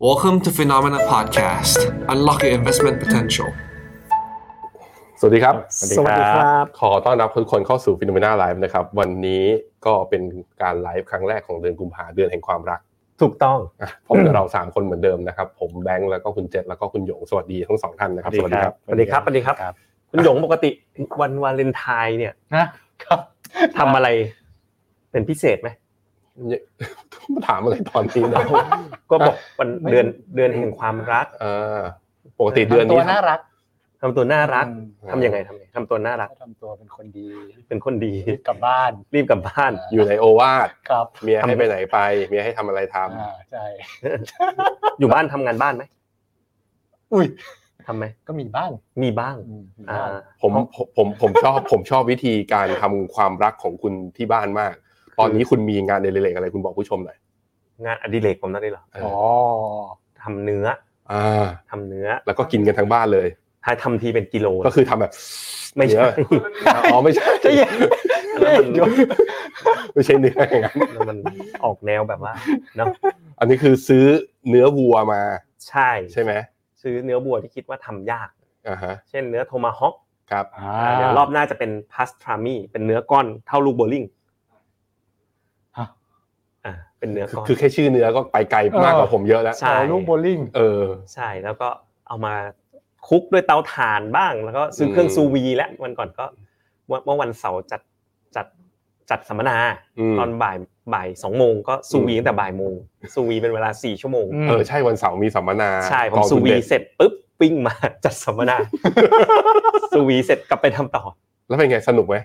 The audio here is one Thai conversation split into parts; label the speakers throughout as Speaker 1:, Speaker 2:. Speaker 1: Welcome to Phenomena Podcast. Unlock your investment potential.
Speaker 2: สวัสดีครับ
Speaker 3: สวัสดีครับ
Speaker 2: ขอต้อนรับทุกคนเข้าสู่ฟิโนเมนาไลฟ์นะครับ วันนี้ก็เป็นการไลฟ์ครั้งแรกของเดือนกุมภาเดือนแห่งความรัก
Speaker 3: ถูกต้อง
Speaker 2: อ่ะพบกับเรา 3 คนเหมือนเดิมนะครับ ผมแบงค์แล้วก็คุณเจษแล้วก็คุณหยงสวัสดีทั้งสองท่านนะครับ
Speaker 3: สวัสดีครับ สวัสดีครับ คุณหยงปกติวันวาเลนไทน์เนี่ย
Speaker 4: นะครับ
Speaker 3: ทำอะไรเป็นพิเศษไหม
Speaker 2: เนี่ย มาถามอะไรตอนนี้นะ
Speaker 3: ก็บอกวันเดือนเดือนแห่งความรัก
Speaker 2: อ่าปกติเดือน
Speaker 4: ตัว
Speaker 2: นี้
Speaker 4: น่ารัก
Speaker 3: ทำตัวน่ารัก
Speaker 4: อืม
Speaker 3: ทำยังไงทำยังไงทำตัวน่ารัก
Speaker 4: ทำตัวเป็นคนดี
Speaker 3: เป็นคนดี
Speaker 4: กลับบ้าน
Speaker 3: รีบกลับบ้าน
Speaker 2: อยู่ในโอวาท
Speaker 4: ครับ
Speaker 2: เมียให้ไปไหนไปเมียให้ทำอะไรทำ
Speaker 4: อ่าใช่
Speaker 3: อยู่บ้านทำงานบ้านไหม
Speaker 4: อุ้ย
Speaker 3: ทำไหม
Speaker 4: ก็มีบ้าง
Speaker 3: มีบ้าง
Speaker 4: อืมมี
Speaker 3: อ่า
Speaker 4: บ้าง
Speaker 2: ผมผมผมผมชอบ ผมชอบวิธีการทำความรักของคุณที่บ้านมาก ตอนนี้คุณมีงานเดลิเรกอะไรคุณบอกผู้ชมหน่อย
Speaker 3: งานอดิเรกผมนั่นได้เหรอ
Speaker 2: เออ
Speaker 4: อ๋อ
Speaker 3: ทำเนื้อ
Speaker 2: อ่า
Speaker 3: ทำเนื้อ
Speaker 2: แล้วก็กินกันทั้งบ้านเลย
Speaker 3: ถ้าทำทีเป็นกิโล
Speaker 2: ก็คือทำแบบ
Speaker 3: ไม่ใช่
Speaker 2: เนื้ออ๋อไม่ใช่
Speaker 4: จะยัง
Speaker 3: แล้ว มัน
Speaker 2: ไม่ใช่เนื้ออย่างนั้น
Speaker 3: แล้วมันออกแนวแบบว่าเนาะ
Speaker 2: อันนี้คือซื้อเนื้อวัวมา
Speaker 3: ใช่
Speaker 2: ใช่ไหม
Speaker 3: ซื้อเนื้อวัวที่คิดว่าทำยาก
Speaker 2: อ่าฮะ
Speaker 3: เช่นเนื้อโทมาฮอก
Speaker 2: ครับ
Speaker 4: อ่า
Speaker 3: เดี๋ยวรอบหน้าจะเป็นพาสทรามีเป็นเนื้อก้อนเท่าลูกโบว์ลิ่ง
Speaker 4: ฮะ
Speaker 3: อ่าเป็นเนื้อ
Speaker 2: คือ
Speaker 3: ก้อน
Speaker 2: คือแค่ชื่อเนื้อก็ไปไกลมากกว่าผมเยอะแล้ว
Speaker 3: ใช่
Speaker 4: เอาลูกโบว์ลิ่ง
Speaker 2: เออ
Speaker 3: ใช่แล้วก็เอามาคลุกด้วยเตาถ่านบ้าง แล้วก็ซื้อเครื่อง
Speaker 2: อืม
Speaker 3: ซูวีแล้ววันก่อนก็เมื่อเมื่อวันเสาร์จัดจัดจัดสัมมนา
Speaker 2: อืม
Speaker 3: ตอนบ่ายบ่ายสองโมงก็ซูวี
Speaker 2: อืม
Speaker 3: ตั้งแต่บ่ายโมงซูวีเป็นเวลาสี่ชั่วโมง
Speaker 2: เออใช่วันเสาร์มีสัมมนา
Speaker 3: ใช่ผม
Speaker 2: กอง
Speaker 3: ซู
Speaker 2: ทุน
Speaker 3: วี
Speaker 2: เด็ด
Speaker 3: เสร็จปุ๊บปิ้งมา จัดสัมมนา ซูวีเสร็จกลับไปทำต่อ
Speaker 2: แล้วเป็นไงสนุกไหม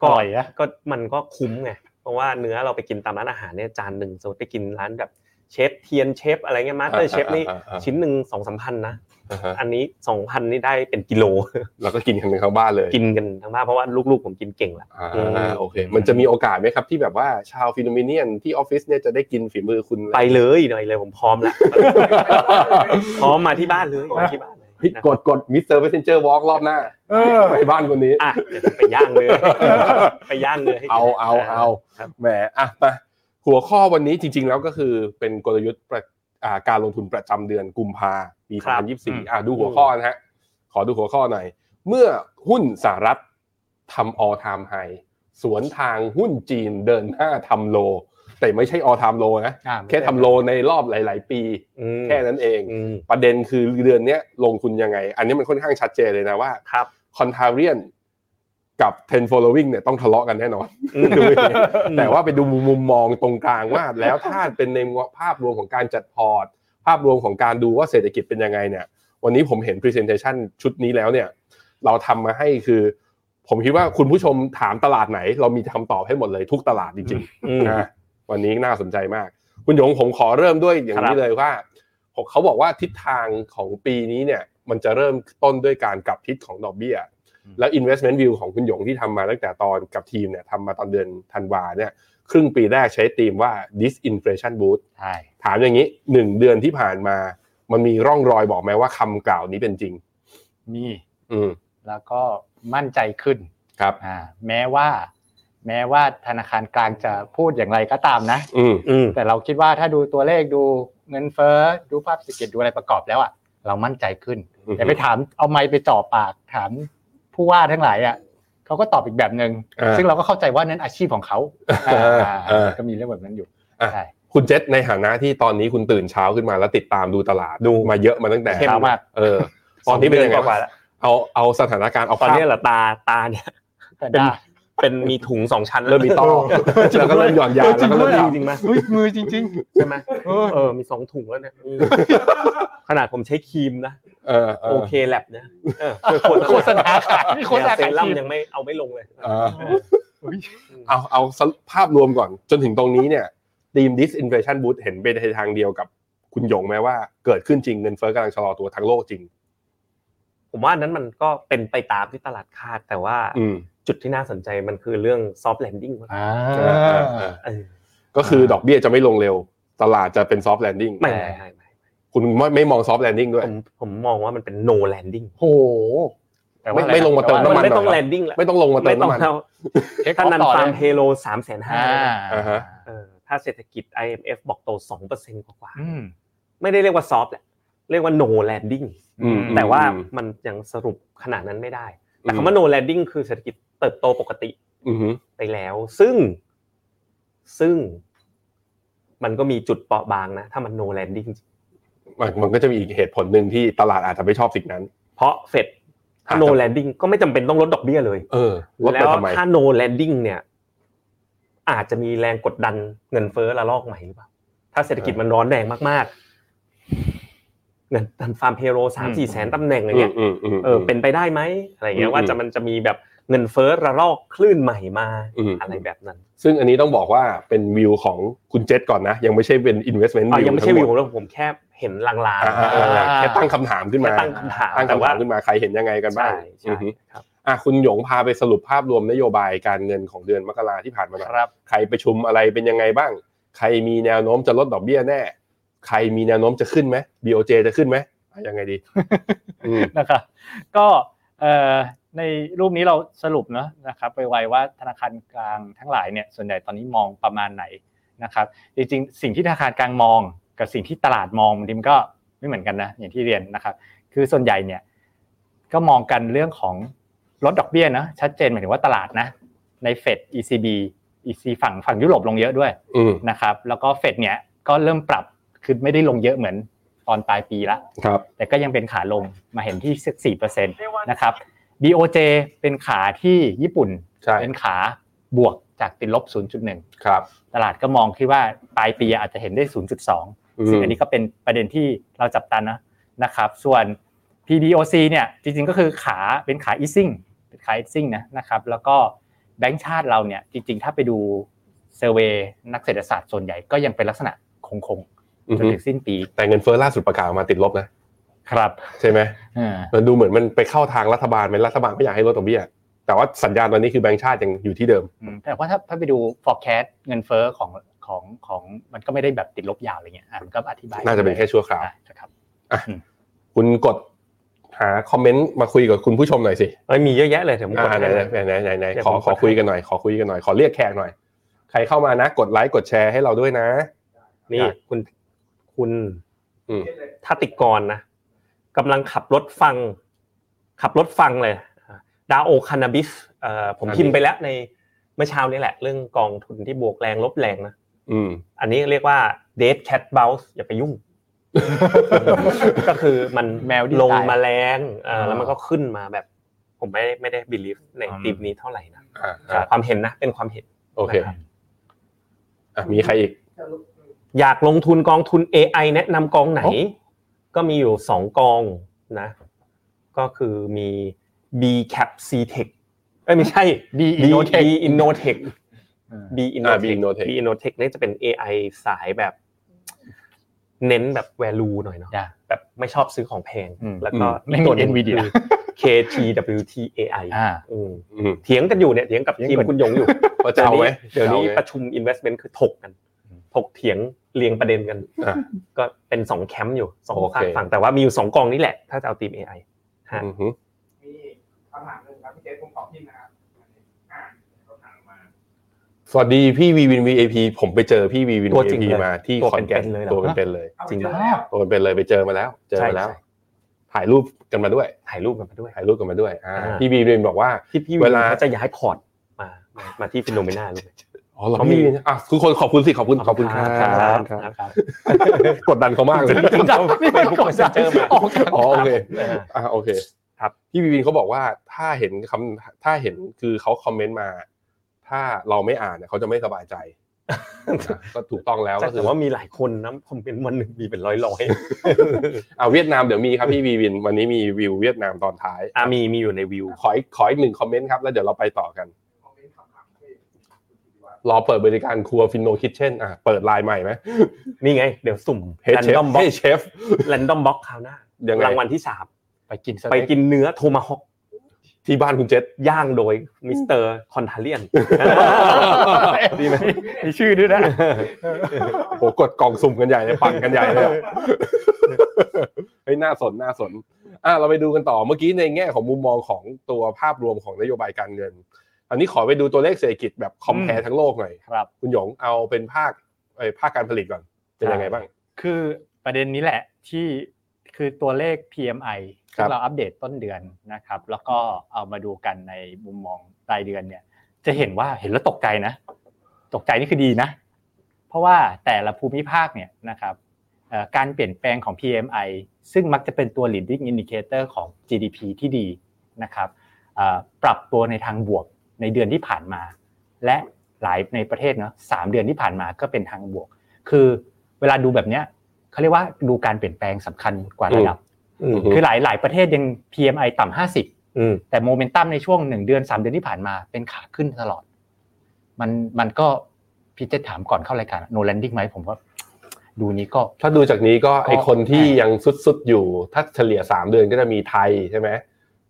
Speaker 4: อร่อยนะ
Speaker 3: ก็มันก็คุ้มไงเพราะว่าเนื้อเราไปกินตามร้านอาหารเนี่ยจานหนึ่งสมมติไปกินร้านแบบเชฟเทียนเชฟอะไรเงี้ยมาสเตอร์เชฟนี่
Speaker 2: อ่าอ่า
Speaker 3: ชิ้นหนึ่งสองสามพันนะ
Speaker 2: อ่าฮะ
Speaker 3: อันนี้สองพันนี่ได้เป็นกิโล
Speaker 2: แล้วก็กินกันทั้งบ้านเลย
Speaker 3: กินกันทั้งบ้านเพราะว่าลูกๆผมกินเก่งแหละ
Speaker 2: อ่า
Speaker 3: อืม
Speaker 2: โอเค มันจะมีโอกาสไหมครับที่แบบว่าชาวฟิโนเมเนียนที่ออฟฟิศเนี่ยจะได้กินฝีมือคุณ
Speaker 3: ไปเลยหน่อยเลยผมพร้อมละ พร้อมมาที่บ้านเลยมาที่บ้านเลย
Speaker 2: ผิด
Speaker 3: นะ
Speaker 2: กดกดมิสเตอร์เพสเซนเจอร์วอล์กรอบหน้า
Speaker 4: เออ
Speaker 2: ไปบ้านคนนี้
Speaker 3: อ่ะเดี๋ยวไปย่างเลยไปย่างเลยให้
Speaker 2: เอาเอาเอา
Speaker 3: ครับ
Speaker 2: แหมอ่ะมาหัวข้อวันนี้จริง ๆ แล้วก็คือเป็นกลยุทธ์ประอ่าการลงทุนประจำเดือนกุมภาปี
Speaker 3: ครับ
Speaker 2: 2024อ่ะดูหัวข้อนะฮะ ขอดูหัวข้อหน่อย เมื่อหุ้นสหรัฐทำ all time high สวนทางหุ้นจีนเดินหน้าทำโล แต่ไม่ใช่ all time low นะ
Speaker 4: อ่า
Speaker 2: แค่ทำโลในรอบหลาย ๆ ปี
Speaker 3: อืม
Speaker 2: แค่นั้นเอง
Speaker 3: อืม
Speaker 2: ประเด็นคือเดือนเนี้ยลงทุนยังไง อันนี้มันค่อนข้างชัดเจนเลยนะว่า
Speaker 3: ครับ
Speaker 2: คอนทาเรียนกับเทน following เนี่ยต้องทะเลาะกันแน่นอน
Speaker 3: อืม
Speaker 2: ดูอย่างนี้แต่ว่าไปดูมุมมองตรงกลางว่าแล้วถ้าเป็นในภาพรวมของการจัดพอร์ต ภาพรวมของการดูว่าเศรษฐกิจเป็นยังไงเนี่ย วันนี้ผมเห็น Presentation ชุดนี้แล้วเนี่ย เราทำมาให้คือ ผมคิดว่าคุณผู้ชมถามตลาดไหน เรามีคำตอบให้หมดเลยทุกตลาดจริง
Speaker 3: อืม
Speaker 2: ๆนะวันนี้น่าสนใจมาก คุณหยงผมขอเริ่มด้วยอย่าง
Speaker 3: ครั
Speaker 2: นี้
Speaker 3: บ
Speaker 2: เลยว่าเขาบอกว่าทิศทางของปีนี้เนี่ย มันจะเริ่มต้นด้วยการกลับทิศของดอกเบี้ย แล้ว investment view ของคุณหยงที่ทำมาตั้งแต่ตอนกับทีมเนี่ยทำมาตอนเดือนธันวาเนี่ยครึ่งปีแรกใช้ธีมว่า disinflation boost
Speaker 4: ใช่
Speaker 2: ถามอย่างนี้หนึ่งเดือนที่ผ่านมา มันมีร่องรอยบอกไหมว่าคำกล่าวนี้เป็นจริง
Speaker 4: มี
Speaker 2: อืม
Speaker 4: แล้วก็มั่นใจขึ้น
Speaker 2: ครับ
Speaker 4: อ่าแม้ว่า แม้ว่าธนาคารกลางจะพูดอย่างไรก็ตามนะ
Speaker 2: อืม
Speaker 3: อืม
Speaker 4: แต่เราคิดว่าถ้าดูตัวเลขดูเงินเฟ้อดูภาพเศรษฐกิจดูอะไรประกอบแล้วอ่ะเรามั่นใจขึ้นแต่ไปถามเอาไมค์ไปจ่อปากถามผู้ว่าทั้งหลายอ่ะเขาก็ตอบอีกแบบหนึ่ง
Speaker 2: อ่า
Speaker 4: ซึ่งเราก็เข้าใจว่านั้นอาชีพของเขา
Speaker 2: อ่า
Speaker 4: อ่า
Speaker 2: อ่า
Speaker 4: ก็มีเรื่องแบบนั้นอยู่
Speaker 2: อ่า
Speaker 4: ใช่
Speaker 2: คุณเจษในฐานะที่ตอนนี้คุณตื่นเช้าขึ้นมาแล้วติดตามดูตลาดดูมาเยอะมาตั้งแต่
Speaker 4: เช้ามาก
Speaker 2: เออ ตอนนี้เป็นยังไง
Speaker 3: สดืกว่าๆแล้ว
Speaker 2: เอาเอาสถานการณ์เอา
Speaker 3: ตอน
Speaker 2: ภาพ
Speaker 3: นี้เหรอตาตาเนี่ย
Speaker 4: แต่ได้
Speaker 3: เป็นมีถุงสองชั้น
Speaker 2: เริ่มมีต้อแล้วก็เริ่มหย่อนยาน
Speaker 4: จริ
Speaker 2: แล้ว
Speaker 4: ง
Speaker 2: ก็
Speaker 4: ด้
Speaker 2: เริ่ม
Speaker 4: วยเหรอ
Speaker 3: จริงๆไหม
Speaker 4: อุ๊ยมือจริง
Speaker 3: ใช่ไหม
Speaker 4: เออ
Speaker 3: เออมีสองถุงแล้วเนี่ยอืมขนาดผมใช้ครีมนะ
Speaker 2: เออเอ
Speaker 3: โอ
Speaker 2: อ
Speaker 3: เคแลบนะเออ
Speaker 4: ๆโฆษณาขายโฆษณา
Speaker 3: เซ
Speaker 4: ขาย
Speaker 3: รั่ม
Speaker 4: ที
Speaker 3: ยังไม่เอาไม่ลงเลย
Speaker 2: เออ
Speaker 4: อุ๊ย
Speaker 2: เอาเอาสรุปภาพรวมก่อนจนถึงตรงนี้เนี่ยทีม disinflation boost เห็นเป็นในทางเดียวกับคุณหยงไหมว่าเกิดขึ้นจริงเงินเฟ้อกำลังชะลอตัวทั้งโลกจริง
Speaker 3: ผมว่าอันนั้นมันก็เป็นไปตามที่ตลาดคาด แต่ว่า
Speaker 2: อืม
Speaker 3: จุดที่น่าสนใจมันคือเรื่องซอฟต์แลนดิ้ง
Speaker 4: อ่า
Speaker 2: เออเออเออ
Speaker 3: เออ
Speaker 2: ก็คือดอกเบี้ยจะไม่ลงเร็ว ตลาดจะเป็น soft landing
Speaker 3: ไม่ไม่ไม่ไม่
Speaker 2: คุณไม่ไม่มอง soft landing ด้วย
Speaker 3: ผมผมมองว่ามันเป็น no landing
Speaker 4: โหแต่ว่าอะรนะ
Speaker 2: ไม่ลงมาเติม
Speaker 4: แว่
Speaker 2: น้ำ
Speaker 3: มันไม่ต้อง
Speaker 2: หน่อย
Speaker 3: landing แล้ว
Speaker 2: ไม่ต้องลงมาเติ
Speaker 3: ไม่
Speaker 2: ม
Speaker 3: ต้อง
Speaker 2: น้ำมัน
Speaker 3: เท่า
Speaker 4: เทค
Speaker 3: ถ้านัน
Speaker 4: ต่อ
Speaker 3: ฟา
Speaker 4: เล
Speaker 3: ร์ม
Speaker 4: ย
Speaker 3: เฮโลสามแสนห้า
Speaker 4: อ่า
Speaker 2: อ่าฮะ
Speaker 3: เออถ้าเศรษฐกิจ IMF บอกโตสองเปอร์เซ็นต์กว่าๆ
Speaker 4: อืม
Speaker 3: ไม่ได้เรียกว่าซอฟต์แหละเรียกว่า no landing
Speaker 2: อืมอืม
Speaker 3: แต่ว่ามันยังสรุปขนาดนั้นไม่ได้ แต่คำว่า no landing คือเศรษฐกิจเติบโตปกติ
Speaker 2: อืมอืม
Speaker 3: ไปแล้ว ซึ่งซึ่ง มันก็มีจุดเปราะบางนะ ถ้ามัน no landing
Speaker 2: มันมันก็จะมีอีกเหตุผลหนึ่งที่ตลาดอาจจะไม่ชอบสิ่งนั้น
Speaker 3: เพราะเฟดถ้า
Speaker 2: อาจ
Speaker 3: no
Speaker 2: จะ
Speaker 3: landing ก็ไม่จำเป็นต้องลดดอกเบี้ยเลย
Speaker 2: เออลด
Speaker 3: แล้
Speaker 2: ไป
Speaker 3: ว
Speaker 2: ทำไม
Speaker 3: ถ้า no landing เนี่ย อาจจะมีแรงกดดันเงินเฟ้อระลอกใหม่หรือเปล่า ถ้าเศรษฐกิจมันร้อนแรงมากๆ เงินดันฟาร์มเพโรสามสี่แสนตำแหน่งอะไรเงี้ย
Speaker 2: อืมอืมม
Speaker 3: เออเป็นไปได้ไหมอะไรเงี้
Speaker 2: อื
Speaker 3: ย
Speaker 2: ม
Speaker 3: ว่าจะมันจะมีแบบเงินเฟ้อระลอกคลื่นใหม่มา
Speaker 2: อืม
Speaker 3: อะไรแบบนั้น
Speaker 2: ซึ่งอันนี้ต้องบอกว่าเป็นวิวของคุณเจษก่อนนะ ยังไม่ใช่เป็น investment
Speaker 3: อ๋อยังไม่ใช่วิว
Speaker 2: ทั้หด
Speaker 3: ของเราผมแค่เห็นลาง
Speaker 2: อ่า
Speaker 3: ๆเออ
Speaker 2: อ่าแค่ตั้งคำถามขึ้นมา
Speaker 3: แค่ตั้งคำถาม
Speaker 2: ตั้ง
Speaker 3: แต่
Speaker 2: คำ
Speaker 3: ว่า
Speaker 2: ถามขึ้นมาใครเห็นยังไงกันบ้าง
Speaker 3: ใช่ใช่
Speaker 2: อือฮึ
Speaker 3: ครับ
Speaker 2: อ่ะคุณหยงพาไปสรุปภาพรวมนโยบายการเงินของเดือนมกราที่ผ่านมาหน่อย
Speaker 4: ครับ
Speaker 2: ใครประชุมอะไรเป็นยังไงบ้าง ใครมีแนวโน้มจะลดดอกเบี้ยแน่ ใครมีแนวโน้มจะขึ้นไหม BOJ จะขึ้นไหมอ่ะยังไง ดี อืม
Speaker 4: นะครับก็เอ่อในรูปนี้เราสรุปเนอะนะครับไปไวๆว่าธนาคารกลางทั้งหลายเนี่ยส่วนใหญ่ตอนนี้มองประมาณไหนนะครับจริงๆสิ่งที่ธนาคารกลางมองกับสิ่งที่ตลาดมองบางทีมันก็ไม่เหมือนกันนะอย่างที่เรียนนะครับ คือส่วนใหญ่เนี่ยก็มองกันเรื่องของลดดอกเบี้ยนะชัดเจนหมายถึงว่าตลาดนะในเฟด ECB EC ฝั่งฝั่งยุโรปลงเยอะด้วย
Speaker 2: อืม
Speaker 4: นะครับแล้วก็เฟดเนี่ยก็เริ่มปรับคือไม่ได้ลงเยอะเหมือนตอนปลายปีละ
Speaker 2: ครับ
Speaker 4: แต่ก็ยังเป็นขาลงมาเห็นที่สักสี่เปอร์เซ็นต์นะครับ BOJ เป็นขาที่ญี่ปุ่น
Speaker 2: ใช่
Speaker 4: เป็นขาบวกจากติดลบ 0.1
Speaker 2: ครับ
Speaker 4: ตลาดก็มองคิดว่าปลายปีอาจจะเห็นได้ 0.2
Speaker 2: ม
Speaker 4: ซึ่งอันนี้ก็เป็นประเด็นที่เราจับตานะนะครับ ส่วน PBOC เนี่ยจริงๆก็คือขาเป็นขา easing เป็นขา easing นะนะครับแล้วก็แบงก์ชาติเราเนี่ยจริงๆ ถ้าไปดูเซอร์เวยนักเศรษฐศาสตร์ส่วนใหญ่ก็ยังเป็นลักษณะคงคง
Speaker 2: อือ
Speaker 4: ๆจ
Speaker 2: ฮึ
Speaker 4: นถึงสิ้นปี
Speaker 2: แต่เงินเฟ้อล่าสุดประกาศออกมาติดลบนะครับ ใช่ไหม
Speaker 4: อ่า
Speaker 2: มันดูเหมือนมันไปเข้าทางรัฐบาลไหมรัฐบาลไม่อยากให้ลดดอกเบี้ย แต่ว่าสัญญาณตอนนี้คือแบงก์ชาติยังอยู่ที่เดิม
Speaker 4: อืมแต่ว่าถ้าถ้าไปดู forecast เงินเฟ้อของของของมันก็ไม่ได้แบบติดลบยาวอะไรเงี้ยอ่ะมันก็อธิบาย
Speaker 2: น่าจะเป็นแค่ชั่วคราว
Speaker 4: อ่ะนะครับ
Speaker 2: คุณกดหาคอมเมนต์มาคุยกับคุณผู้ชมหน่อยสิ
Speaker 3: เอ้ยมีเยอะแยะเลยเดี๋ยวผมกด
Speaker 2: อ่าไหน
Speaker 3: ให้เลย
Speaker 2: ไหนไหนไหนไหน
Speaker 3: เดี๋ยว
Speaker 2: ขอ
Speaker 3: ผมกด
Speaker 2: ขอคุยกันหน่อย ขอคุยกันหน่อย ขอเรียกแขกหน่อย ใครเข้ามานะ กดไลค์กดแชร์ให้เราด้วยนะ
Speaker 3: นี่คุณคุณ
Speaker 2: อืม
Speaker 3: ทติกรนะกำลังขับรถฟัง ขับรถฟังเลยดาโอคานาบิสเอ่อผมพิมพ์ไปแล้วในเมื่อเช้านี้แหละ เรื่องกองทุนที่บวกแรงลบแรงนะ
Speaker 2: อืม
Speaker 3: อันนี้เรียกว่า dead cat bounce อย่าไป ยุ่ง ก็คือมัน
Speaker 4: แมวดิ้น
Speaker 3: ลง
Speaker 4: ตาย
Speaker 3: มาแรงเอ่อ
Speaker 4: อ่า
Speaker 3: แล้วมันก็ขึ้นมาแบบ ผมไม่ไม่ได้ believe ใน
Speaker 4: อืม
Speaker 3: ทีมนี้เท่าไหร่นะ
Speaker 2: อ่า
Speaker 3: แต่ความเห็นนะ เป็นความเห็น
Speaker 2: โอเค
Speaker 3: นะครับ
Speaker 2: อ่ะมีใครอีก
Speaker 3: อยากลงทุนกองทุน AI แนะนำกองไหน
Speaker 2: โอ้
Speaker 3: ก็มีอยู่สองกองนะ ก็คือมี B Cap C Tech เอ้ยไม่ใช่
Speaker 4: B Innotech
Speaker 3: B Innotech B
Speaker 2: อ่า B
Speaker 3: Innotech
Speaker 2: Innotech
Speaker 3: B Innotech เนี่ยจะเป็น AI สายแบบ เน้นแบบ value หน่อยเนาะ
Speaker 4: จ้ะ
Speaker 3: แบบไม่ชอบซื้อของแพง
Speaker 4: อืม
Speaker 3: แล้วก็
Speaker 4: อืมไม่มี
Speaker 3: ตัวหง
Speaker 4: NVIDIA
Speaker 3: คือ KTWTAI
Speaker 4: อ่า
Speaker 3: อืม
Speaker 2: อืม
Speaker 3: เถียงกันอยู่เนี่ยเถียงกับทีมคุณยงอยู่
Speaker 2: ว่าจะเอาไหม
Speaker 3: เดี๋ยวนี้
Speaker 2: จะอาไหม
Speaker 3: ประชุม investment คือถกกัน ถกเถียงเรียงประเด็นกัน
Speaker 2: อ่ะ
Speaker 3: ก็เป็นสองแคมป์อยู่สอง
Speaker 2: โอเค
Speaker 3: ฝากฝั่งแต่ว่ามีอยู่สองกองนี่แหละ ถ้าจะเอาทีม AI ฮะ
Speaker 2: อือหือ
Speaker 5: มีคำถามหนึ่งครับพี่เจสผมขอพิมพ์นะครับอ่าคำถามมา
Speaker 2: สวัสดีพี่วีวินวีไอพีผมไปเจอพี่วีวิน
Speaker 3: ตัว
Speaker 2: วีไอ
Speaker 3: จริง
Speaker 2: พี
Speaker 3: เลย
Speaker 2: มาที่
Speaker 3: ตัว
Speaker 2: คอนแกน
Speaker 3: เป็นๆเลยเหรอ
Speaker 2: ตัวเป็นๆเลย
Speaker 5: เอาไป
Speaker 3: จริง
Speaker 5: เจอแล้ว
Speaker 2: ตัวเป็นๆเลยไปเจอมาแล้ว เจอมาแล้ว
Speaker 3: ใช่
Speaker 2: ถ่ายรูปกันมาด้วย
Speaker 3: ถ่ายรูปกันไปด้วย
Speaker 2: ถ่ายรูปกันมาด้วยอ่า
Speaker 3: อ่า
Speaker 2: พี่บีเรนบอกว่า
Speaker 3: ที่พี่
Speaker 2: เว
Speaker 3: วิน
Speaker 2: ลา
Speaker 3: เขาจะย้ายพอร์ตมามามาที่ฟิโนเมนาเลย
Speaker 2: อ๋อเหรอ
Speaker 3: เขามี
Speaker 2: พี่บีอ่ะทุกคนขอบคุณสิ ขอบคุณ ขอบคุณค
Speaker 3: ข
Speaker 2: รั
Speaker 3: อบคุณครับ
Speaker 2: บ
Speaker 3: ครับ
Speaker 4: นะครับ
Speaker 2: กดดันเขามากเลย
Speaker 4: ผมจำไม่ได้
Speaker 3: ผมจะเจอมา
Speaker 4: ออกจาก
Speaker 2: อ๋อโอเค
Speaker 3: อ่า
Speaker 2: อ่ะโอเค
Speaker 3: ครับ
Speaker 2: พี่บีบีเขาบอกว่าถ้าเห็นคำถ้าเห็นคือเขาคอมเมนต์มา ถ้าเราไม่อ่านเนี่ยเขาจะไม่สบายใจนะก็ถูกต้อง แล้วก็คื
Speaker 3: แต่
Speaker 2: อว่า
Speaker 3: ว่ามีหลายคนนะผมเป็นวันหนึ่งมีเป็นร้อยร้อย
Speaker 2: อ่าเวียดนามเดี๋ยวมีครับพี่บีวินวันนี้มีวิวเวียดนามตอนท้าย
Speaker 3: ๆอ่ะมีมีอยู่ในวิว
Speaker 2: ขออีกขออีกหนึ่งคอมเมนต์ครับ แล้วเดี๋ยวเราไปต่อกัน
Speaker 5: คอมเมนต์คำถามที่คุณคิดว่าร
Speaker 2: อเปิดบริการครัวฟินโนคิทเช่นอ่ะเปิดไลน์ใหม่ไหม
Speaker 3: นี่ไง เดี๋ยวสุ่ม
Speaker 2: เฮ้
Speaker 3: แรน
Speaker 2: เช
Speaker 3: ด
Speaker 2: ฟ
Speaker 3: อมบ็อก
Speaker 2: เฮ้เชฟ
Speaker 3: แรนดอมบ็อกคราวหน้า
Speaker 2: ยังไง
Speaker 3: รางวัลที่สาม
Speaker 4: ไปกินสเต็ก
Speaker 3: ไป กินเนื้อโทมาฮอก
Speaker 2: ที่บ้านคุณเจษ
Speaker 3: ย่างโดยมิสเตอร์คอนทาเลียน
Speaker 4: ดีไหมมีชื่อด้วยนะ
Speaker 2: โหกดกล่องสุ่มกันใหญ่เลยปั่นกันใหญ่เลยอะเฮ้ยน่าสนน่าสนอ่ะเราไปดูกันต่อเมื่อกี้ในแง่ของมุมมองของตัวภาพรวมของนโยบายการเงิน อันนี้ขอไปดูตัวเลขเศรษฐกิจแบบคอมเพล
Speaker 4: อืม
Speaker 2: ทั้งโลกหน่อย
Speaker 4: ครับ
Speaker 2: คุณหยงเอาเป็นภาคเอ้ยภาคการผลิตก่อนเป็นยังไงบ้าง
Speaker 4: คือ ประเด็นนี้แหละที่คือตัวเลข PMI
Speaker 2: ครับ
Speaker 4: ที่งเราอัปเดตต้นเดือนนะครับ แล้วก็เอามาดูกันในมุมมองรายเดือนเนี่ย จะเห็นว่าเห็นแล้วตกใจนะ ตกใจนี่คือดีนะ เพราะว่าแต่ละภูมิภาคเนี่ยนะครับเอ่อการเปลี่ยนแปลงของ PMI ซึ่งมักจะเป็นตัว leading indicator ของ GDP ที่ดีนะครับเอ่อปรับตัวในทางบวกในเดือนที่ผ่านมา และหลายในประเทศเนาะสามเดือนที่ผ่านมาก็เป็นทางบวก คือเวลาดูแบบเนี้ยเขาเรียกว่าดูการเปลี่ยนแปลงสำคัญกว่าระดับ
Speaker 2: อืม
Speaker 4: คือหลายหลายประเทศยัง PMI ต่ำ50
Speaker 2: อืม
Speaker 4: แต่โมเมนตัมในช่วงหนึ่งเดือนสามเดือนที่ผ่านมาเป็นขาขึ้นตลอด มันมันก็พี่เจษถามก่อนเข้ารายการโนแลนดิ้งไหมผมว่า ดูนี้ก็
Speaker 2: ถ้าดูจากนี้ก็ไอ
Speaker 4: ก็
Speaker 2: คนที่
Speaker 4: อ่ะ
Speaker 2: ยังสุดๆอยู่ ถ้าเฉลี่ย 3 เดือนก็จะมีไทยใช่ไหม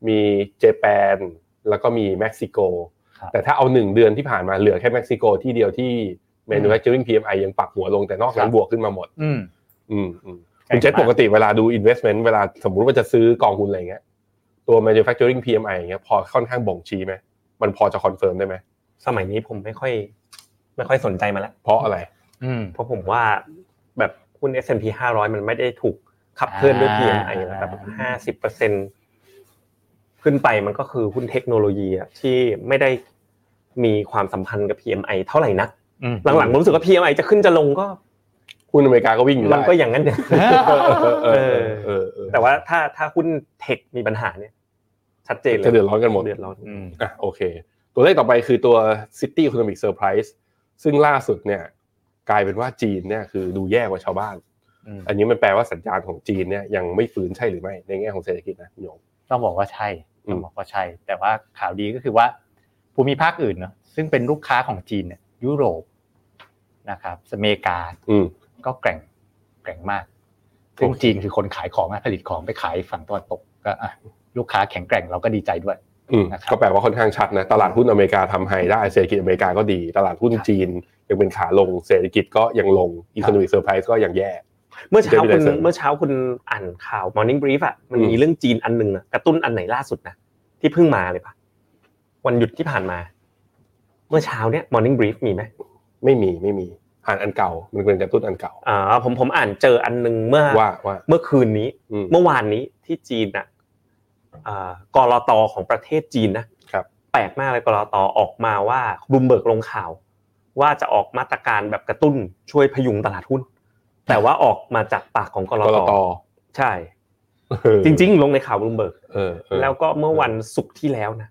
Speaker 2: มีเจแปนแล้วก็มีเม็กซิโก
Speaker 4: ครับ
Speaker 2: แต่ถ้าเอา 1 เดือนที่ผ่านมาเหลือแค่เม็กซิโกที่เดียวที่ manufacturing PMI ยังปรับหัวลงแต่นอกนั้
Speaker 4: ครั
Speaker 2: น
Speaker 4: บ
Speaker 2: บวกขึ้นมาหมด
Speaker 4: อืม
Speaker 2: อืมอืม
Speaker 4: ใช่
Speaker 2: คุณเจษ
Speaker 4: ครับ
Speaker 2: ปกติเวลาดู investment เวลาสมมุติว่าจะซื้อกองทุนอะไรอย่างเงี้ยตัว manufacturing PMI อย่างเงี้ยพอค่อนข้างบ่งชี้ไหมมันพอจะคอนเฟิร์มได้ไหม
Speaker 3: สมัยนี้ผมไม่ค่อย ไม่ค่อยสนใจมันละ
Speaker 2: เพราะอะไร
Speaker 4: อืม
Speaker 3: เพราะผมว่าแบบหุ้น S&P 500 มันไม่ได้ถูกขับเคลื่อนด้วย PMI แล้วแบบห้าสิบเปอร์เซ็นขึ้นไปมันก็คือหุ้นเทคโนโลยีอะที่ไม่ได้มีความสัมพันธ์กับ PMI เท่าไหร่นัก
Speaker 4: อืม
Speaker 3: หลังๆผมรู้สึกว่า PMI จะขึ้นจะลงก็
Speaker 2: หุ้นอเมริกาก็วิ่งอยู่
Speaker 3: มัน
Speaker 2: ได้
Speaker 3: ก็อย่างนั้นเนี่ย
Speaker 2: เออเออเออเออเออ
Speaker 3: แต่ว่าถ้าถ้าหุ้นเทคมีปัญหาเนี่ย ชัดเจนเลย
Speaker 2: จะเดือดร้อนกันหมด
Speaker 3: เดือดร้อน
Speaker 4: อืม
Speaker 2: อ่ะโอเค ตัวเลขต่อไปคือตัว City Economic Surprise ซึ่งล่าสุดเนี่ยกลายเป็นว่าจีนเนี่ยคือดูแย่กว่าชาวบ้าน
Speaker 4: อืม
Speaker 2: อันนี้มันแปลว่าสัญญาณของจีนเนี่ยยังไม่ฟื้นใช่หรือไม่ ในแง่ของเศรษฐกิจนะคุณโยม
Speaker 4: ต้องบอกว่าใช่
Speaker 2: อืม
Speaker 4: ต้องบอกว่าใช่ แต่ว่าข่าวดีก็คือว่า ภูมิภาคอื่นเนาะซึ่งเป็นลูกค้าของจีนเนี่ยยุโรปนะครับอเมริกา
Speaker 2: อืม
Speaker 4: ก็แกร่งแกร่งมากซึ่ง
Speaker 2: โอเค
Speaker 4: จีนคือคนขายของอะผลิตของไปขายฝั่งตะวันตกก็อ่ะลูกค้าแข็งแกร่งเราก็ดีใจด้วย
Speaker 2: อืม
Speaker 4: นะครับ
Speaker 2: ก็แปลว่าค่อนข้างชัดนะ ตลาดหุ้นอเมริกาทำไฮได้เศรษฐกิจอเมริกาก็ดี ตลาดหุ้น
Speaker 4: ครับ
Speaker 2: จีนยังเป็นขาลงเศรษฐกิจก็ยังลง Economic Surprise ก็ยังแย่
Speaker 3: เมื่อเช้า
Speaker 2: เดี๋ย
Speaker 3: คุ
Speaker 2: ว
Speaker 3: ณ
Speaker 2: ไปเสริม
Speaker 3: เมื่อเช้าคุณอ่านข่าว Morning Brief อ่ะมัน
Speaker 2: อื
Speaker 3: มี
Speaker 2: ม
Speaker 3: เรื่องจีนอันหนึงนะกระตุ้นอันไหนล่าสุดนะที่เพิ่งมาเลยปะวันหยุดที่ผ่านมา เมื่อเช้าเนี้ย Morning Brief มีไหม
Speaker 2: ไม่มีไม่มีอ่านอันเก่ามันเป็นกระตุ้นอันเก่า
Speaker 3: อ่าผมผมอ่านเจออันหนึงเมื่อ
Speaker 2: ว่าว่า
Speaker 3: เมื่อคืนนี้
Speaker 2: อืม
Speaker 3: เมื่อวานนี้ที่จีนอ่ะอ่ากรอตอของประเทศจีนนะครับ แปลกมากเลยกรอตอออกมาว่าบุมเบิกลงข่าว ว่าจะออกมาตรการแบบกระตุ้นช่วยพยุงตลาดหุ้น แต่ว่าออกมาจากปากของกร
Speaker 2: กร
Speaker 3: อ
Speaker 2: ต
Speaker 3: ตอใช่ จริงๆ ลงในข่าวบลูเบิร์ก
Speaker 2: ๆเออเออ
Speaker 3: แล้วก็เมื่อวันศุกร์ที่แล้วนะ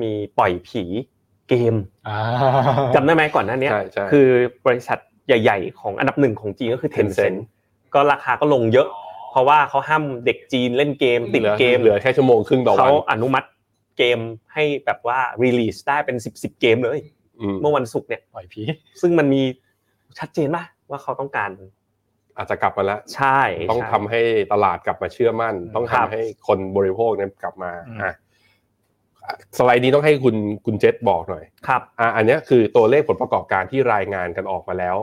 Speaker 3: มีปล่อยผีเกมจำได้ไหมก่อนหน้าเนี้ย
Speaker 2: ใช่ใช่
Speaker 3: คือบริษัทใหญ่ ๆ ของอันดับหนึ่งของจีนก็คือ
Speaker 2: Tencent
Speaker 3: Tencent ก็ราคาก็ลงเยอะ เพราะว่าเขาห้ามเด็กจีนเล่นเกมติด
Speaker 2: หลือ
Speaker 3: เกม
Speaker 2: เหลือแค่ชั่วโมงครึ่งต่อวั
Speaker 3: เขา
Speaker 2: น
Speaker 3: อนุมัติเกมให้แบบว่ารีลีสได้เป็นสิบสิบเกมเลย
Speaker 2: อืม
Speaker 3: เมื่อวันศุกร์เนี่ย
Speaker 4: ปล่อยผี
Speaker 3: ซึ่งมันมีชัดเจนป่ะว่าเขาต้องการ
Speaker 2: อาจจะกลับมาแล้ว
Speaker 3: ใช่
Speaker 2: ต้อง
Speaker 3: ใช่
Speaker 2: ทำให้ตลาดกลับมาเชื่อมั่น ต้อง
Speaker 3: ครั
Speaker 2: ทำ
Speaker 3: บ
Speaker 2: ให้คนบริโภคนั้นกลับมา
Speaker 4: อืม
Speaker 2: อ่ะสไลด์นี้ต้องให้คุณคุณเจษบอกหน่อย
Speaker 3: ครับ
Speaker 2: อ่ะอันเนี้ยคือตัวเลขผลประกอบการที่รายงานกันออกมาแล้ว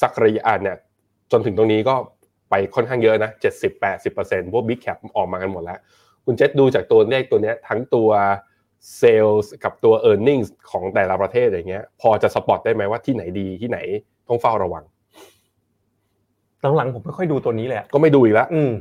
Speaker 2: สักระยะอ่ะเนี่ยจนถึงตรงนี้ก็ไปค่อนข้างเยอะนะ70 80เปอร์เซ็นต์พวกบิ๊กแคปออกมากันหมดแล้ว คุณเจษดูจากตัวเลขตัวเนี้ยทั้งตัวเซลล์กับตัว e a r n i n g ็ของแต่ละประเทศอย่างเงี้ย พอจะสปอตได้ไหมว่าที่ไหนดีที่ไหนต้องเฝ้าระวัง
Speaker 3: หลังๆผมไม่ค่อยดูตัวนี้เลยอะ
Speaker 2: ก็ไม่ดูอีกแล้ว
Speaker 3: อืม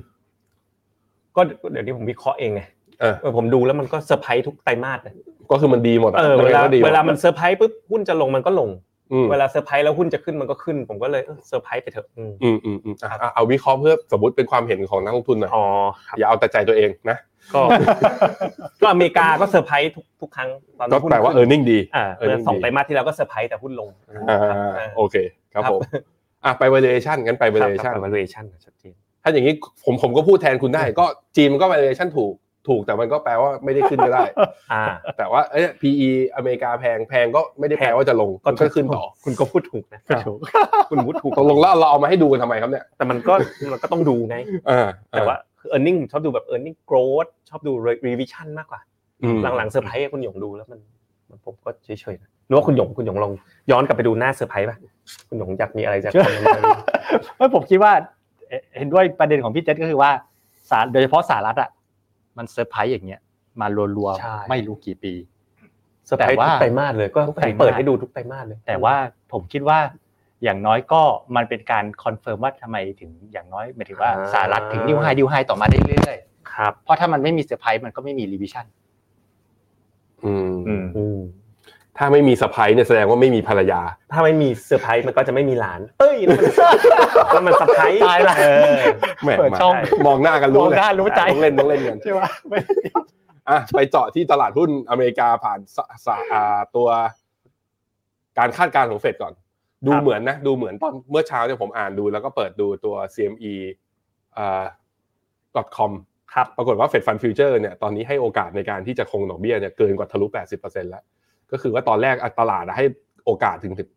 Speaker 3: ก็เดี๋ยวนี้ผมวิเคราะห์เองไง
Speaker 2: เออ
Speaker 3: เออผมดูแล้วมันก็เซอร์ไพรส์ทุกไตรมาสนะ
Speaker 2: ก็คือมันดีหมดะ
Speaker 3: เออ
Speaker 2: มัน
Speaker 3: เวลา
Speaker 2: ก็ดีหด
Speaker 3: เวลามันเซอร์ไพรส์ปุ๊บหุ้นจะลงมันก็ลง
Speaker 2: อืม
Speaker 3: เวลาเซอร์ไพรส์แล้วหุ้นจะขึ้นมันก็ขึ้น ผมก็เลยเออเซอร์ไพรส์ไปเถอะอืม
Speaker 2: อืมอืมอืมอ่ะอ่ะเอาวิเคราะห์เพื่อสมมติเป็นความเห็นของนักลงทุนหน่อย
Speaker 3: อ๋อครับ
Speaker 2: อย่าเอาแต่ใจตัวเองนะ
Speaker 3: ก็ ก็อเมริกาก็เซอร์ไพรส์ทุกทุกครั้งตอน
Speaker 2: ก็
Speaker 3: หุ้น
Speaker 2: แปลว่าเออร์เน็งดี
Speaker 3: อ่าเออ
Speaker 2: earning
Speaker 3: สอง
Speaker 2: ดี
Speaker 3: ไตรมาสที่แล้วก็เซอร์ไพรส์แต่หุ้นลง
Speaker 2: อ่า
Speaker 3: ครับ
Speaker 2: โอเคครับ
Speaker 3: ครับ
Speaker 2: ผมอ่ะไป valuation กันไป valuation
Speaker 3: ครับ valuation นะชัดเจน
Speaker 2: ถ้าอย่างนี้ผมผมก็พูดแทนคุณได้ ก็จีนมันก็ valuation ถูกถูกแต่มันก็แปลว่าไม่ได้ขึ้นก็ได้
Speaker 3: อ่า
Speaker 2: แต่ว่าเอ้ย PE อเมริกาแพงแพงก็ไม่ได้แปลว่าจะลงมันก็ขึ้นต่อ
Speaker 3: คุณก็พูดถูกนะคุณพูดถูก
Speaker 2: ตกลงแล้วเราเอามาให้ดูกันทำไมครับเนี่ย
Speaker 3: แต่มันก็มันก็ต้องดูไง
Speaker 2: อ่า
Speaker 3: แต่ว่าคือ earning ชอบดูแบบ earning growth ชอบดู revision มากกว่า
Speaker 2: อืม
Speaker 3: หลังๆเซอร์ไพรส์คุณหยงดูแล้วมันมันผมก็เฉยๆนะนึกว่าคุณหยงคุณหยงลองย้อนกลับไปดูหน้าเซอร์ไพรส์ป่ะคุณหยงอยากมีอะไรจะคอมเมนต์ไหม
Speaker 4: ไม่ผมคิดว่าเอ่อเห็นด้วยประเด็นของพี่เจษก็คือว่าสารโดยเฉพาะสหรัฐอ่ะมันเซอร์ไพรส์อย่างเงี้ยมารัว
Speaker 3: ใช่
Speaker 4: ๆไม่รู้กี่ปี
Speaker 3: เซอร์ไพรส์ทุกไตรมาสเลยก็เปิดให้ดูทุกไตรมาสเลย
Speaker 4: แต่ว่าผมคิดว่า อย่างน้อยก็มันเป็นการคอนเฟิร์มว่าทำไมถึงอย่างน้อยหมายถึงว่าสหรัฐถึงนิวไฮดิวไฮต่อมาได้เรื่อย
Speaker 3: ครับ
Speaker 4: ๆเพราะถ้ามันไม่มีเซอร์ไพรส์มันก็ไม่มีรีวิชั่น
Speaker 2: อืม
Speaker 4: อืม
Speaker 3: อืม
Speaker 2: ถ้าไม่มีสะพ้ายเนี่ยแสดงว่าไม่มีภรรยา
Speaker 3: ถ้าไม่มีเซอร์ไพรส์มันก็จะไม่มีหลาน เอ้ยแล้วมันเซอร์ไพรส์
Speaker 4: ตายละ
Speaker 3: เออ
Speaker 2: แหม่
Speaker 4: เปิดช่อง
Speaker 2: มามองหน้ากันรู้เลย
Speaker 4: มองหน้ารู้ใจ
Speaker 2: ต้องเล่นต้องเล่นกัน
Speaker 4: ใช่ไหม
Speaker 2: อ่ะไปเจาะที่ตลาดหุ้นอเมริกาผ่านสสาอ่าตัว การคาดการณ์ของเฟดก่อน ดู
Speaker 3: ครับ
Speaker 2: เหมือนนะ ดูเหมือนตอนเมื่อเช้าเนี่ยผมอ่านดู แล้วก็เปิดดูตัว CME อ่า .com
Speaker 3: ครับ
Speaker 2: ปรากฏว่าเฟดฟันฟิวเจอร์เนี่ยตอนนี้ให้โอกาสในการที่จะคงดอกเบี้ยเนี่ยเกินกว่าทะลุ 80%แล้ว ก็คือว่าตอนแรกอ่ะตลาดอ่ะให้โอกาสถึงถึง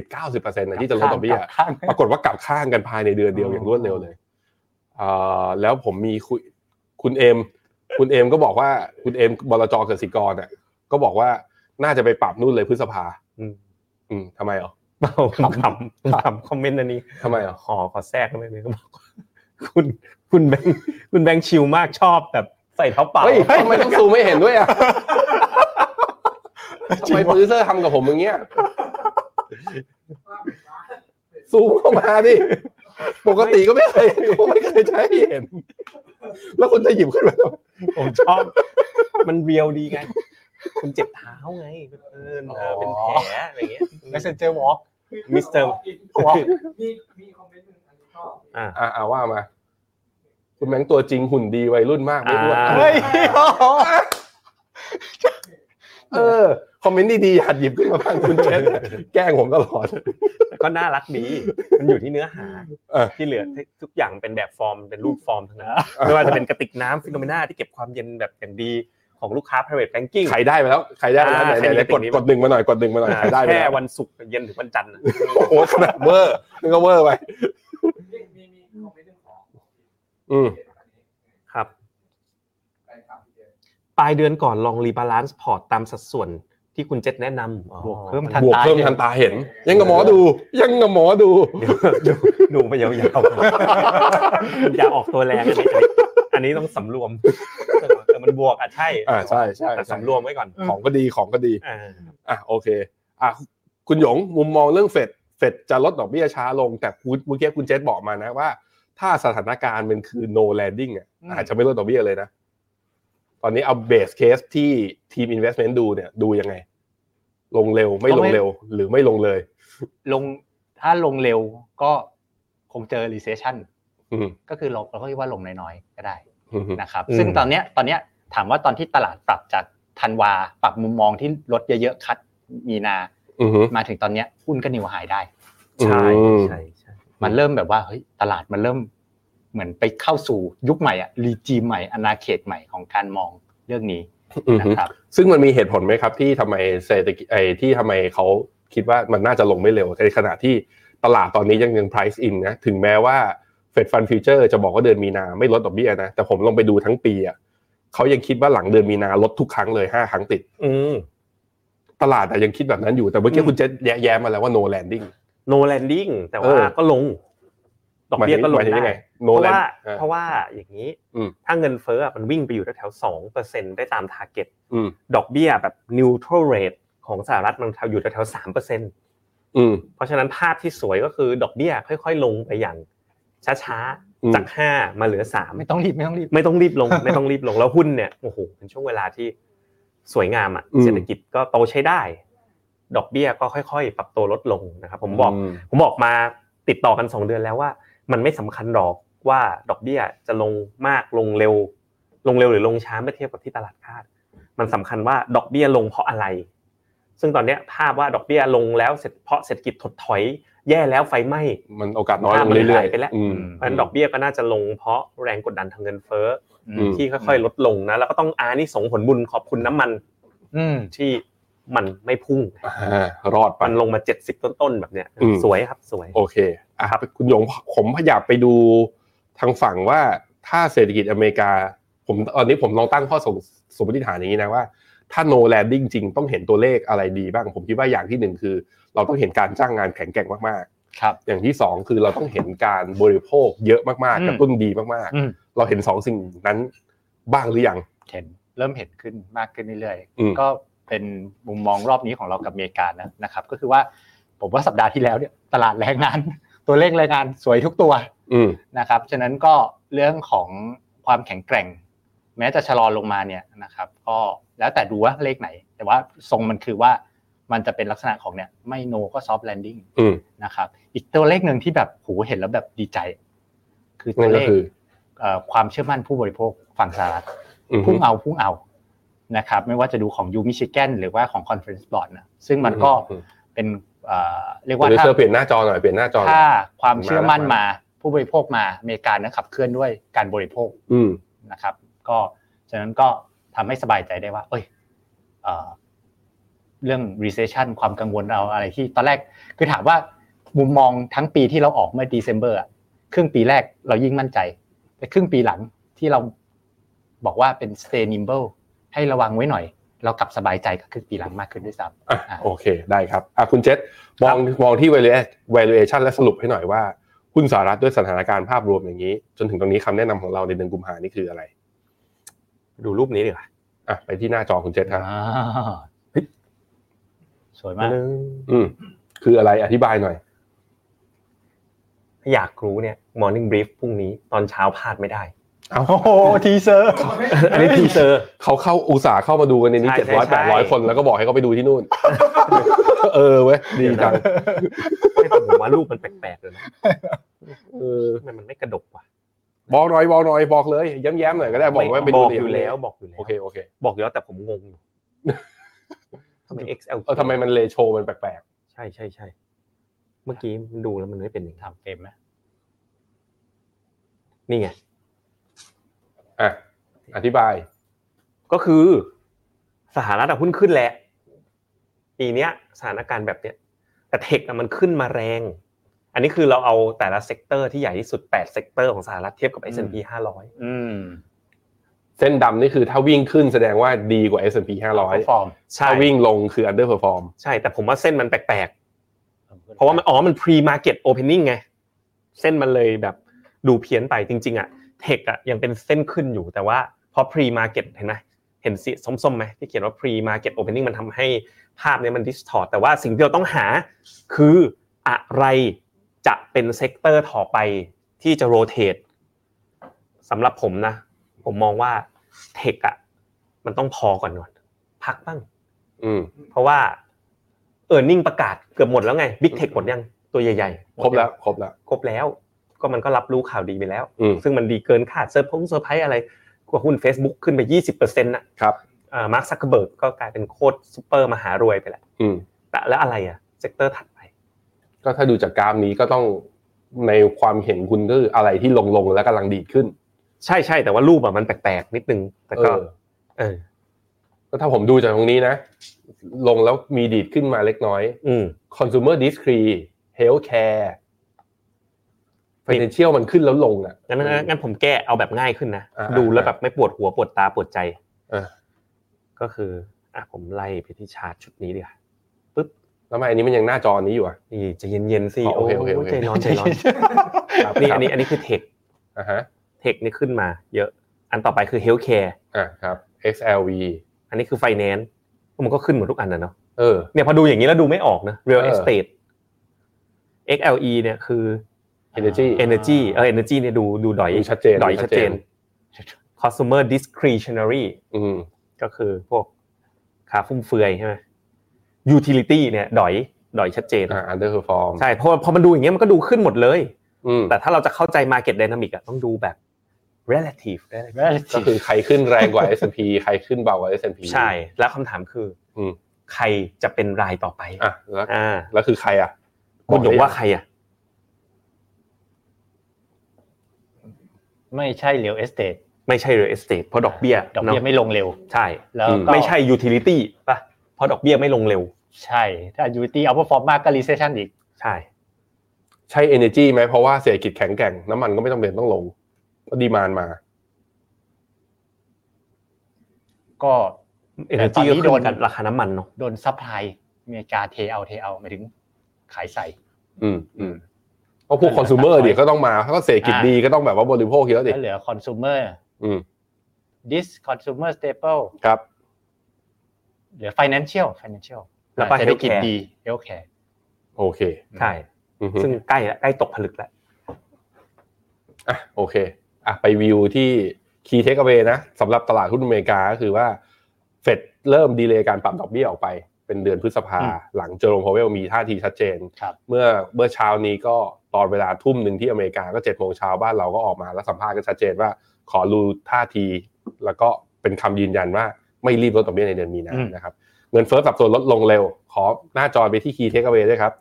Speaker 2: 80-90%นะที่จะลดดอกเบี้ย
Speaker 4: ข้าง
Speaker 2: ปรากฏว่ากลับข้างกันภายในเดือนเดียวอย่างรวดเร็วเลยเอ่อแล้วผมมีคุยคุณเอม คุณเอมก็บอกว่าคุณเอมบลจเกษตรกรอ่ะก็บอกว่าน่าจะไปปรับนู่นเลยพฤษภา
Speaker 3: อืม
Speaker 2: อืมทำไมเหรอ
Speaker 3: เบาคำคำคำคอมเมนต์อันนี้
Speaker 2: ทำไมเหรอ
Speaker 3: ขอขอแทรกได้ไหมเขาบอกว่าคุณคุณแบงค์คุณแบงค์ชิลมากชอบแบบใส่เท้าเปล่า
Speaker 2: เฮ้ยทำไมต้องซูมไม่เห็นด้วย อ่ะทำไมโปรดิวเซอร์ทำกับผมอย่างเงี้ยซูมเข้ามา ดิปกติก็ไม่เคย ไม่เคยใช้ให้เห็น แล้วคุณจะหยิบขึ้นมาทำไม
Speaker 3: ผมชอบ มันเรียวดีไง คุณเจ็บเท้าไงเออเออเป็นแผลอะไรเงี้ย
Speaker 4: เมสเซนเจอร์วอล์ก
Speaker 3: Mr.
Speaker 5: มีมีคอมเมนต์หนึ่งอันนี้ชอบ
Speaker 3: อ่า
Speaker 2: อ่าว่ามา คุณแม่งตัวจริงหุ่นดีวัยรุ่นมากไม่อ้วน
Speaker 3: อ่า
Speaker 2: เฮ้ยเออ คอมเมนต์ดีๆหัดหยิบขึ้นมาบ้างคุณเจษแกล้งผมตลอด
Speaker 3: แต่ก็น่ารักดี มันอยู่ที่เนื้อหา
Speaker 2: เออ
Speaker 3: ที่เหลือทุกอย่างเป็นแบบฟอร์มเป็นรูปฟอร์มทั้งนั้นไม่ว่าจะเป็นกระติกน้ำฟิโนเมนาที่เก็บความเย็นแบบอย่างดีของลูกค้า private banking
Speaker 2: ใครได้ไปแล้วใครได้ไปแล้วไหน
Speaker 3: อ่า
Speaker 2: ไหนไหนกด
Speaker 3: ใครมีติดนี้
Speaker 2: กดหนึ่งมาหน่อยกดหนึ่งมาหน่อย
Speaker 3: อ่า
Speaker 2: ใครได้ไป
Speaker 3: แค่
Speaker 2: แล้ว
Speaker 3: วันศุกร์เย็นถึงวันจันทร์น่ะ
Speaker 2: โอ้โหขนาดเวอร์นี่ก็เวอร์ไป
Speaker 5: มีมีมีคอมเมนต์หนึ่งของ
Speaker 2: อืม
Speaker 5: อันนี้
Speaker 3: ครับ
Speaker 5: ไปตามพี่เจ
Speaker 3: ปลายเดือนก่อนลองรีบาลานซ์พอร์ตตามสัดส่วนที่คุณเจษแนะนำอ๋อบ
Speaker 4: วกเพิ่มทัน
Speaker 2: บวกเพิ่มทันตาเห็น ยังกับหมอดู ยังกับหมอดู
Speaker 3: เดี๋ยวดู ดูไปยาวๆอย่าออกตัวแรงอันนี้อันนี้ต้องสำรวม แต่มันบวกอ่ะใช่
Speaker 2: อ่าใช่ใช่
Speaker 3: แต่
Speaker 2: ใช่
Speaker 3: สำรวมไว้ก่อน
Speaker 2: ของก็ดีของก็ดี
Speaker 3: อ่า
Speaker 2: อ่ะโอเคอ่ะคุณหยงมุมมองเรื่องเฟดเฟดจะลดดอกเบี้ยช้าลง แต่คุณเมื่อกี้คุณเจษบอกมานะว่า ถ้าสถานการณ์มันคือ no landing อ่ะ
Speaker 4: อืม
Speaker 2: อาจจะไม่ลดดอกเบี้ยเลยนะ ตอนนี้เอาเบสเคสที่ทีม investment ดูเนี่ยดูยังไง ลงเร็วไม่ลงเร็ว หรือไม่ลงเลย
Speaker 4: ลงถ้าลงเร็วก็คงเจอรีเซชชัน
Speaker 2: อืม
Speaker 4: ก็คือลงเราก็คิดว่าลงน้อยๆก็ได้
Speaker 2: อืม
Speaker 4: นะครับ
Speaker 3: อืม
Speaker 4: ซึ่งตอนเนี้ยตอนเนี้ยถามว่าตอนที่ตลาดปรับจากธันวาปรับมุมมองที่ลดเยอะๆคัดมีนา
Speaker 2: อืม
Speaker 4: มาถึงตอนเนี้ยหุ้นก็นิวไฮได้
Speaker 3: ใช่
Speaker 2: อืม
Speaker 3: ใช่ใช่
Speaker 4: มันเริ่มแบบว่าเฮ้ยตลาดมันเริ่มเหมือนไปเข้าสู่ยุคใหม่อะรีจีใหม่อนาเขตใหม่ของการมองเรื่องนี้
Speaker 2: อืม
Speaker 4: นะครับ
Speaker 2: ซึ่งมันมีเหตุผลไหมครับ ที่ทำไมเศรษฐกิจไอ้ที่ทำไมเขาคิดว่ามันน่าจะลงไม่เร็วในขณะที่ตลาดตอนนี้ยังยัง price in นะถึงแม้ว่า Fed Fund Future จะบอกว่าเดือนมีนาไม่ลดดอกเบี้ยนะ แต่ผมลองไปดูทั้งปีอ่ะเขายังคิดว่าหลังเดือนมีนาลดทุกครั้งเลย 5 ครั้งติด
Speaker 3: อืม
Speaker 2: ตลาดอะยังคิดแบบนั้นอยู่แต่เมื่อกี้
Speaker 3: อืม
Speaker 2: คุณเจษแย้มมาแล้วว่า no landing
Speaker 3: no landing แต่
Speaker 2: เอ
Speaker 3: ว่า
Speaker 2: อ
Speaker 3: ก็ลง ดอกเบี้ยก็ลง
Speaker 2: หมาถึ
Speaker 3: ได้
Speaker 2: ยัไง
Speaker 3: เพ
Speaker 2: no
Speaker 3: ราะว่า
Speaker 2: landing อ่า
Speaker 3: เพราะว่าอย่างนี้
Speaker 2: อืม
Speaker 3: ถ้าเงินเฟ้ออะมันวิ่งไปอยู่แถวๆสองเปอร์เซ็นได้ตามทาร์เก็ต
Speaker 2: อืม
Speaker 3: ดอกเบี้ยแบบ neutral rate ของสหรัฐมันอยู่แถวๆสามเปอร์เซ็น
Speaker 2: อืม
Speaker 3: เพราะฉะนั้นภาพที่สวยก็คือดอกเบี้ยค่อยๆ ลงไปอย่างช้า
Speaker 2: อืม
Speaker 3: ๆ จากห้ามาเหลือสาม
Speaker 4: ไม่ต้องรีบไม่ต้องรีบ
Speaker 3: ไม่ต้องรีบ ลง ไม่ต้องรีบลงแล้วหุ้นเนี่ยโอ้โหเป็นช่วงเวลาที่สวยงามอ่ะ
Speaker 2: อืม
Speaker 3: เศรษฐกิจก็โตใช้ได้ ดอกเบี้ยก็ค่อยๆ ปรับตัวลดลงนะครับ ผมบอกผมบอกมาติดต่อกัน 2 เดือนแล้วว่า มันไม่สำคัญหรอกว่าดอกเบี้ยจะลงมากลงเร็ว ลงเร็วหรือลงช้าเมื่อเทียบกับที่ตลาดคาด มันสำคัญว่าดอกเบี้ยลงเพราะอะไร ซึ่งตอนเนี้ยภาพว่าดอกเบี้ยลงแล้วเสร็จเพราะเศรษฐกิจถดถอย แย่แล้วไฟไหม้
Speaker 2: มันโอกาสน้อยลงเรื่อย
Speaker 3: ไปแล้ว
Speaker 2: ๆอืม
Speaker 3: เพราะฉะนั้นดอกเบี้ยก็น่าจะลงเพราะแรงกดดันทางเงินเฟ้อ
Speaker 4: อื
Speaker 2: ม
Speaker 4: ม
Speaker 3: ที่ค่อยๆ ลดลงนะแล้วก็ต้องอานี่ส่งผลบุญขอบคุณน้ำมัน
Speaker 4: อืม
Speaker 3: ที่มันไม่พุ่ง
Speaker 2: อ่ารอดไป
Speaker 3: มันลงมา 70 ต้นๆแบบเนี้ย
Speaker 2: อืม
Speaker 3: สวยครับสวย
Speaker 2: โอเคอ่ะครับคุณหยงผมพยายามไปดูทางฝั่งว่าถ้าเศรษฐกิจอเมริกา ผมตอนนี้ผมลองตั้งข้อสมสมมติฐานอย่างนี้นะว่า ถ้า no landing จริงต้องเห็นตัวเลขอะไรดีบ้าง ผมคิดว่าอย่างที่หนึ่งคือ เราต้องเห็นการจ้างงานแข็งแกร่งมาก
Speaker 4: ครับ
Speaker 2: ๆ อย่างที่สองคือเราต้องเห็นการบริโภคเยอะมาก
Speaker 4: อื
Speaker 2: ๆ
Speaker 4: ม
Speaker 2: กระตุ้นดีมาก
Speaker 4: อืม
Speaker 2: ๆ เราเห็นสองสิ่งนั้นบ้างหรือยัง
Speaker 4: เห็นเริ่มเห็นขึ้นมากขึ้นเรื่อย
Speaker 2: อืม
Speaker 4: ๆก็เป็นมุมมองรอบนี้ของเรากับอเมริกานะนะครับ ก็คือว่า ผมว่าสัปดาห์ที่แล้วเนี่ยตลาดแรงงาน ตัวเลขแรงงานสวยทุกตัว
Speaker 2: อืม
Speaker 4: นะครับ ฉะนั้นก็เรื่องของความแข็งแกร่ง แม้จะชะลอลงมาเนี่ยนะครับ ก็แล้วแต่ดูว่าเลขไหน แต่ว่าทรงมันคือว่ามันจะเป็นลักษณะของเนี่ยไม่โนก็ซอฟต์แลนดิ้ง
Speaker 2: อืม
Speaker 4: นะครับ อีกตัวเลขหนึ่งที่แบบหูเห็นแล้วแบบดีใจ คือตั
Speaker 2: นั่
Speaker 4: วน เล
Speaker 2: ก็
Speaker 4: ข
Speaker 2: คือ
Speaker 4: เอ่อความเชื่อมั่นผู้บริโภคฝั่งสหรัฐ
Speaker 2: อืม
Speaker 4: พุ่งเอาพุ่งเอานะครับ ไม่ว่าจะดูของยูมิชิแกนหรือว่าของคอนเฟอเรนซ์บอร์ดนะซึ่งมันก็
Speaker 2: อืม
Speaker 4: เป็นเอ่อเรียก
Speaker 2: โปร
Speaker 4: ว่า
Speaker 2: ดิว
Speaker 4: ถ้า
Speaker 2: เซอร์เปลี่ยนหน้าจอหน่อยเปลี่ยนหน้าจอหน่อย
Speaker 4: ถ้าความเชื่อมั่น
Speaker 2: มาแล้ว
Speaker 4: มาผู้บริโภคมาอเมริกาเนยขับเคลื่อนด้วยการบริโภค
Speaker 2: อืม
Speaker 4: นะครับ ก็ฉะนั้นก็ทำให้สบายใจได้ว่า เอ้ยเอ่อเรื่อง recession ความกังวลเราอะไรที่ตอนแรกคือถามว่ามุมมองทั้งปีที่เราออกเมื่อ December อะครึ่งปีแรกเรายิ่งมั่นใจ แต่ครึ่งปีหลังที่เราบอกว่าเป็น stay nimble ให้ระวังไว้หน่อย เรากลับสบายใจกับครึ่งปีหลังมากขึ้นด้วยซ้ำ
Speaker 2: อ่ะ
Speaker 4: อ่ะ
Speaker 2: โอเคได้ครับอ่ะคุณเจษมองมองที่ valua- valuation และสรุปให้หน่อยว่าหุ้นสหรัฐด้วยสถานการณ์ภาพรวมอย่างนี้ จนถึงตรงนี้คำแนะนำของเราในเดือนกุมภานี่คืออะไร
Speaker 3: ดูรูปนี้ดีกว่า
Speaker 2: อ่ะไปที่หน้าจอคุณเจษครับ
Speaker 4: อ่าเฮ้ยสวยมาก
Speaker 2: อืมคืออะไรอธิบายหน่อย
Speaker 3: อยากรู้เนี่ย Morning Brief พรุ่งนี้ตอนเช้าพลาดไม่ได้
Speaker 2: เอา
Speaker 4: โอ้โหทีเซอร์
Speaker 3: อันนี้ทีเซอร์
Speaker 2: เขาเข้าอุตสาห์เข้ามาดูกันในนี้
Speaker 3: ใช่
Speaker 2: เจ็ดร้อย
Speaker 3: ใช่
Speaker 2: แปดร้อย
Speaker 3: ใช่
Speaker 2: คนแล้วก็บอกให้เขาไปดูที่ นู่น เออเว้ยดีจัง
Speaker 3: ไม่แต่ผมว่ารูปมันแปลกๆเลยนะ
Speaker 2: เออ
Speaker 3: ทำไมมันไม่กระดกว่ะ
Speaker 2: บอกหน่อยบอกหน่อยบอกเลยย้ำๆหน่อยก็ได้บอกว่าไป
Speaker 3: บ
Speaker 2: ดู
Speaker 3: อก
Speaker 2: ใน
Speaker 3: อยู่แล้วบอกอยู่แล้ว
Speaker 2: โอเคโอเค
Speaker 3: บอกอยู่แล้วแต่ผมงงอยู่ทำไม XL
Speaker 2: เออทำไมมันเลโชมันแปลก
Speaker 3: ใช่ใช่ใช่เมื่อกี้มันดูแล้วมันไม่เป็นอย่างนั้น
Speaker 4: ทำเต็มไหม
Speaker 3: นี่ไง
Speaker 2: ๆอ่ะอธิบาย
Speaker 3: ก็คือสหรัฐอะหุ้นขึ้นแหละปีเนี้ยสถานการณ์แบบเนี้ยแต่เทคอะมันขึ้นมาแรง อันนี้คือเราเอาแต่ละเซกเตอร์ที่ใหญ่ที่สุด8เซกเตอร์ของสหรัฐเทียบกับ S&P 500
Speaker 4: อืม
Speaker 2: เส้นดำนี่คือถ้าวิ่งขึ้นแสดงว่าดีกว่า S&P
Speaker 4: ฟ
Speaker 2: 500
Speaker 4: อร์ม
Speaker 3: ใช่
Speaker 2: ถ้าวิ่งลงคือ underperform
Speaker 3: ใช่ แต่ผมว่าเส้นมันแปลกๆ เพราะว่ามันอ๋อมัน pre market opening ไง เส้นมันเลยแบบดูเพี้ยนไปจริงๆอะเทคอะยังเป็นเส้นขึ้นอยู่แต่ว่าพอ pre market เห็นไหมเห็นสีส้มๆไหมที่เขียนว่า pre market opening มันทำให้ภาพเนี้ยมัน distort แต่ว่าสิ่งที่เราต้องหา คืออะไรจะเป็นเซกเตอร์ต่อไปที่จะโรเตทสำหรับผมนะ ผมมองว่าเทคอะมันต้องพอก่อนก่อนพักบ้าง
Speaker 2: อืม
Speaker 3: เพราะว่าเออร์เน็งประกาศเกือบหมดแล้วไงบิ๊กเทคหมดยังตัวใหญ่ๆหมด
Speaker 2: ครบ
Speaker 3: ยัง
Speaker 2: แล้วครบแล้ว
Speaker 3: ครบแล้ว ก็มันก็รับรู้ข่าวดีไปแล้ว
Speaker 2: อืม
Speaker 3: ซึ่งมันดีเกินคาดเซอร์พงเซอร์ไพรส์อะไรกว่าหุ้น Facebook ขึ้นไป 20%นะครับ มาร์คซักเบิร์กก็กลายเป็นโคตรซุปเปอร์มหารวยไปแล้ว
Speaker 2: อืม
Speaker 3: แต่แล้วอะไรอ่ะเซกเตอร์ถัดไป
Speaker 2: ก็ถ้าดูจากกราฟนี้ก็ต้องในความเห็นคุณก็คืออะไรที่ลงลงๆแล้วกำลังดีดขึ้น
Speaker 3: ใช่ใช่แต่ว่ารูปอ่ะมันแปลกๆ นิดนึง แต่
Speaker 2: เอ
Speaker 3: ก็
Speaker 2: อ
Speaker 3: เออ
Speaker 2: ก็ถ้าผมดูจากตรงนี้นะ ลงแล้วมีดีดขึ้นมาเล็กน้อย
Speaker 3: อืม
Speaker 2: consumer discrete healthcare financial มันขึ้นแล้วลงอ่ะ
Speaker 3: งั้นงั้นงั้นผมแก้เอาแบบง่ายขึ้นนะ
Speaker 2: อ่า
Speaker 3: ดูแล้วแบบไม่ปวดหัวปวดตาปวดใจ
Speaker 2: เออ
Speaker 3: ก็คืออ่ะผมไล่ไปที่ชาร์ตชุดนี้ดีกว่าปึ๊บ
Speaker 2: แล้วทำไมอันนี้มันยังหน้าจอนี้อยู่อ่ะ
Speaker 3: นี่ใจะเย็นๆสิ
Speaker 2: อ๋อโอเคโอเคโอเค
Speaker 3: ใจร้อนใจร้อน
Speaker 2: ครับ
Speaker 3: นี่อัน
Speaker 2: ครับ
Speaker 3: นี้อันนี้คือเทค
Speaker 2: อ่ะฮะ
Speaker 3: เทคนี่ขึ้นมาเยอะอันต่อไปคือเฮลท์แคร์
Speaker 2: อ่ะครับ XLV
Speaker 3: อันนี้คือไฟแนนซ์มันก็ขึ้นหมดทุกอันนะเนาะ
Speaker 2: เออ
Speaker 3: เนี่ยพอดูอย่างนี้แล้วดูไม่ออกนะ real
Speaker 2: เออ
Speaker 3: estate XLE เนี่ยคือ
Speaker 2: Energy
Speaker 4: า
Speaker 3: energy เออ energy เนี่ยดูดูดอย
Speaker 2: ดูชัดเจน
Speaker 3: ดอย
Speaker 2: ชั
Speaker 3: ชั
Speaker 2: ด
Speaker 3: ด
Speaker 2: เจ
Speaker 3: เจ
Speaker 2: น
Speaker 3: น consumer discretionary
Speaker 2: อืม
Speaker 3: ก็คือพวกค่าฟุ่มเฟือยใช่ไหม utility เนี่ยดอยดอยชัดเจน
Speaker 2: อ่า underperform
Speaker 3: ใช่เพราะว่าพอมันดูอย่างเงี้ยมันก็ดูขึ้นหมดเลย
Speaker 2: อืม
Speaker 3: แต่ถ้าเราจะเข้าใจ Market Dynamic อะต้องดูแบบ relative ได้เลย
Speaker 4: Relative
Speaker 2: ก็คือใครขึ้นแรงกว่า S&P ใครขึ้นเบากว่า S&P
Speaker 3: ใช่ แล้วคำถามคืออ
Speaker 2: ม
Speaker 3: ใครจะเป็นรายต่อไป
Speaker 2: อ่ะแล้ว
Speaker 3: อ่า
Speaker 2: แล้วคือใครอ่ะ
Speaker 3: คุณหนู
Speaker 2: ได้
Speaker 3: ว่าใครอ่ะ
Speaker 4: ไม่ใช่เหลียวเอสเตด
Speaker 3: ไม่ใช่ real estate เพราะดอกเบี้ย
Speaker 4: ดอกเบี้ย
Speaker 3: เนาะ
Speaker 4: ไม่ลงเร็ว
Speaker 3: ใช่
Speaker 4: แล้วก็
Speaker 3: ไม่ใช่ utility ป่ะเพราะดอกเบี้ยไม่ลงเร็ว
Speaker 4: ใช่ ถ้ายูตีเอาพอฟอร์มมากก็รีเซชชันอีก
Speaker 3: ใช่
Speaker 2: ใช่ energy ไหมเพราะว่าเศรษฐกิจแข็งแกร่งน้ำมันก็ไม่ต้องเป็นต้องลงก็ดีมานมา
Speaker 4: ก็
Speaker 3: เอเน
Speaker 4: แต่ต
Speaker 3: จี
Speaker 4: อน
Speaker 3: ก็
Speaker 4: นี้
Speaker 3: ขึ้
Speaker 4: โดน
Speaker 3: นกับราคาน้ำมันเนาะ
Speaker 4: โดนซัพพลายอเมริกาเทเอาเทเอาหมายถึงขายใส่
Speaker 2: อืมอืมเพราะพวกคอน sumer เดี๋ยวก็ต้องมาถ้าก็เศรษฐกิจ
Speaker 4: อ่า
Speaker 2: ดีก็ต้องแบบว่าบริโภคเยอะดิ
Speaker 4: แล้วเหลือคอน sumer
Speaker 2: อืม
Speaker 4: this consumer staple
Speaker 2: ครับ
Speaker 4: เหลือ financial financial
Speaker 3: แล้วก็
Speaker 4: เศรษฐกิจดี healthcare
Speaker 2: โอเค
Speaker 3: ใช่
Speaker 2: อือฮึ
Speaker 3: ซึ่งใกล้ละใกล้ตกผลึกแล้ว
Speaker 2: อ่ะโอเคอ่ะไปวิวที่ Key Takeaway นะสำหรับตลาดหุ้นอเมริกาก็คือว่าเฟดเริ่มดีเลย์การปรับดอกเบี้ยออกไป เป็นเดือนพฤษภา
Speaker 4: อืม
Speaker 2: หลังเจอโรมพาวเวลมีท่าทีชัดเจน
Speaker 4: ครับ
Speaker 2: เมื่อเมื่อเช้านี้ก็ตอนเวลาทุ่มหนึ่งที่อเมริกาก็เจ็ดโมงเช้าบ้านเราก็ออกมาแล้วสัมภาษณ์ก็ชัดเจนว่า ขอรู้ท่าที แล้วก็เป็นคำยืนยันว่าไม่รีบลดดอกเบี้ยในเดือนมีนา
Speaker 4: อืม
Speaker 2: นะครับ เงินเฟ้อปรับตัวลดลงเร็ว ขอหน้าจอไปที่ Key Takeaway ด้วยครับ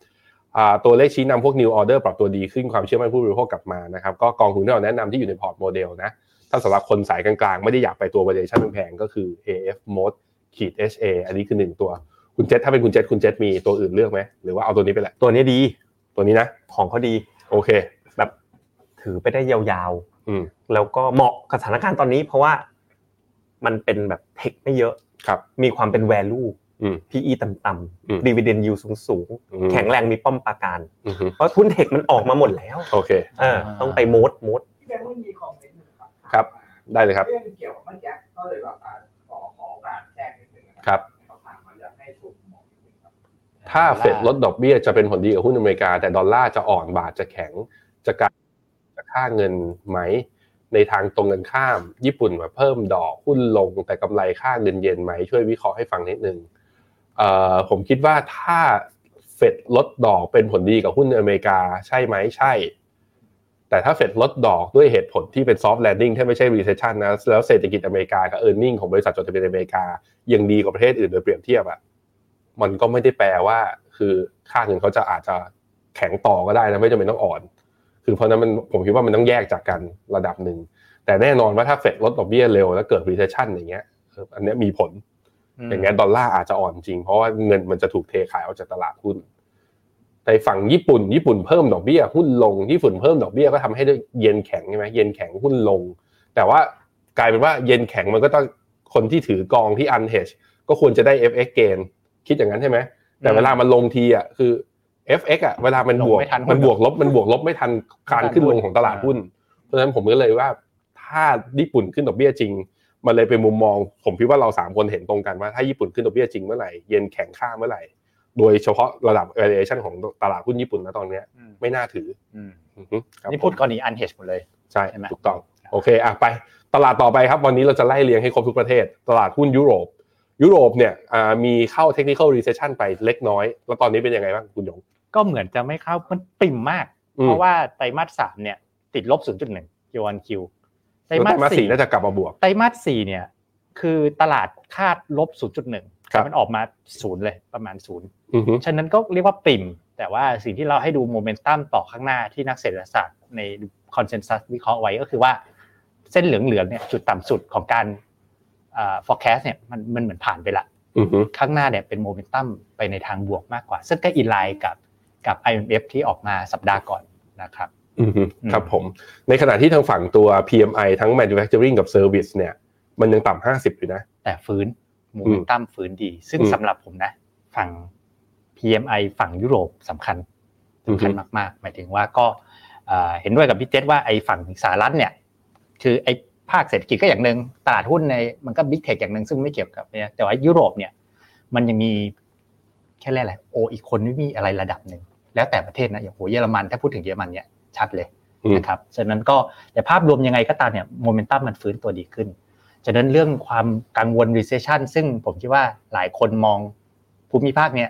Speaker 2: อ่าตัวเลขชี้นำพวก New Order ปรับตัวดีขึ้นความเชื่อมั่นผู้บริโภคกลับมานะครับ ก็กองทุนที่เราแนะนำที่อยู่ในพอร์ตโมเดลนะ ถ้าสำหรับคนสายกลางๆ ไม่ได้อยากไปตัว valuation แพงๆก็คือ AF Mode ขีด HA อันนี้คือหนึ่งตัวคุณเจษถ้าเป็นคุณเจษคุณเจษมีตัวอื่นเลือกไหมหรือว่าเอาตัวนี้ไปแหละ
Speaker 3: ตัวเนี้ยดี
Speaker 2: ตัวนี้นะ
Speaker 3: ของเขาดี
Speaker 2: โอเค
Speaker 3: แบบถือไปได้ยาว
Speaker 2: อืม
Speaker 3: ๆแล้วก็เหมาะกับสถานการณ์ตอนนี้ เพราะว่ามันเป็นแบบเทคไม่เยอะ
Speaker 2: ครับ
Speaker 3: มีความเป็น value
Speaker 2: อืม
Speaker 3: PE ต่
Speaker 2: อืม
Speaker 3: ำๆ dividend yield สูง
Speaker 2: อืม
Speaker 3: ๆ แข็งแรงมีป้อมปราการ
Speaker 2: อือฮึ
Speaker 3: เพราะทุนเทคมันออกมาหมดแล้ว
Speaker 2: โอเค
Speaker 3: เออต้องไปโมดโมด
Speaker 5: พี่แบงค์มันมีคอมเมนต์หนึ่งครับ
Speaker 2: ครับ ได้เลยครับ
Speaker 5: เรื่องเกี่ยวกับเมื่อกี้ก็เลยแบบอ่าขอขอโอกาสแจ้งนิดนึงนะครับ เขาถามมาอยากให้ถูกมองนิดนึงครับ
Speaker 2: ถ้าเฟดลดดอกเบี้ยจะเป็นผลดีกับหุ้นอเมริกา แต่ดอลลาร์จะอ่อนบาทจะแข็งจะกลายจะค่าเงินไหม ในทางตรงกันข้าม ญี่ปุ่นมาเพิ่มดอกหุ้นลงแต่กำไรค่าเงินเยนไหม ช่วยวิเคราะห์ให้ฟังนิดนึงเอ่อผมคิดว่าถ้าเฟดลดดอกเป็นผลดีกับหุ้นอเมริกาใช่ไหมใช่ แต่ถ้าเฟดลดดอกด้วยเหตุผลที่เป็นซอฟต์แลนดิ้งถ้าไม่ใช่ recession นะแล้วเศรษฐกิจอเมริกากับเออร์เน็งของบริษัทจดทะเบียนอเมริกา ยังดีกว่าประเทศอื่นโดยเปรียบเทียบอะมันก็ไม่ได้แปลว่า คือค่าเงินเขาจะอาจจะแข็งต่อก็ได้นะไม่จำเป็นต้องอ่อน คือเพราะฉะนั้นมันผมคิดว่ามันต้องแยกจากกันระดับหนึ่ง แต่แน่นอนว่าถ้าเฟดลดดอกเบี้ยเร็วแล้วเกิด recession อย่างเงี้ยเอออันเนี้ยมีผล อย่างงั้นดอลลาร์อาจจะอ่อนจริง เพราะว่าเงินมันจะถูกเทขายออกจากตลาดหุ้นในฝั่งญี่ปุ่น ญี่ปุ่นเพิ่มดอกเบี้ยหุ้นลง ญี่ปุ่นเพิ่มดอกเบี้ยก็ทำให้เยนแข็งใช่ไหมเยนแข็งหุ้นลง แต่ว่ากลายเป็นว่าเยนแข็งมันก็ต้องคนที่ถือกองที่อันเฮชก็ควรจะได้ FX เกณฑ์คิดอย่างนั้นใช่ไหม แต่เวลามันลงทีอ่ะคือ FX อ่ะเวลามันบวก
Speaker 4: ลงไม่ทัน
Speaker 2: มันบวกลบมันบวกลบไม่ทันการขึ้นลงของตลาดหุ้น เพราะฉะนั้นผมก็เลยว่าถ้าญี่ปุ่นขึ้นดอกเบี้ยจริง มันเลยเป็นมุมมอง ผมคิดว่าเราสามคนเห็นตรงกันว่าถ้าญี่ปุ่นขึ้นดอกเบี้ยจริงเมื่อไหร่เยนแข็งค่าเมื่อไหร่ โดยเฉพาะระดับ valuation ของตลาดหุ้นญี่ปุ่นนะตอนเนี้ย
Speaker 4: อืม
Speaker 2: ไม่น่าถือ
Speaker 4: อืม
Speaker 2: อือฮึครับ
Speaker 4: นี่พูด
Speaker 2: ผม
Speaker 4: กรณีอันเฮดหมดเลย
Speaker 2: ใช่
Speaker 4: ใช่ไหม
Speaker 2: ถูกต้อง โอเคอ่ะไปตลาดต่อไปครับ วันนี้เราจะไล่เรียงให้ครบทุกประเทศ ตลาดหุ้นยุโรป ยุโรปเนี่ยอ่ามีเข้า technical recession ไปเล็กน้อย แล้วตอนนี้เป็นยังไงบ้างคุณหยง
Speaker 4: ก็เหมือนจะไม่เข้ามันปิ่มมาก
Speaker 2: อืม
Speaker 4: เพราะว่าไตรมาสสามเนี่ย ติดลบ 0.1 Q on Q ไตร
Speaker 2: แล้วไตรมา
Speaker 4: มาส
Speaker 2: สสี่
Speaker 4: สี่
Speaker 2: น่าจะกลับมาบวก
Speaker 4: ไตรมาสสี่เนี่ย คือตลาดคาดลบ 0.1
Speaker 2: ครับ
Speaker 4: แต่มันออกมาศูนย์เลยประมาณศูนย์
Speaker 2: อือฮึ
Speaker 4: ฉะนั้นก็เรียกว่าปิ่ม แต่ว่าสิ่งที่เราให้ดูโมเมนตัมต่อข้างหน้าที่นักเศรษฐศาสตร์ในคอนเซนแซสวิเคราะห์ไว้ก็คือว่า เส้นเหลืองๆเนี่ยจุดต่ำสุดของการอ่า forecast เนี่ยมันมันเหมือนผ่านไปละ
Speaker 2: อือฮึ
Speaker 4: ข้างหน้าเนี่ยเป็นโมเมนตัมไปในทางบวกมากกว่า ซึ่งก็อินไลน์กับกับ IMF ที่ออกมาสัปดาห์ก่อนนะครับ
Speaker 2: อือฮึ
Speaker 4: อืม
Speaker 2: ครับผม ในขณะที่ทางฝั่งตัว PMI ทั้ง manufacturing กับ service เนี่ย มันยังต่ำห้าสิบอยู่นะ
Speaker 4: แต่ฟื้นโมเมนตัมฟื้นดี ซึ่ง
Speaker 2: อืม
Speaker 4: สำหรับผมนะ ฝั่ง PMI ฝั่งยุโรปสำคัญ
Speaker 2: อือฮึ
Speaker 4: สำคัญมากๆ หมายถึงว่าก็เอ่อเห็นด้วยกับพี่เจษว่าไอ้ฝั่งสหรัฐเนี่ย คือไอ้ภาคเศรษฐกิจก็อย่างหนึ่งตลาดหุ้นในมันก็บิ๊กเทคอย่างหนึ่งซึ่งไม่เกี่ยวกับเนี่ยแต่ว่ายุโรปเนี่ย มันยังมีแค่เรียกอะไรโออีกคนไม่มีอะไรระดับหนึ่งแล้วแต่ประเทศนะอย่างโหเยอรมันถ้าพูดถึงเยอรมันเนี่ยชัดเลย
Speaker 2: อืม
Speaker 4: นะครับ ฉะนั้นก็แต่ภาพรวมยังไงก็ตามเนี่ยโมเมนตัมมันฟื้นตัวดีขึ้น ฉะนั้นเรื่องความกังวล recession ซึ่งผมคิดว่าหลายคนมองภูมิภาคเนี่ย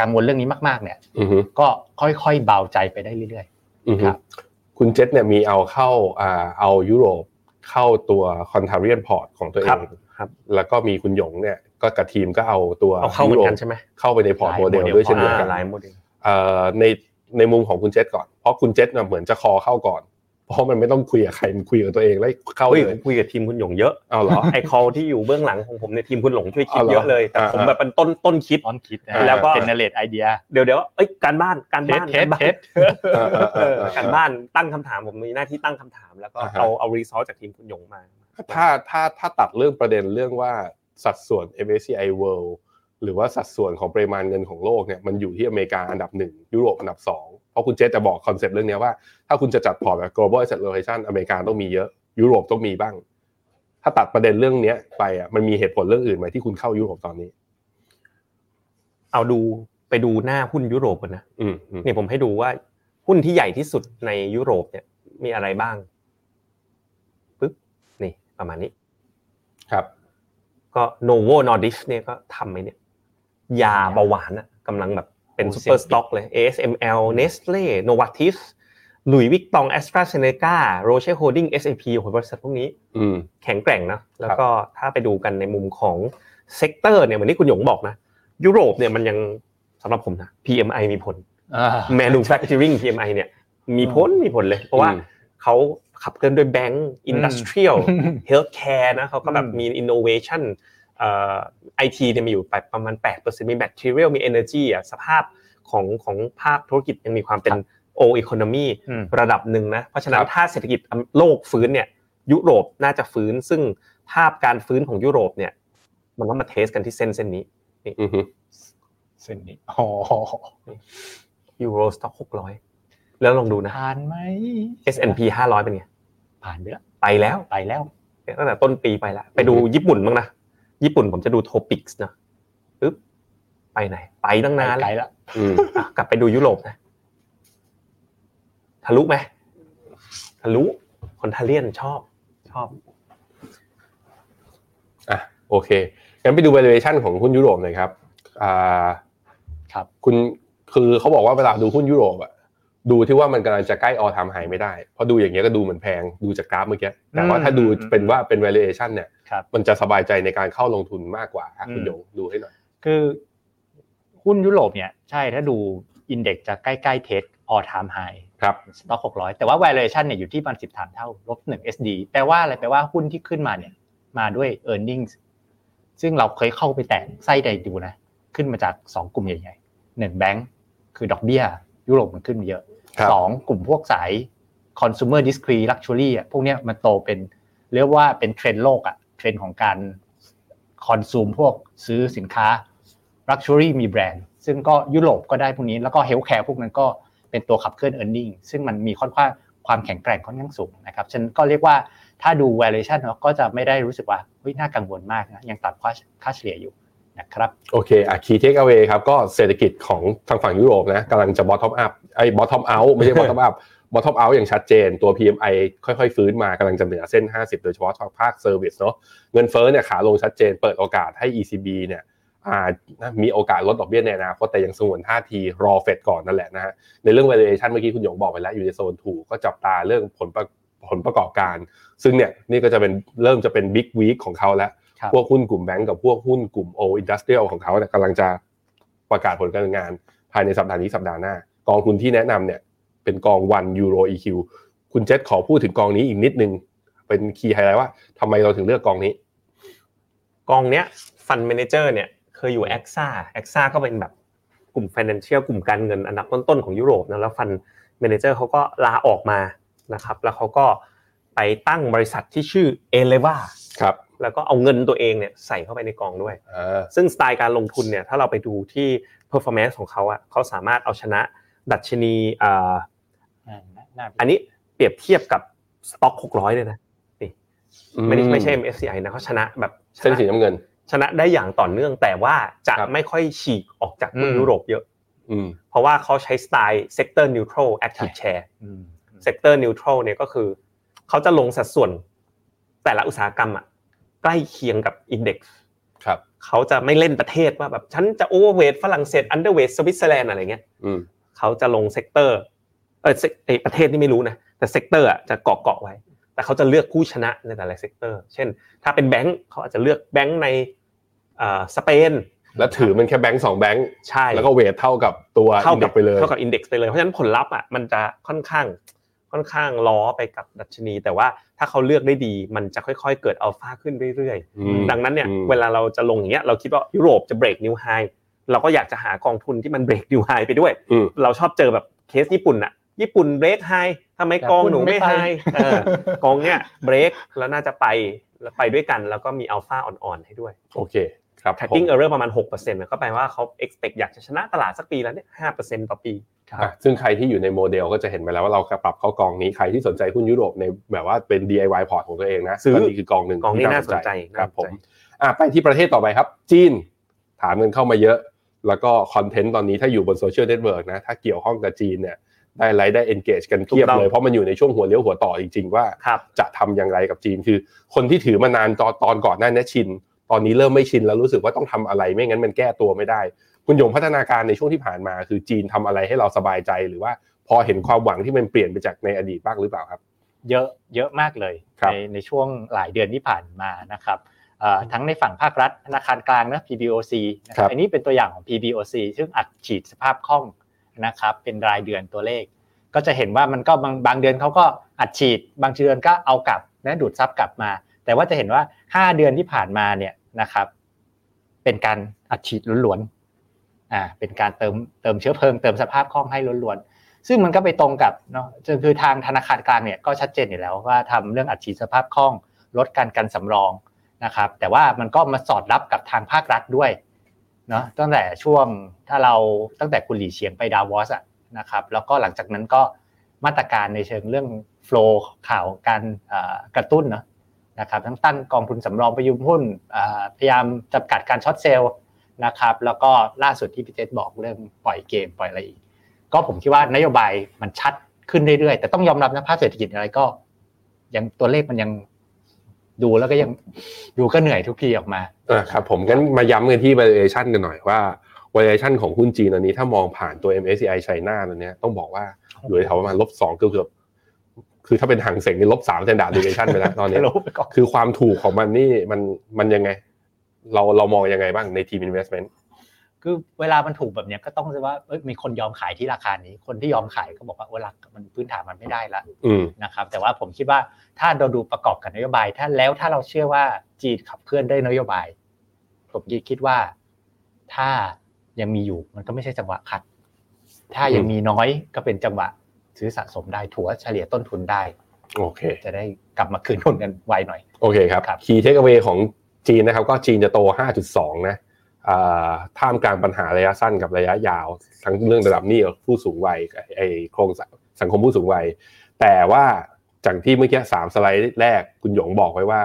Speaker 4: กังวลเรื่องนี้มากๆเนี่ย
Speaker 2: อือฮึ
Speaker 4: ก็ค่อยๆเบาใจไปได้เรื่อย
Speaker 2: อือฮึ
Speaker 4: ครับ
Speaker 2: คุณเจษเนี่ยมีเอาเข้าอ่าเอายุโรปเข้าตัว c o n t a r i a n port ของตัวเอ
Speaker 3: ครับ
Speaker 2: ง
Speaker 3: ครับ
Speaker 2: แล้วก็มีคุณหยงเนี่ยก็กับทีมก็เอาตัว
Speaker 3: เอาเข้าเหมื
Speaker 2: ยุ
Speaker 3: อ
Speaker 2: โร
Speaker 3: น
Speaker 2: ป
Speaker 3: กันใช่ไหม
Speaker 2: เข้าไปในพอร์ตโมเดล
Speaker 4: หลายโมเดล
Speaker 2: ด้วยเช่น
Speaker 4: หมื
Speaker 2: เดียวกั
Speaker 4: อกั
Speaker 2: น
Speaker 3: หลายโมเดล
Speaker 2: เอ่อในในมุมของคุณเจษก่อน เพราะคุณเจษน่ะเหมือนจะคอเข้าก่อน เพราะมันไม่ต้องคุยกับใครมันคุยกับตัวเองแล้วเข้า
Speaker 3: เฮ้
Speaker 2: เล
Speaker 3: ยผ
Speaker 2: ย
Speaker 3: มคุยกับทีมคุณหยงเยอะ
Speaker 2: เอาเหรอ
Speaker 3: ไอ้ call ที่อยู่เบื้องหลังของผมในยทีมคุณหลงช่วยคิด
Speaker 2: เอาเหรอ
Speaker 3: เยอะเลย แต่
Speaker 2: อ่า
Speaker 3: ผม
Speaker 2: อ่า
Speaker 3: แบบเป็นต้นต้นคิด
Speaker 4: ๆตอนคิดนะ
Speaker 2: อ่า
Speaker 3: แล้วก็
Speaker 4: generate idea
Speaker 3: เดี๋ยวเดี๋ยวเอ้ยการบ้านการ
Speaker 4: เท
Speaker 3: บ้า
Speaker 4: ส
Speaker 3: น
Speaker 4: เท
Speaker 3: การ
Speaker 4: ส
Speaker 3: บ้า
Speaker 4: เท
Speaker 3: น
Speaker 4: ส
Speaker 2: เออเออเอ
Speaker 3: เอ
Speaker 2: อ
Speaker 3: อ
Speaker 2: เออ
Speaker 3: การบ้านตั้งคำถามผมมีหน้าที่ตั้งคำถาม แล้วก็
Speaker 2: อ่าฮะ
Speaker 3: เอาเอารีซอสจากทีมคุณหยงมา
Speaker 2: ถ้าถ้าถ้าตัดเรื่องประเด็นเรื่องว่าสัดส่วน MSCI World หรือว่าสัดส่วนของปริมาณเงินของโลกเนี่ยมันอยู่ที่อเมริกาอันดับหนึ่งยุโรปอันดับสองเพราะคุณเจษจะบอกคอนเซปต์เรื่องเนี้ยว่าถ้าคุณจะจัดพอร์ตแบบ global asset allocation อเมริกาต้องมีเยอะยุโรปต้องมีบ้าง ถ้าตัดประเด็นเรื่องเนี้ยไปอ่ะมันมีเหตุผลเรื่องอื่นไหมที่คุณเข้ายุโรปตอนนี้
Speaker 3: เอาดูไป ไปดูหน้าหุ้นยุโรปก่อนนะ
Speaker 2: อืมอืม
Speaker 3: เนี่ยผมให้ดูว่าหุ้นที่ใหญ่ที่สุดในยุโรปเนี่ยมีอะไรบ้างปึ๊บนี่ประมาณนี้
Speaker 2: ครับ
Speaker 3: ก็โนโว n o r d i s เนี่ยก็ทำไหมเนี่ย ยาเบาหวานอะกำลังแบบเป็น
Speaker 6: โอ้
Speaker 3: ซู
Speaker 6: เสี่
Speaker 3: เปอย
Speaker 6: ง
Speaker 3: ร์สต็อกเลย ASML Nestle Novartis หลุยวิกตอง AstraZeneca Roche Holding SAP โอ้โหบริษัทพวกนี้
Speaker 2: อืม
Speaker 3: แข็งแกร่งนะแล้วก็ถ้าไปดูกันในมุมของเซกเตอร์เนี่ยเหมือนที่คุณหยงบอกนะ ยุโรปเนี่ยมันยังสำหรับผมนะ PMI มีผล
Speaker 6: อ่า
Speaker 3: manufacturing PMI เนี่ยมีผลมีผลเลย เพราะว่า
Speaker 2: อืม
Speaker 3: เขาขับเคลื่อนด้วยแบงก์อินดัสเทรียล healthcare นะเขาก็แบบ
Speaker 4: อืม
Speaker 3: มี innovation เอ่อ IT เนี่ยมีอยู่ไปประมาณ8%มี material มี energy อ่ะสภาพของของภาคธุรกิจยังมีความเป็น o economy
Speaker 4: อืม
Speaker 3: ระดับหนึ่งนะ เพราะฉะนั้
Speaker 2: คน รับ
Speaker 3: ถ้าเศรษฐกิจโลกฟื้นเนี่ยยุโรปน่าจะฟื้น ซึ่งภาพการฟื้นของยุโรปเนี่ยมันว่ามาเทสกันที่เส้นเส้นนี้
Speaker 2: อืมฮึ
Speaker 6: เส้นนี้อ๋อ
Speaker 3: ยูโรสต็อก600 แล้วลองดูนะ
Speaker 4: ผ่านไหม
Speaker 3: S&P 500 เป็นไง
Speaker 4: ผ่านไปแล้ว
Speaker 3: ไปแล้ว
Speaker 4: ไปแล้ว
Speaker 3: เนี่ยตั้งแต่ต้นปีไปแล้วไปดูญี่ปุ่นบ้างนะ ญี่ปุ่นผมจะดูโทปิกส์นะปึ๊บไปไหน ไปตั้งนาน
Speaker 4: ไกล
Speaker 3: แล้ว
Speaker 4: แล้ว
Speaker 2: อืม
Speaker 3: อ่ะกลับไปดูยุโรปนะทะลุไหมทะลุคนทาเลียนชอบชอบ
Speaker 2: อ่ะโอเคงั้นไปดู valuation ของหุ้นยุโรปหน่อยครับอ่า
Speaker 4: ครับ
Speaker 2: คุณคือเขาบอกว่าเวลาดูหุ้นยุโรปอะดูที่ว่ามันกำลังจะใกล้ all time high ไม่ได้เพราะดูอย่างเงี้ยก็ดูเหมือนแพงดูจากกราฟเมื่อกี้แต่ว่าถ้าดูเป็นว่าเป็น valuation เนี่ย
Speaker 4: ครับ
Speaker 2: มันจะสบายใจในการเข้าลงทุนมากกว่าอ่ะคุณ
Speaker 4: อืม
Speaker 2: หยงดูให้หน่อย
Speaker 4: คือหุ้นยุโรปเนี่ยใช่ถ้าดูอินเด็กจะใกล้ๆเทสออทามไฮ
Speaker 2: ครับ
Speaker 4: สต็อกหกร้อยแต่ว่า valuation เนี่ยอยู่ที่ประมาณสิบสามเท่าลบหนึ่ง SD แปลว่าอะไรแปลว่าหุ้นที่ขึ้นมาเนี่ยมาด้วย e a r n i n g ซึ่งเราเคยเข้าไปแตะไส้ใดดูนะ ขึ้นมาจาก 2 กลุ่มใหญ่ๆหนึ่งแบงค์คือดอกเบี้ย ยุโรปมันขึ้นเยอะ
Speaker 2: ครับ
Speaker 4: สองกลุ่มพวกสาย consumer discrete luxury อ่ะพวกเนี้ยมันโตเป็นเรียกว่าเป็นเทรนด์โลกอ่ะเทรนด์ของการคอนซูมพวกซื้อสินค้า luxury มีแบรนด์ ซึ่งก็ยุโรปก็ได้พวกนี้แล้วก็ healthcare พวกนั้นก็เป็นตัวขับเคลื่อน earning ซึ่งมันมีค่อนข้างความแข็งแกร่งค่อนข้างสูงนะครับฉะนันก็เรียกว่าถ้าดู valuation เนาะก็จะไม่ได้รู้สึกว่าเฮ้ยน่ากังวลมากนะยังต่ำค่าค่าเฉลี่ยอยู่นะครับ
Speaker 2: โอเคอ่ะ key takeaway ครับ ก็เศรษฐกิจของทางฝั่งยุโรปนะกำลังจะ bottom up ไอ้ bottom out ไม่ใช่ bottom up bottom out อย่างชัดเจน ตัว PMI ค่อยๆ ฟื้นมากำลังจะเหนือเส้น 50 โดยเฉพาะทางภาค service เนอะเงินเฟ้อเนี่ยขาลงชัดเจน เปิดโอกาสให้ ECB เนี่ยอาจมีโอกาสลดดอกเบี้ยในอนาคตแต่ยังสงวนท่าทีรอเฟดก่อนนั่นแหละนะฮะ ในเรื่อง valuation เมื่อกี้คุณหยงบอกไปแล้วอยู่ในโซนถูกก็จับตาเรื่องผลประผลประกอบการ ซึ่งเนี่ยนี่ก็จะเป็นเริ่มจะเป็น big week ของเขาแล้ว
Speaker 4: ครับ
Speaker 2: พวกหุ้นกลุ่มแบงก์กับพวกหุ้นกลุ่มโออินดัสเทรียลของเขาเนี่ยกำลังจะประกาศผลการงาน ภายในสัปดาห์นี้สัปดาห์หน้า กองทุนที่แนะนำเนี่ยเป็นกองวันยูโร EQ คุณเจษขอพูดถึงกองนี้อีกนิดนึง เป็นคีย์ไฮไลท์ว่าทำไมเราถึงเลือกกองนี้
Speaker 3: กองเนี้ยฟันเมนเจอร์เนี่ยเคยอยู่แอคซ่าแอคซ่าก็เป็นแบบกลุ่ม Financial กลุ่มการเงินอันดับต้นๆของยุโรปนะแล้วฟันเมนเจอร์เขาก็ลาออกมานะครับแล้วเขาก็ไปตั้งบริษัทที่ชื่อเอเลวา
Speaker 2: ครับ
Speaker 3: แล้วก็เอาเงินตัวเองเนี่ยใส่เข้าไปในกองด้วย
Speaker 2: อ่า
Speaker 3: ซึ่งสไตล์การลงทุนเนี่ยถ้าเราไปดูที่ performance ของเขาอะเขาสามารถเอาชนะดัชนีเอ่อ
Speaker 4: อ่าน่า
Speaker 3: อันนี้เปรียบเทียบกับสต็อก600เลยนะไม่ได้ไม่ใช่ MSCI นะเขาชนะแบบชะ
Speaker 2: เส้นสีน้ำเงิน
Speaker 3: ชนะได้อย่างต่อเนื่องแต่ว่าจะ
Speaker 2: ครับ
Speaker 3: ไม่ค่อยฉีกออกจากหุ้น
Speaker 4: อืม
Speaker 3: ยุโรปเยอะ
Speaker 2: อืม
Speaker 3: เพราะว่าเขาใช้สไตล์ sector neutral active share
Speaker 4: อืม
Speaker 3: sector neutral เนี่ยก็คือเขาจะลงสัดส่วนแต่ละอุตสาหกรรมอะใกล้เคียงกับ index
Speaker 2: ครับ
Speaker 3: เขาจะไม่เล่นประเทศว่าแบบฉันจะ overweight ฝรั่งเศส underweight สวิตเซอร์แลนด์อะไรเงี้ย
Speaker 2: อืม
Speaker 3: เขาจะลง sector เออ sec- เอยประเทศนี่ไม่รู้นะแต่ sector อะจะเกาะเกาะๆไว้ แต่เขาจะเลือกผู้ชนะในแต่ละ sector เช่น ถ้าเป็นแบงก์เขาอาจจะเลือกแบงก์ในเอ่อสเปน
Speaker 2: แล้วถือมันแค่แบงก์สองแบงก์
Speaker 3: ใช่
Speaker 2: แล้วก็เวทเท่ากับตัว
Speaker 3: เท่า
Speaker 2: อิน
Speaker 3: กั
Speaker 2: ดั
Speaker 3: บ
Speaker 2: ไปเลย
Speaker 3: เท่ากับอินเด็กซ์ไปเลย เพราะฉะนั้นผลลัพธ์อ่ะมันจะค่อนข้างค่อนข้างล้อไปกับดัชนี แต่ว่าถ้าเขาเลือกได้ดี มันจะค่อยๆ เกิดอัลฟาขึ้นเรื่อย
Speaker 2: อืม
Speaker 3: ดังนั้นเนี่ย
Speaker 2: อืม
Speaker 3: เวลาเราจะลงอย่างเงี้ยเราคิดว่ายุโรปจะเบรกนิวไฮเราก็อยากจะหากองทุนที่มันเบรกนิวไฮไปด้วย
Speaker 2: อืม
Speaker 3: เราชอบเจอแบบเคสญี่ปุ่นอ่ะญี่ปุ่นเบรกไฮทำไมกองหนูไม่ไฮเออกองเนี้ยเบรกแล้วน่าจะไปแล้วไปด้วยกันแล้วก็มีอัลฟาอ่อนๆให้ด้วย
Speaker 2: โอเคครับ
Speaker 3: tracking error ประมาณ6%เนี่ยก็แปลว่าเขา expect อยากจะชนะตลาดสักปีแล้วเนี่ย5%ต่อปี
Speaker 2: อ่ะซึ่งใครที่อยู่ในโมเดลก็จะเห็นไปแล้วว่าเราปรับเข้ากองนี้ใครที่สนใจหุ้นยุโรปในแบบว่าเป็น DIY พอร์ตของตัวเองนะ
Speaker 3: ซื้อ
Speaker 2: ก็นี่คือกองหนึ่ง
Speaker 3: กองนี้
Speaker 2: ที่
Speaker 3: น่าสนใจ
Speaker 2: ครับ
Speaker 3: น่าสนใจ
Speaker 2: ผมอ่ะไปที่ประเทศต่อไปครับ จีน ถามเงินเข้ามาเยอะ แล้วก็คอนเทนต์ตอนนี้ถ้าอยู่บนโซเชียลเน็ตเวิร์กนะถ้าเกี่ยวข้องกับจีนเนี่ยได้ไลค์ได้ engage กันเพียบ
Speaker 3: ถูกต้อง
Speaker 2: เลย เพราะมันอยู่ในช่วงหัวเลี้ยวหัวต่อจริงๆว่า
Speaker 3: ครับ
Speaker 2: จะทำอย่างไรกับจีนคือ คนที่ถือมานานตอนตอนก่อนหน้านี้ชิน ตอนนี้เริ่มไม่ชินแล้วรู้สึกว่าต้องทำอะไรไม่งั้นมันแก้ตัวไม่ได้ คุณหยงพัฒนาการในช่วงที่ผ่านมา คือจีนทำอะไรให้เราสบายใจหรือว่าพอเห็นความหวังที่มันเปลี่ยนไปจากในอดีตบ้างหรือเปล่าครับ
Speaker 4: เยอะเยอะมากเลย
Speaker 2: ครับ
Speaker 4: ในในช่วงหลายเดือนที่ผ่านมานะครับเอ่อทั้งในฝั่งภาครัฐธนาคารกลางนะ PBOC นะครับอันนี้เป็นตัวอย่างของ PBOC ซึ่งอัดฉีดสภาพคล่องนะครับเป็นรายเดือนตัวเลข ก็จะเห็นว่ามันก็บางบางเดือนเขาก็อัดฉีด บางเดือนก็เอากลับนะดูดซับกลับมา แต่ว่าจะเห็นว่า 5 เดือนที่ผ่านมาเนี่ยนะครับเป็นการอัดฉีดล้วนๆอ่าเป็นการเติมเติมเชื้อเพลิงเติมสภาพคล่องให้ล้วนๆ ซึ่งมันก็ไปตรงกับเนาะจนคือทางธนาคารกลางเนี่ยก็ชัดเจนอยู่แล้วว่าทำเรื่องอัดฉีดสภาพคล่อง ลดการกันสำรองนะครับ แต่ว่ามันก็มาสอดรับกับทางภาครัฐด้วยเนาะตั้งแต่ช่วงถ้าเราตั้งแต่คุณหลีเฉียงไปดาวอสอะนะครับ แล้วก็หลังจากนั้นก็มาตรการในเชิงเรื่องโฟลข่าวการเอ่อกระตุ้นเนาะนะครับ ทั้งตั้งกองทุนสำรองประยุมหุ้นเอ่อพยายามจำกัดการช็อตเซลล์นะครับ แล้วก็ล่าสุดที่พี่เจษบอกเรื่องปล่อยเกมปล่อยอะไรอีก ก็ผมคิดว่านโยบายมันชัดขึ้นเรื่อยๆ แต่ต้องยอมรับนะภาพเศรษฐกิจอะไรก็ ยังตัวเลขมันยังดูแล้วก็ยังดูก็เหนื่อยทุกทีออกมา
Speaker 2: อ่าครับผมงั้นมาย้ำกันที่ valuation กันหน่อยว่า valuation ของหุ้นจีนตอนนี้ถ้ามองผ่านตัว MSCI China ตัวเนี้ยต้องบอกว่าอยู่แถวประมาณลบสองเกือบเกือบๆคือถ้าเป็นหางเสงนี่ลบสาม standard deviation ไปแล้วตอนเนี้ย คือความถูกของมันนี่มันมันยังไง เราเรามองยังไงบ้างในทีม investment
Speaker 4: คือเวลามันถูกแบบเนี้ยก็ต้องว่าเอ้ยมีคนยอมขายที่ราคานี้ คนที่ยอมขายก็บอกว่าโอ้ราคามันพื้นฐานมันไม่ได้ละ
Speaker 2: อืม
Speaker 4: นะครับแต่ว่าผมคิดว่าถ้าเราดูประกอบกับนโยบาย ถ้าแล้วถ้าเราเชื่อว่าจีนขับเคลื่อนด้วยนโยบาย ผมคิดว่าถ้ายังมีอยู่มันก็ไม่ใช่จังหวะคัด ถ้ายังมีน้อยก็เป็นจังหวะซื้อสะสมได้ถัวเฉลี่ยต้นทุนได้
Speaker 2: โอเค
Speaker 4: จะได้กลับมาคืนทุนกันไวหน่อย
Speaker 2: โอเคครับ
Speaker 4: ครับ
Speaker 2: key takeaway ของจีนนะครับ ก็จีนจะโต 5.2 นะอ่าท่ามกลางปัญหาระยะสั้นกับระยะยาว ทั้งเรื่องระดับหนี้กับผู้สูงวัยไอโครงสร้างสังคมผู้สูงวัย แต่ว่าจากที่เมื่อกี้สามสไลด์แรกคุณหยงบอกไว้ว่า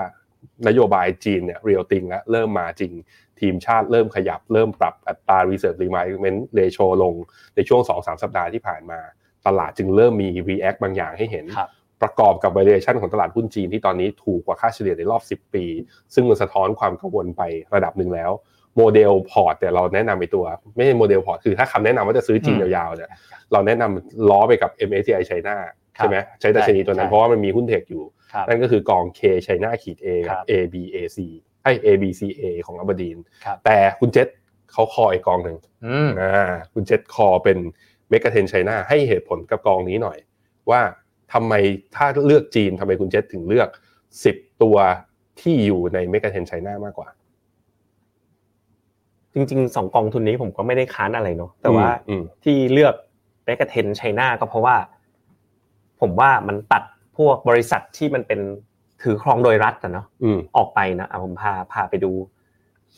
Speaker 2: นโยบายจีนเนี่ยเรียลติงแล้วเริ่มมาจริง ทีมชาติเริ่มขยับเริ่มปรับอัตรา reserve requirement ratio ลงในช่วง 2-3 สัปดาห์ที่ผ่านมา ตลาดจึงเริ่มมี react บางอย่างให้เห็น
Speaker 4: ครับ
Speaker 2: ประกอบกับ valuation ของตลาดหุ้นจีนที่ตอนนี้ถูกกว่าค่าเฉลี่ยในรอบ 10 ปี ซึ่งมันสะท้อนความกังวลไประดับหนึ่งแล้ว โมเดลพอร์ตเนี่ยเราแนะนำไปตัว ไม่ใช่โมเดลพอร์ต คือถ้าคำแนะนำว่าจะซื้อจีน
Speaker 4: อืม
Speaker 2: ยาวๆเนี่ยเราแนะนำล้อไปกับ MSCI China
Speaker 4: ครับ
Speaker 2: ใช่ไหมใช้แต่ชนีตัวนั้น
Speaker 4: ใช่
Speaker 2: เพราะว่ามันมีหุ้นเทคอยู่
Speaker 4: ครับ
Speaker 2: นั่นก็คือกอง K China ขีด A ค
Speaker 4: ครั
Speaker 2: รับ
Speaker 4: บ
Speaker 2: ABAC ให้ ABCA ของอับดีน
Speaker 4: ครับ
Speaker 2: แต่คุณเจษเขาคออีกกองหนึ่ง
Speaker 4: อืม
Speaker 2: อ่าคุณเจษคอเป็นเมกะเทนไชน่าให้เหตุผลกับกองนี้หน่อย ว่าทำไมถ้าเลือกจีนทำไมคุณเจษถึงเลือก 10 ตัวที่อยู่ในเมกะเทนไชน่ามากกว่า
Speaker 3: จริงๆสองกองทุนนี้ผมก็ไม่ได้ค้านอะไรเนาะแต่ว่า
Speaker 2: อืม
Speaker 3: ที่เลือกแบกเทนไชน่าก็เพราะว่า ผมว่ามันตัดพวกบริษัทที่มันเป็นถือครองโดยรัฐอะเนาะ
Speaker 2: อืม
Speaker 3: ออกไปนะอ่ะผมพาพาไปดู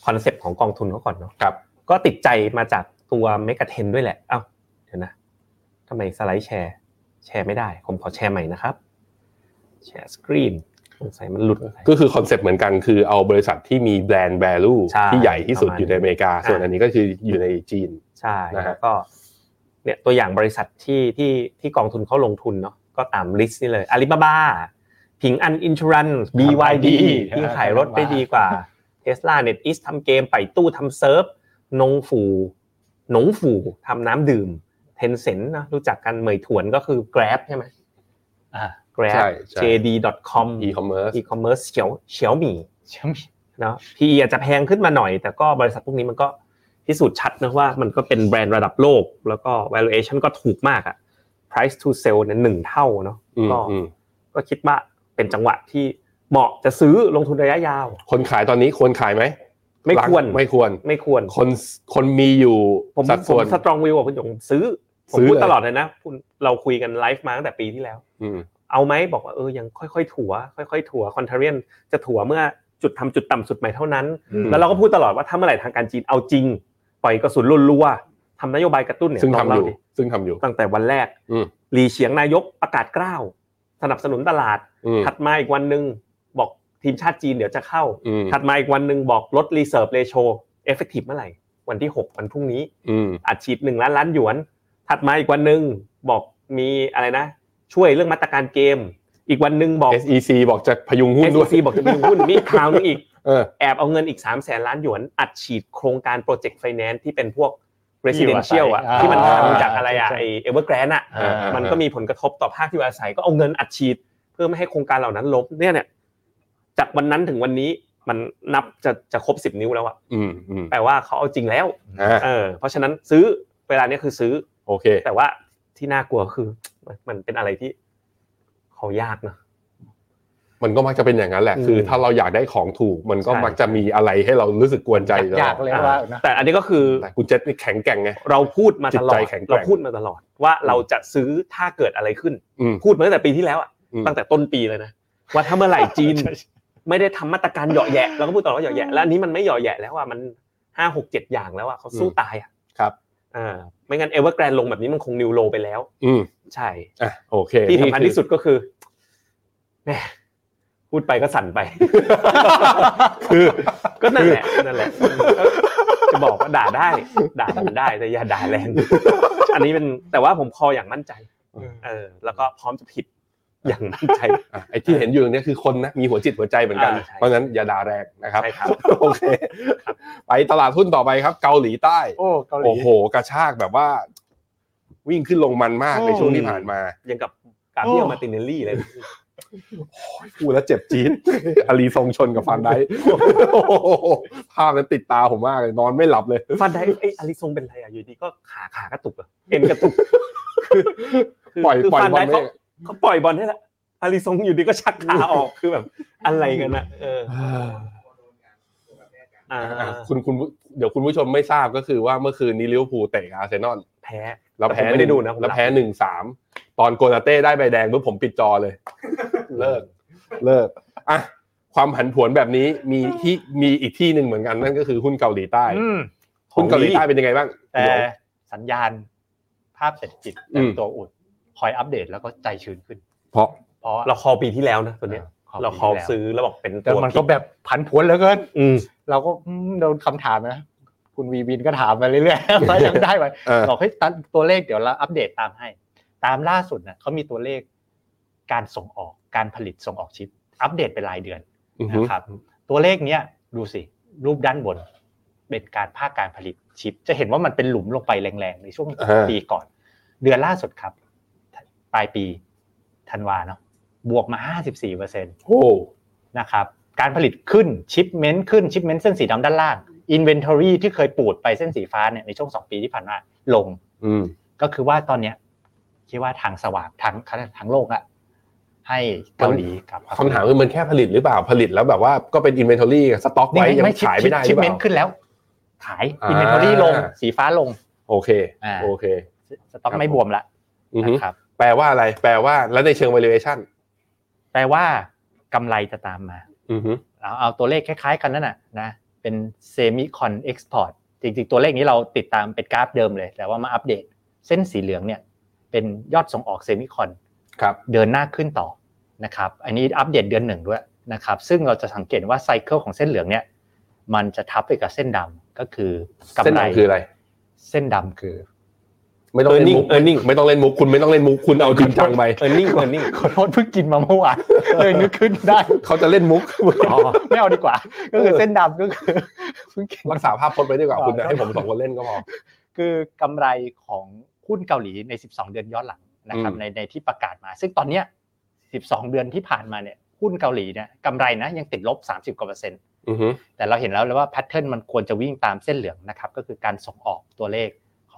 Speaker 3: คอนเซปต์ของกองทุนเขาก่อนเนาะ
Speaker 2: ครับ
Speaker 3: ก็ติดใจมาจากตัวเมกะเทนด้วยแหละ เอ้าเดี๋ยวนะทำไมสไลด์แชร์ แชร์ไม่ได้ ผมขอแชร์ใหม่นะครับ แชร์สกรีนสงสัยมันหลุดไป
Speaker 2: ก็คือคอนเซปต์เหมือนกันคือเอาบริษัทที่มีแบรนด์แวลู
Speaker 3: ใช่
Speaker 2: ที่ใหญ่ที่สุด
Speaker 3: ประมาณ
Speaker 2: อยู่ในอเมริกา
Speaker 3: อ่า
Speaker 2: ส่วนอันนี้ก็คืออยู่ในจีน
Speaker 3: ใช่
Speaker 2: นะฮะ
Speaker 3: แล้วก็เนี่ยตัวอย่างบริษัทที่ที่ที่กองทุนเขาลงทุนเนาะก็ตามลิสต์นี่เลยอาลีบาบาพิงอันอินชูรัน BYD ที่ขายรถได้ดีกว่าเทสลาเน็ตอิสทำเกมไปตู้ทำเซิร์ฟนงฝูหนงฝูทำน้ำดื่มเทนเซ็นนะรู้จักกันเหมยถวนก็คือ Grab ใช่ไหม
Speaker 4: อ่า
Speaker 2: ใช่
Speaker 3: Grab
Speaker 2: ใช่
Speaker 3: JD.com
Speaker 2: e-commerce
Speaker 3: e-commerce เฉียวเฉียวหมี่
Speaker 4: เชื่อม
Speaker 3: เนาะ PE อาจจะแพงขึ้นมาหน่อย แต่ก็บริษัทพวกนี้มันก็พิสูจน์ชัดนะว่ามันก็เป็นแบรนด์ระดับโลก แล้วก็ valuation ก็ถูกมากอะ price to sell เนี่ยหนึ่งเท่าเนาะ
Speaker 2: อืม
Speaker 3: ก็
Speaker 2: อืม
Speaker 3: ก็คิดว่าเป็นจังหวะที่เหมาะจะซื้อลงทุนระยะยาว
Speaker 2: คนขายตอนนี้ควรขายไหม
Speaker 3: ไม่ควร
Speaker 2: หลังไม่ควร
Speaker 3: ไม่ควร
Speaker 2: คนคนมีอยู่
Speaker 3: ผม
Speaker 2: สัด
Speaker 3: ผ
Speaker 2: ส่
Speaker 3: ม
Speaker 2: วน
Speaker 3: สตรองวิวกับคุณหยงซื้อ ผม
Speaker 2: ซื้อ
Speaker 3: พูด
Speaker 2: เลย
Speaker 3: ตลอดเลยนะคุณเราคุยกันไลฟ์มาตั้งแต่ปีที่แล้ว
Speaker 2: อืม
Speaker 3: เอาไหมบอกว่าเออยังค่อยๆถัว ค่อย ๆ ถัวคอนเทเรียนจะถัวเมื่อจุดทำจุดต่ำสุดใหม่เท่านั้น
Speaker 4: อืม
Speaker 3: แล้วเราก็พูดตลอดว่าถ้าเมื่อไหร่ทางการจีนเอาจริง ปล่อยกระสุนรัวๆทำนโยบายกระตุ้นเนี่ย
Speaker 2: ซึ่งทำ
Speaker 3: ล
Speaker 2: อ
Speaker 3: เล่า
Speaker 2: ยู่
Speaker 3: ดิ
Speaker 2: ซึ่งทำอยู่
Speaker 3: ตั้งแต่วันแรก
Speaker 2: อืม
Speaker 3: หลีเฉียงนายกประกาศกล้าวสนับสนุนตลาด
Speaker 2: อืม
Speaker 3: ถัดมาอีกวันหนึ่งบอกทีมชาติจีนเดี๋ยวจะเข้า
Speaker 2: อืม
Speaker 3: ถัดมาอีกวันหนึ่งบอกลดรีเซิร์ฟเรโชเอฟเฟกตีฟเมื่อไหร่ วันที่หกวันพรุ่งนี้
Speaker 2: อืม
Speaker 3: อัดฉีดหนึ่งล้านล้านหยวน ถัดมาอีกวันหนึ่งบอกมีอะไรนะ ช่วยเรื่องมาตรการเกม อีกวันหนึ่งบอก
Speaker 2: SEC บอกจะพยุงหุ้นด้วย
Speaker 3: SEC บอกจะมีหุ้นมีข่าวหนึงอีก
Speaker 2: เออ
Speaker 3: แอบเอาเงินอีก 3 0 0แสนล้านหยวน อัดฉีดโครงการโปรเจกต์ไฟแนนซ์ที่เป็นพวก residential อ่ะ
Speaker 4: ที่
Speaker 3: ที่
Speaker 4: อยู่อาศัย
Speaker 3: มัน
Speaker 4: อ่า
Speaker 3: ทำจากอะไรอะไอเอเวอร์แกรนอ่ะ
Speaker 2: อ่ามั
Speaker 3: มันก็มีผลกระทบต่อภาคที่อยู่อาศัย ก็เอาเงินอัดฉีด เพื่อไม่ให้โครงการเหล่านั้นล้มเนี่ยเนี่ยจากวันนั้นถึงวันนี้มันนับจะจะครบ 10 นิ้วแล้วอ่ะ
Speaker 2: อืมอืม
Speaker 3: แปลว่าเขาเอาจริงแล้ว
Speaker 2: อ่า
Speaker 3: เออเพราะฉะนั้นซื้อเวลาเนี้ยคือซื้อ
Speaker 2: โอเค
Speaker 3: แต่ว่าที่น่ากลัวคือ มันเป็นอะไรที่เขายากเนอะ
Speaker 2: มันก็มักจะเป็นอย่างนั้นแหละ คือ
Speaker 3: อืม
Speaker 2: ถ้าเราอยากได้ของถูก มันก็
Speaker 3: ใช่
Speaker 2: มักจะมีอะไรให้เรารู้สึกกวนใจตลอด
Speaker 4: ยากเลยว่านะ
Speaker 3: แต่อันนี้ก็คือ
Speaker 2: แต่คุณเจษนี่แข็งแกร่งไง
Speaker 3: เราพูดมาตล
Speaker 2: จิต
Speaker 3: อด
Speaker 2: ใจแข็งแกร่ง
Speaker 3: เราพูดมาตลอดว่าเราจะซื้อถ้าเกิดอะไรขึ้น
Speaker 2: อืม
Speaker 3: พูดมาตั้งแต่ปีที่แล้วอะ
Speaker 2: อืม
Speaker 3: ตั้งแต่ต้นปีเลยนะว่าถ้าเมื่ อไหร่จีน ไม่ได้ทำมาตรการเหยาะแยะเราก็พูดตลอดว่าเหยาะแยะแล้วอันนี้มันไม่เหยาะแยะแล้วอ่ะมันห้าหกเจ็ดอย่างแล้วอ่ะเขาสู้ตายอ่ะ
Speaker 2: ครับ
Speaker 3: อ่าไม่งั้นเอเวอร์แกรนลงแบบนี้มันคงนิวโลไปแล้ว
Speaker 2: อืม
Speaker 3: ใช่
Speaker 2: อ่ะโอเค
Speaker 3: ที่สำคัญ
Speaker 2: นี่อ
Speaker 3: ที่สุดก็คือแหมพูดไปก็สั่นไป
Speaker 2: คือ
Speaker 3: ก็นั่นแหละนั่นแหละจะบอกว่าด่าได้ ด่ามันได้แต่อย่าด่าแรง อันนี้เป็นแต่ว่าผมคออย่างมั่นใจ เออ แล้วก็พร้อมจะผิดอย่างมั่นใจ
Speaker 2: อ่ะไอ้ที่เห็นอยู่ตรงเนี้ยคือคนนะมีหัวจิตหัวใจเหมือนกัน
Speaker 3: อ่าใช่
Speaker 2: เพราะฉะนั้นอย่าด่าแรงนะครับ
Speaker 3: ใช่ครับ
Speaker 2: โอเค ไปตลาดหุ้นต่อไปครับ เกาหลีใต้
Speaker 6: โอ้เกาหลี
Speaker 2: โอ้โห กระชากแบบว่า วิ่งขึ้นลงมันมากในช่วงที่ผ่านมา
Speaker 3: ยังกับการที่เอามาร์ตินเนลลี่เลย
Speaker 2: พูดแล้วเจ็บจี๊ด อารีทรงชนกับฟันได้ ภาพนั้นติดตาผมมากเลย นอนไม่หลับเลย
Speaker 3: ฟันได้ไอ้ยอาริซงเป็นไรอ่ะอยู่ดีก็ขาขากระตุกเหรอ่ะเอ็นกระตุกคือคือ
Speaker 2: ปล่อย
Speaker 3: คือ
Speaker 2: ปล่อย
Speaker 3: ฟัน
Speaker 2: บอ
Speaker 3: ได้
Speaker 2: ลไม่
Speaker 3: เขาเขาปล่อยบอลให้ละอาริซงอยู่ดีก็ชักขาออกคือแบบอะไรกันนะเอออ่า
Speaker 2: อ่ะคุณคุณเดี๋ยวคุณผู้ชมไม่ทราบก็คือว่าเมื่อคืนนี้ลิเวอร์พูลเตะกับอาร์เซนอล
Speaker 3: แพ้
Speaker 2: แล้วแพ้
Speaker 3: แต่ผมไม่ได้ดูนะผม
Speaker 2: แล้วแพ้หนึ่งสามตอนโกนาเต้ได้ใบแดงปุ๊บผมปิดจอเลย เลิกเลิกอ่ะความผันผวนแบบนี้มีที่มีอีกที่หนึ่งเหมือนกันนั่นก็คือหุ้นเกาหลีใต้
Speaker 4: อืม
Speaker 2: หุ้นเกาหลีใต้เป็นยังไงบ้าง
Speaker 4: แต่
Speaker 2: เดี๋ยว
Speaker 4: สัญญาณภาพเศรษฐกิจ
Speaker 2: อืม
Speaker 4: ตัวอุดคอยอัปเดตแล้วก็ใจชื้นขึ้น
Speaker 2: เพราะ
Speaker 4: เพราะ
Speaker 3: เราคอปีที่แล้วนะตัวเนี้ย เราคอ
Speaker 4: ปีที่แล้ว
Speaker 3: ซื้อแล้วบอกเป็น
Speaker 6: แต่
Speaker 3: ตัว
Speaker 6: มันก็แบบผันผวนเหลือเกิน
Speaker 3: อืม
Speaker 4: เราก็อืมโดนคำถามนะ คุณวีวินก็ถามมาเรื่อยๆ ว่ายังได้ไหม
Speaker 2: เออ
Speaker 4: บอกเฮ้ยตัดตัวเลขเดี๋ยวเราอัปเดตตามให้ ตามล่าสุดนะเขามีตัวเลขการส่งออกการผลิตส่งออกชิป อัปเดตเป็นรายเดือน
Speaker 2: อือฮึ
Speaker 4: นะครับตัวเลขเนี้ยดูสิ รูปด้านบน เป็นการภาคการผลิตชิป จะเห็นว่ามันเป็นหลุมลงไปแรงๆ ในช่วง
Speaker 2: อ่า
Speaker 4: ปีก่อน เดือนล่าสุดครับ ปลายปีธันวาเนาะบวกมา 54%
Speaker 2: โอ้
Speaker 4: นะครับการผลิตขึ้นชิปเมนต์ขึ้นชิปเมนต์เส้นสีดำด้านล่าง Inventory ที่เคยปูดไปเส้นสีฟ้าเนี่ยในช่วง 2 ปีที่ผ่านมาลง
Speaker 2: อืม
Speaker 4: ก็คือว่าตอนเนี้ยคิดว่าทางสว่างทางทางโลกอะให้เกาหลีกับ
Speaker 2: คำถามคือมันแค่ผลิตหรือเปล่าผลิตแล้วแบบว่าก็เป็นอินเวนทอรี่สต็อกไว้ยังขายไม่ได้ห
Speaker 4: ชิ
Speaker 2: รือ
Speaker 4: ป
Speaker 2: เป
Speaker 4: เมน
Speaker 2: ล่า
Speaker 4: ต์ขึ้นแล้ว ขาย
Speaker 2: อ่า
Speaker 4: อินเวนทอรี่ลงสีฟ้าลง
Speaker 2: โอเค
Speaker 4: อ่า
Speaker 2: โอเค
Speaker 4: สต็อกไม่บวมละ
Speaker 2: อือ
Speaker 4: นะ
Speaker 2: ฮึ
Speaker 4: ครับ
Speaker 2: แปลว่าอะไร แปลว่าแล้วในเชิง valuation
Speaker 4: แปลว่ากำไรจะตามมา
Speaker 2: อือฮึ
Speaker 4: เอาเอาตัวเลขคล้ายๆกันนั่นน่ะนะเป็นเซมิคอนเอ็กซ์พอร์ตจริงๆ ตัวเลขนี้เราติดตามเป็นกราฟเดิมเลย แต่ว่ามาอัปเดตเส้นสีเหลืองเนี่ยเป็นยอดส่งออกเซมิคอน
Speaker 2: ครับ
Speaker 4: เดินหน้าขึ้นต่อนะครับ อันนี้อัปเดตเดือนหนึ่งด้วยนะครับ ซึ่งเราจะสังเกตว่าไซเคิลของเส้นเหลืองเนี่ยมันจะทับไปกับเส้นดำก็คือกำ
Speaker 2: เส้นห
Speaker 4: ไร
Speaker 2: นังคืออะไร
Speaker 4: เส้นดำคือ
Speaker 2: ไม่ต้องเล่นมุก
Speaker 3: earning
Speaker 2: ไม่ต้องเล่นมุกคุณไม่ต้องเล่นมุกคุณเอาจริงจังไป
Speaker 3: เออร์เน็งเออร์เน็ง
Speaker 4: ขอโทษเพิ่งกินมาเมื่อวาน เลยนึกขึ้นได้
Speaker 2: เขาจะเล่นมุก
Speaker 4: ไม่เอาดีกว่า ก็คือเส้นดำก็คือเพิ่งกิน
Speaker 2: รักษาภาพพจน์ไปดีกว่าคุณนะ
Speaker 4: อ่า
Speaker 2: ให้ผมสองคนเล่นก็พอ
Speaker 4: คือกำไรของหุ้นเกาหลีใน 12 เดือนย้อนหลังนะครับ
Speaker 2: อืม
Speaker 4: ในในที่ประกาศมา ซึ่งตอนเนี้ย12 เดือนที่ผ่านมาเนี่ยหุ้นเกาหลีเนี่ยกำไรนะยังติดลบ 30 กว่าเปอร์เซ็นต์
Speaker 2: อือฮึ
Speaker 4: แต่เราเห็นแล้วแล้วว่าแพทเทิร์นมันควรจะวิ่งตามเส้นเหลืองนะครับ ก็คือการส่งออกตัวเลข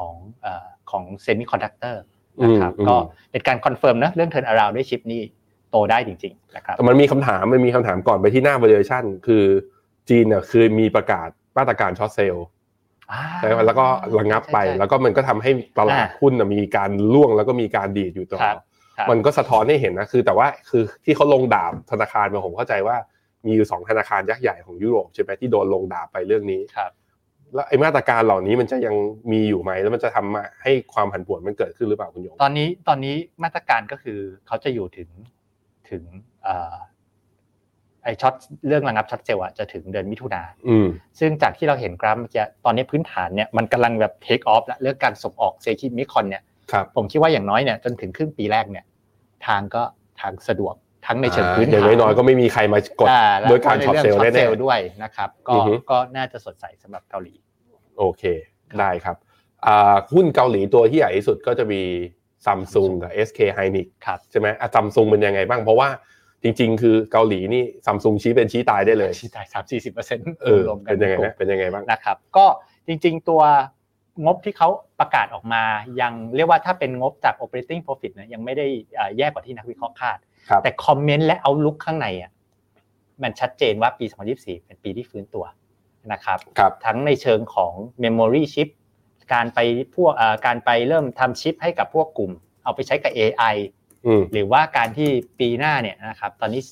Speaker 4: ของเอ่อของเซมิคอนดักเตอร์นะครับ
Speaker 2: อืม
Speaker 4: ก็เป็นการคอนเฟิร์มนะเรื่องเทิร์นอาราวด้วยชิปนี้โตได้จริงๆนะครับ
Speaker 2: แต่มันมีคำถามมันมีคำถามก่อนไปที่หน้า valuation คือจีนเนี่ยคือมีประกาศมาตรการช็อตเซลล์ใช่ไหมแล้วก็ระงับไป แล้วก็มันก็ทำให้ตลาด
Speaker 4: อ่า
Speaker 2: หุ้นน่ะมีการล่วงแล้วก็มีการดีดอยู่ต่อ
Speaker 4: ครับ ครับ
Speaker 2: มันก็สะท้อนให้เห็นนะคือ แต่ว่าคือที่เขาลงดาบธนาคารมาผมเข้าใจว่ามีอยู่สองธนาคารยักษ์ใหญ่ของยุโรปใช่ไหมที่โดนลงดาบไปเรื่องนี้
Speaker 4: ครับ
Speaker 2: แล้วไอ้มาตรการเหล่านี้มันจะยังมีอยู่ไหมแล้วมันจะทำมาให้ความผันผวนมันเกิดขึ้นหรือเปล่าคุณหยง
Speaker 4: ตอนนี้ตอนนี้มาตรการก็คือเขาจะอยู่ถึงถึงเอ่อ ไอช็อตเรื่องระงับช็อตเซลล์อะจะถึงเดือนมิถุนา
Speaker 2: อืม
Speaker 4: ซึ่งจากที่เราเห็นกราฟเมื่อกี้ตอนนี้พื้นฐานเนี่ยมันกำลังแบบเทคออฟแล้วเรื่องการส่งออกเซคิมิคอนเนี่ย
Speaker 2: ครับ
Speaker 4: ผมคิดว่าอย่างน้อยเนี่ยจนถึงครึ่งปีแรกเนี่ยทางก็ทางสะดวกทั้งในเชิงพื้น
Speaker 2: อย่า
Speaker 4: ฐาง น
Speaker 2: น้อยๆก็ไม่มีใครมากด
Speaker 4: อ่แล้ว
Speaker 2: โดยการช็อตเซลล์
Speaker 4: ใน
Speaker 2: แน่
Speaker 4: ง short sell
Speaker 2: ๆ
Speaker 4: ด้วยนะครับก็
Speaker 2: อือฮึ
Speaker 4: ก็น่าจะสดใสสำหรับเกาหลี
Speaker 2: โอเค ได้ครับอ่าหุ้นเกาหลีตัวที่ใหญ่ที่สุดก็จะมีซัมซุงกับ SK h y n i x
Speaker 4: ครับ
Speaker 2: ใช่ไหมซัมซุงเป็นยังไงบ้าง เพราะว่าจริงๆ คือเกาหลีนี่ซัมซุงชี้เป็นชี้ตายได้เลย
Speaker 4: ชี้ตายสามสี่สิบเปอร์เซ็นต์
Speaker 2: เออ
Speaker 4: รวมกั
Speaker 2: เป็นยังไง
Speaker 4: กลุ่ม
Speaker 2: นะเป็นยังไงบ้าง
Speaker 4: นะครับก็จริงๆตัวงบที่เขาประกาศออกมา ยังเรียกว่าถ้าเป็นงบจาก operating profit เนี่ยยังไม่ได้เอ่อแย่กว่าที่นักวิเคราะห์คาด
Speaker 2: ครับ
Speaker 4: แต่คอมเมนต์และเอาลุกข้างในอ่ะมันชัดเจนว่าปี 2024 เป็นปีที่ฟื้นตัวนะครับ
Speaker 2: ครับ
Speaker 4: ทั้งในเชิงของ memory chip การไปพวกเอ่อการไปเริ่มทำชิปให้กับพวกกลุ่ม เอาไปใช้กับ AI
Speaker 2: อืม
Speaker 4: หรือว่าการที่ปีหน้าเนี่ยนะครับตอนนี้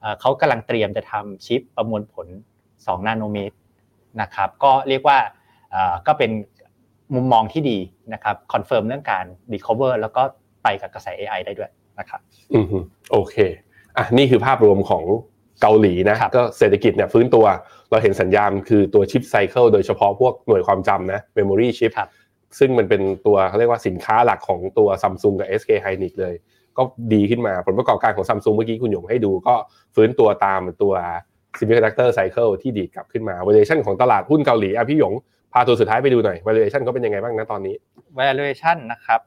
Speaker 4: เอ่อเขากำลังเตรียมจะทำชิปประมวลผล 2 นาโนเมตรนะครับก็เรียกว่าเอ่อก็เป็นมุมมองที่ดีนะครับคอนเฟิร์มเรื่องการ recover แล้วก็ไปกับกระแส AI ได้ด้วยนะครับ
Speaker 2: อืมฮึโอเค อ่ะ นี่คือภาพรวมของเกาหลีนะ
Speaker 4: ครับ
Speaker 2: ก็เศรษฐกิจเนี่ยฟื้นตัว เราเห็นสัญญาณคือตัวชิปไซเคิลโดยเฉพาะพวกหน่วยความจำนะ Memory Chip
Speaker 4: ครับ
Speaker 2: ซึ่งมันเป็นตัวเขาเรียกว่าสินค้าหลักของตัว Samsung กับ SK h y n i x เลย ก็ดีขึ้นมา ผลประกอบการของ Samsung เมื่อกี้คุณหยงให้ดูก็ฟื้นตัวตามตัว Semiconductor Cycle ที่ดีดกลับขึ้นมา valuation ของตลาดหุ้นเกาหลีอ่ะพี่หยง พาตัวสุดท้ายไปดูหน่อย valuation เขาเป็นยังไงบ้างนะตอนนี้
Speaker 4: valuation นะครับ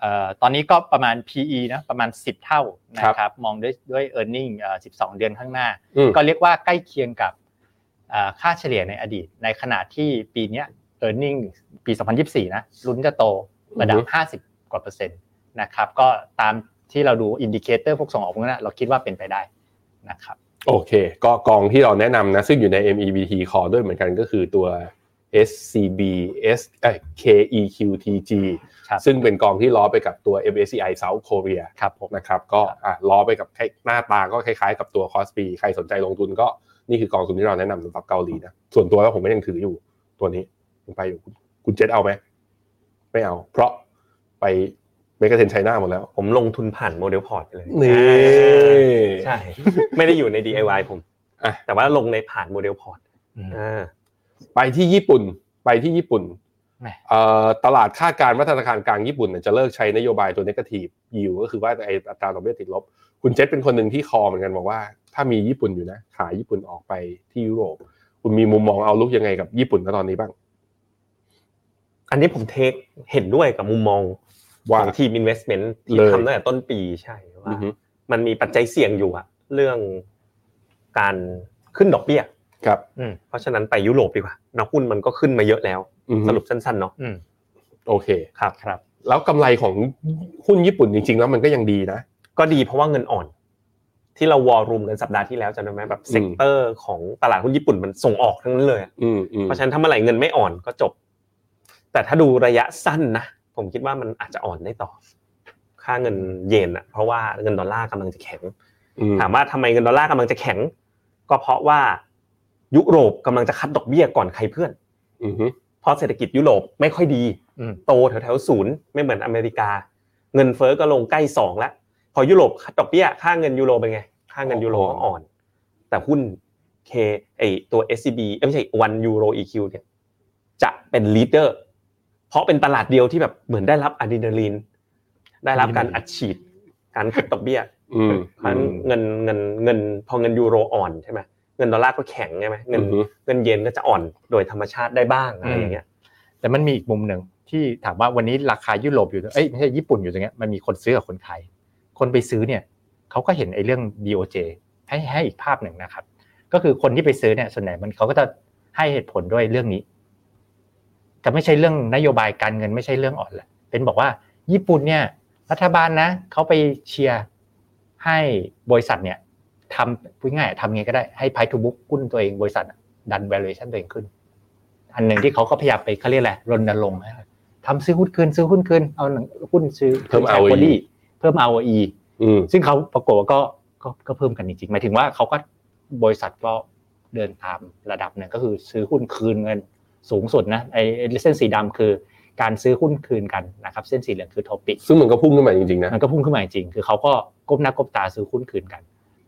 Speaker 4: เอ่อตอนนี้ก็ประมาณ PE นะประมาณ 10 เท่านะครับมองด้วยด้วย earning เอ่อ12 เดือนข้างหน้า
Speaker 2: อืม
Speaker 4: ก็เรียกว่าใกล้เคียงกับเอ่อค่าเฉลี่ยในอดีต ในขณะที่ปีเนี้ย e a r n i n g ปี 2024 นะลุ้นจะโตระดับ 50 กว่าเปอร์เซ็นต์นะครับก็ตามที่เราดูอินดิเคเตอร์พวกส่งออกพวกนั้นนะเราคิดว่าเป็นไปได้นะครับ
Speaker 2: โอเค ก็กองที่เราแนะนำนะซึ่งอยู่ใน MEBT Core ด้วยเหมือนกันก็คือตัว SCB S เอ่อ KEQTG
Speaker 4: ครับ
Speaker 2: ซึ่งเป็นกองที่ล้อไปกับตัว MSCI South Korea
Speaker 4: ครับผม
Speaker 2: นะครับก็อ่ะล้อไปกับหน้าตาก็คล้ายๆกับตัวคอสปีใครสนใจลงทุนก็นี่คือกองทุนที่เราแนะนำสำหรับเกาหลีนะ ส่วนตัวแล้วผมก็ยังถืออยู่ตัวนี้ผมไปอยู่คุณคุณเจษเอาไหม ไม่เอา เพราะไปเมกะเทนไชน่าหมดแล้ว
Speaker 3: ผมลงทุนผ่านโมเดลพอร์ตไปเลย
Speaker 2: นี่
Speaker 3: ใช่ ไม่ได้อยู่ใน DIY ผม
Speaker 2: อ่ะ
Speaker 3: แต่ว่าลงในผ่านโมเดลพอร์ตอ่า
Speaker 2: ไปที่ญี่ปุ่นไปที่ญี่ปุ่น
Speaker 4: แหม
Speaker 2: เอ่อตลาดคาดการณ์ว่าธนาคารกลางญี่ปุ่นเนี่ยจะเลิกใช้นโยบายตัว negative yield ก็คือว่าไออัตราดอกเบี้ยติดลบ คุณเจษเป็นคนหนึ่งที่คอเหมือนกันบอกว่า ถ้ามีญี่ปุ่นอยู่นะ ขายญี่ปุ่นออกไปที่ยุโรป คุณมีมุมมองเอาลุกยังไงกับญี่ปุ่นณตอนนี้บ้าง
Speaker 3: อันนี้ผมเทคเห็นด้วยกับมุมมอง
Speaker 2: ว่า
Speaker 3: ของทีม investment ที่
Speaker 2: เลย
Speaker 3: ทำตั้งแต่ต้นปีใช่
Speaker 2: อื
Speaker 3: ว่า
Speaker 2: อฮึ
Speaker 3: มันมีปัจจัยเสี่ยงอยู่อะเรื่องการขึ้นดอกเบี้ย
Speaker 2: ครับ
Speaker 3: เพราะฉะนั้นไปยุโรปดีกว่านักหุ้นมันก็ขึ้นมาเยอะแล้ว
Speaker 2: อือฮึ
Speaker 3: สรุปสั้นๆเนาะ
Speaker 4: อืม
Speaker 2: โอเค
Speaker 3: ครับ
Speaker 4: ครับ
Speaker 2: แล้วกำไรของหุ้นญี่ปุ่นจริง ๆ แล้วมันก็ยังดีนะ
Speaker 3: ก็ดีเพราะว่าเงินอ่อน ที่เราวอลรุมกันสัปดาห์ที่แล้วจำได้ไหมแบบเซกเตอร์ของตลาดหุ้นญี่ปุ่นมันส่งออกทั้งนั้นเลยอะ
Speaker 2: อืมอืม
Speaker 3: เพราะฉะนั้นถ้าเมื่อไหร่เงินไม่อ่อนก็จบ แต่ถ้าดูระยะสั้นนะ ผมคิดว่ามันอาจจะอ่อนได้ต่อ ค่าเงินเยนอ่ะเพราะว่าเงินดอลลาร์กำลังจะแข็ง
Speaker 2: อืม
Speaker 3: ถามว่าทำไมเงินดอลลาร์กำลังจะแข็ง ก็เพราะว่ายุโรปกำลังจะคัดดอกเบี้ยก่อนใครเพื่อน
Speaker 2: อือฮึ
Speaker 3: เพราะเศรษฐกิจยุโรปไม่ค่อยดี
Speaker 4: อืม
Speaker 3: โตแถวแถวๆศูนย์ไม่เหมือนอเมริกา เงินเฟ้อก็ลงใกล้สองแล้วพอยุโรปคัดดอกเบี้ยค่าเงินยูโรเป็นไง ค่าเงินยูโรก็อ่อน แต่หุ้นเคไอตัว SCB เอ้ยไม่ใช่วันยูโร EQ เนี่ยจะเป็นลีดเดอร์เพราะเป็นตลาดเดียวที่แบบเหมือนได้รับอะดรีนาลีนได้รับการอัดฉีดการคัดดอกเบี้ย
Speaker 2: อืม
Speaker 3: เพราะฉะนั้นเงินเงินเงินพอเงินยูโรอ่อนใช่ไหมเงินดอลลาร์ก็แข็งใช่ไหมเงิ
Speaker 2: อื
Speaker 3: น
Speaker 2: อฮึ
Speaker 3: เงินเยนก็จะอ่อนโดยธรรมชาติได้บ้างอะไรอย่างเงี้ย
Speaker 4: แต่มันมีอีกมุมหนึ่งที่ถามว่าวันนี้ราคายุโรปอยู่เอ้ยไม่ใช่ญี่ปุ่นอยู่ตรงเนี้ยมันมีคนซื้อกับคนขายคนไปซื้อเนี่ยเขาก็เห็นไอ้เรื่อง BOJ ให้ให้อีกภาพหนึ่งนะครับ ก็คือคนที่ไปซื้อเนี่ยส่วนใหญ่มันเขาก็จะให้เหตุผลด้วยเรื่องนี้ จะไม่ใช่เรื่องนโยบายการเงินไม่ใช่เรื่องอ่อนแหละเป็นบอกว่าญี่ปุ่นเนี่ย รัฐบาลนะเขาไปเชียร์ให้บริษัทเนี่ยทำพูดง่ายๆทำไงก็ได้ให้ price to book หุ้นตัวเองบริษัทอะดัน valuation ตัวเองขึ้น อันหนึ่งที่เขาก็พยายามไปเขาเรียกอะไรรณรงค์ให้ทำซื้อหุ้นคืนซื้อหุ้นคืนเอาหนังหุ้นซื้อ
Speaker 2: เพิ่มเอา
Speaker 4: แชร์ quality
Speaker 2: อี
Speaker 4: เพิ่ม ROE
Speaker 2: อืม
Speaker 4: ซึ่งเขาปรากฏว่าก็ก็ก็เพิ่มกันจริงๆหมายถึงว่าเขาก็บริษัทก็เดินตามระดับหนึ่งก็คือซื้อหุ้นคืนเงินสูงสุดนะไอ้ไอ้เส้นสีดำคือการซื้อหุ้นคืนกันนะครับเส้นสีเหลืองคือทอปิก
Speaker 2: ซึ่งมันก็พุ่งขึ้นมาจริงๆนะ
Speaker 4: มันก็พุ่งขึ้นมาจริงๆคือเขาก็ก้มหน้าก้มตาซื้อหุ้นคืนกัน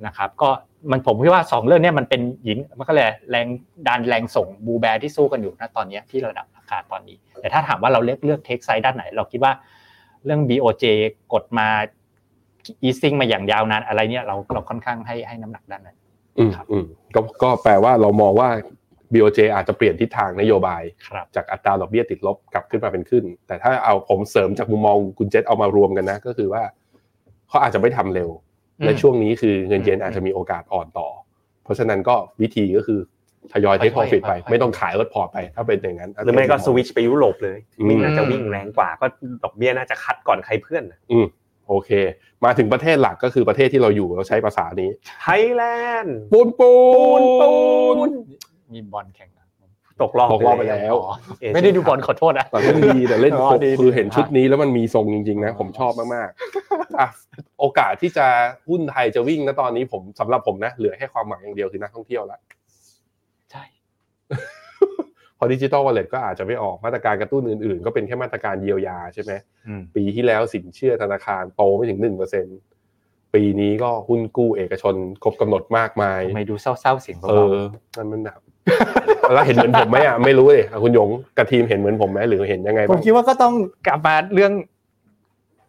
Speaker 4: นะครับก็ มันผมคิดว่าสองเรื่องเนี้มันเป็นหญิงมันก็เลยแรงดันแรงส่งบูแบร์ที่สู้กันอยู่ณตอนเนี้ยที่ระดับราคาตอนนี้ แต่ถ้าถามว่าเราเลือกเลือกเทคไซด์ด้านไหน เราคิดว่าเรื่อง BOJ กดมาอีซิงมาอย่างยาวนานอะไรเนี่ยเราเราค่อนข้างให้ให้น้ำหนักด้านนั้น
Speaker 2: อืม
Speaker 4: ครับ
Speaker 2: อืมก็ก็แปลว่าเรามองว่า BOJ อาจจะเปลี่ยนทิศทางนโยบาย
Speaker 4: ครับ
Speaker 2: จากอัตราดอกเบี้ยติดลบกลับขึ้นมาเป็นขึ้น แต่ถ้าเอาผมเสริมจากมุมมองคุณเจษเอามารวมกันนะ ก็คือว่าเขาอาจจะไม่ทำเร็ว และช่วงนี้คือเงินเยนอาจจะมีโอกาสอ่อนต่อ เพราะฉะนั้นก็วิธีก็คือทยอยเทคพอฟิตไป ไม่ต้องขายรถพอร์ตไป ถ้าเป็นอย่างนั้น
Speaker 3: หรือไม่ก็สวิตชไปยุโรปเลย
Speaker 2: อืม
Speaker 3: วิ่งน่าจะวิ่งแรงกว่าก็ดอกเบี้ยน่าจะคัดก่อนใครเพื่อนน่ะ
Speaker 2: โอเค มาถึงประเทศหลักก็คือประเทศที่เราอยู่เราใช้ภาษานี้
Speaker 3: ไทยแลนด์
Speaker 2: ปูนปูนปูน
Speaker 4: มีบอลแข่งนะ
Speaker 3: ตกรอบ
Speaker 2: ตกรอบไปแล้ว
Speaker 4: อ๋อไม่ได้ดูบอลขอโทษนะ
Speaker 2: แต่เล่นดีแต่เล่น
Speaker 4: อ๋
Speaker 2: ค
Speaker 4: อ
Speaker 2: รบ
Speaker 4: ดี
Speaker 2: คือ
Speaker 4: ดี
Speaker 2: เห็นชุดนี้แล้วมันมีทรงจริงๆนะ ผมชอบมากๆอ่ะโอกาสที่จะหุ้นไทยจะวิ่งนะตอนนี้ผมสำหรับผมนะ เหลือแค่ความหวังอย่างเดียวคือนักท่องเที่ยวละ
Speaker 4: ใช่
Speaker 2: พอดิจิตอลวอลเล็ตก็อาจจะไม่ออกมาตรการกระตุ้นอื่นๆ ก็เป็นแค่มาตรการเยียวยาใช่ไหม
Speaker 4: อืม
Speaker 2: ปีที่แล้วสินเชื่อธนาคารโตไม่ถึงหนึ่งเปอร์เซ็นปีนี้ก็หุ้นกู้เอกชนครบกำหนดมากมาย
Speaker 4: ทำไมดูเศร้าๆเสียง
Speaker 2: เอ
Speaker 4: เบา
Speaker 2: อมันมันแบบ แล้วเห็นเหมือนผมไหมอ่ะไม่รู้เลยคุณหยงกับทีมเห็นเหมือนผมไหมหรือเห็นยังไง
Speaker 4: ๆผม
Speaker 2: บ้าง
Speaker 4: คิดว่าก็ต้องกลับมาเรื่อง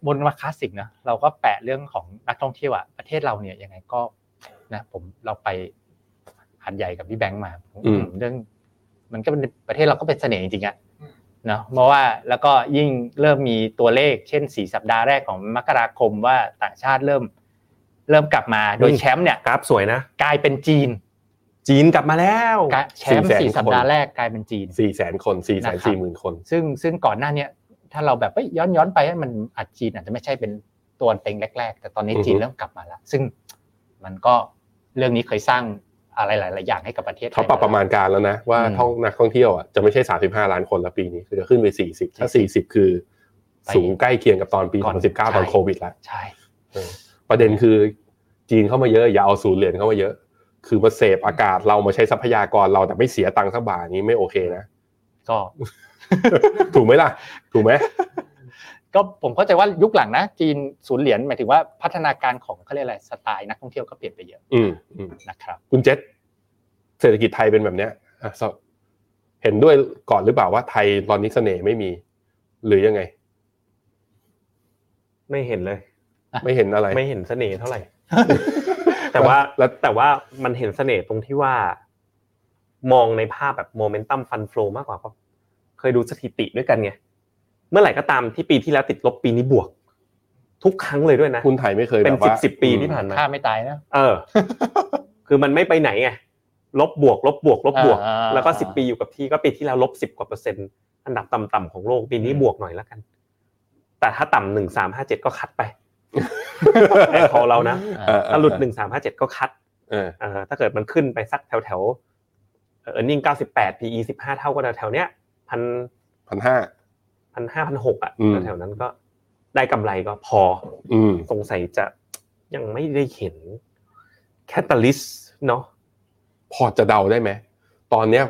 Speaker 4: บนมาคลาสสิกนะเราก็แปะเรื่องของนักท่องเที่ยวอะประเทศเราเนี่ยยังไงก็นะ ผมเราไปหันใหญ่กับพี่แบงค์มาผมเรื่อง มันก็เป็นประเทศเราก็เป็นเสน่ห์จริงๆอะ
Speaker 5: อืม
Speaker 4: เนาะเพราะว่าแล้วก็ยิ่งเริ่มมีตัวเลข เช่นสี่สัปดาห์แรกของมกราคมว่าต่างชาติเริ่ม เริ่มกลับมาโดยแชมป์เนี่ย
Speaker 3: กราฟสวยนะ
Speaker 4: กลายเป็นจีน
Speaker 3: จีนกลับมาแล้ว
Speaker 4: กลายแชมป์สี่สัปดาห์แรกกลายเป็นจีน
Speaker 2: สี่แสนคนสี่แส
Speaker 4: นะ
Speaker 2: น
Speaker 4: ครั
Speaker 2: สี่
Speaker 4: บ
Speaker 2: หมื่นคน
Speaker 4: ซึ่งซึ่งก่อนหน้าเนี้ยถ้าเราแบบเอ้ยย้อนย้อนไปมันอาจจีนอาจจะไม่ใช่เป็นตัวเต็งแรก ๆ แต่ตอนนี้
Speaker 2: อือฮึ
Speaker 4: จีนเริ่มกลับมาแล้ว ซึ่งมันก็เรื่องนี้เคยสร้างอะไรหลาย ๆ อย่างให้กับประเทศไทย
Speaker 2: เขาปรับประมาณการแล้วนะ ว่า
Speaker 4: อืม
Speaker 2: ท่องนักท่องเที่ยวอ่ะจะไม่ใช่ 35 ล้านคนละปีนี้คือจะขึ้นไป 40 ถ้า 40 คือ
Speaker 4: ไป
Speaker 2: สูงใกล้เคียงกับตอนปี
Speaker 4: ก่อน
Speaker 2: 2019 ตอน
Speaker 4: ใช่
Speaker 2: โควิดแล้ว
Speaker 4: ใช่
Speaker 2: ประเด็นคือจีนเข้ามาเยอะอย่าเอาศูนย์เหรียญเข้ามาเยอะ คือมาเสพอากาศเรามาใช้ทรัพยากรเราแต่ไม่เสียตังค์สักบาทนี้ไม่โอเคนะ
Speaker 4: ก็
Speaker 2: ถูกไหมล่ะ ถูกไหม
Speaker 4: ก็ผมเข้าใจว่ายุคหลังนะ จีนศูนย์เหรียญหมายถึงว่าพัฒนาการของเขาเรียกอะไรสไตล์นักท่องเที่ยวก็เปลี่ยนไปเยอะ
Speaker 2: อืมอืม
Speaker 4: นะครับ
Speaker 2: คุณเจษเศรษฐกิจไทยเป็นแบบเนี้ยอ่ะสเห็นด้วยก่อนหรือเปล่าว่าไทยตอนนี้เสน่ห์ไม่มี หรือยังไง
Speaker 3: ไม่เห็นเลย
Speaker 2: ไม่เห็นอะไร
Speaker 3: ไม่เห็นเสน่ห์เท่า ไหร่ แต่ว่า
Speaker 2: แล้ว
Speaker 3: แต่ว่ามันเห็นเสน่ห์ตรงที่ว่า มองในภาพแบบโมเมนตัมฟันโฟลมากกว่าเพราะเคยดูสถิติด้วยกันไง เมื่อไหร่ก็ตามที่ปีที่แล้วติดลบปีนี้บวก ทุกครั้งเลยด้วยนะ
Speaker 2: คุณไทยไม่เคย
Speaker 3: เป็น
Speaker 2: แบบว่า
Speaker 3: สิบสิบปี
Speaker 2: อืม
Speaker 3: ที่ผ่านมา
Speaker 4: ถ้าไม่ตายนะ
Speaker 3: เออ คือมันไม่ไปไหนไงลบบวก ลบบวก ลบบวก
Speaker 4: อ่า
Speaker 3: แล้วก็สิบปีอยู่กับที่ก็ปีที่แล้วลบสิบกว่าเปอร์เซ็นต์อันดับต่ำๆของโลกปีนี้บวกหน่อยแล้วกัน แต่ถ้าต่ำหนึ่งสามห้าเจ็ดก็คัดไป แอร์คอเรานะ ถ้าหลุดหนึ่งสามห้าเจ็ดก็คัด
Speaker 2: เออ
Speaker 3: เอ่อถ้าเกิดมันขึ้นไปสักแถวแถวเออร์เน็งเก้าสิบแปด PE สิบห้าเท่าก็แถวๆเนี้ยพัน
Speaker 2: พันห้า
Speaker 3: พันห้าพันหกอ่ะ
Speaker 2: อืม
Speaker 3: แถวๆนั้นก็ได้กำไรก็พอ
Speaker 2: อืม
Speaker 3: สงสัยจะยังไม่ได้เห็นแคตตาลิสเนาะ
Speaker 2: พอจะเดาได้ไหม ตอนเนี้ย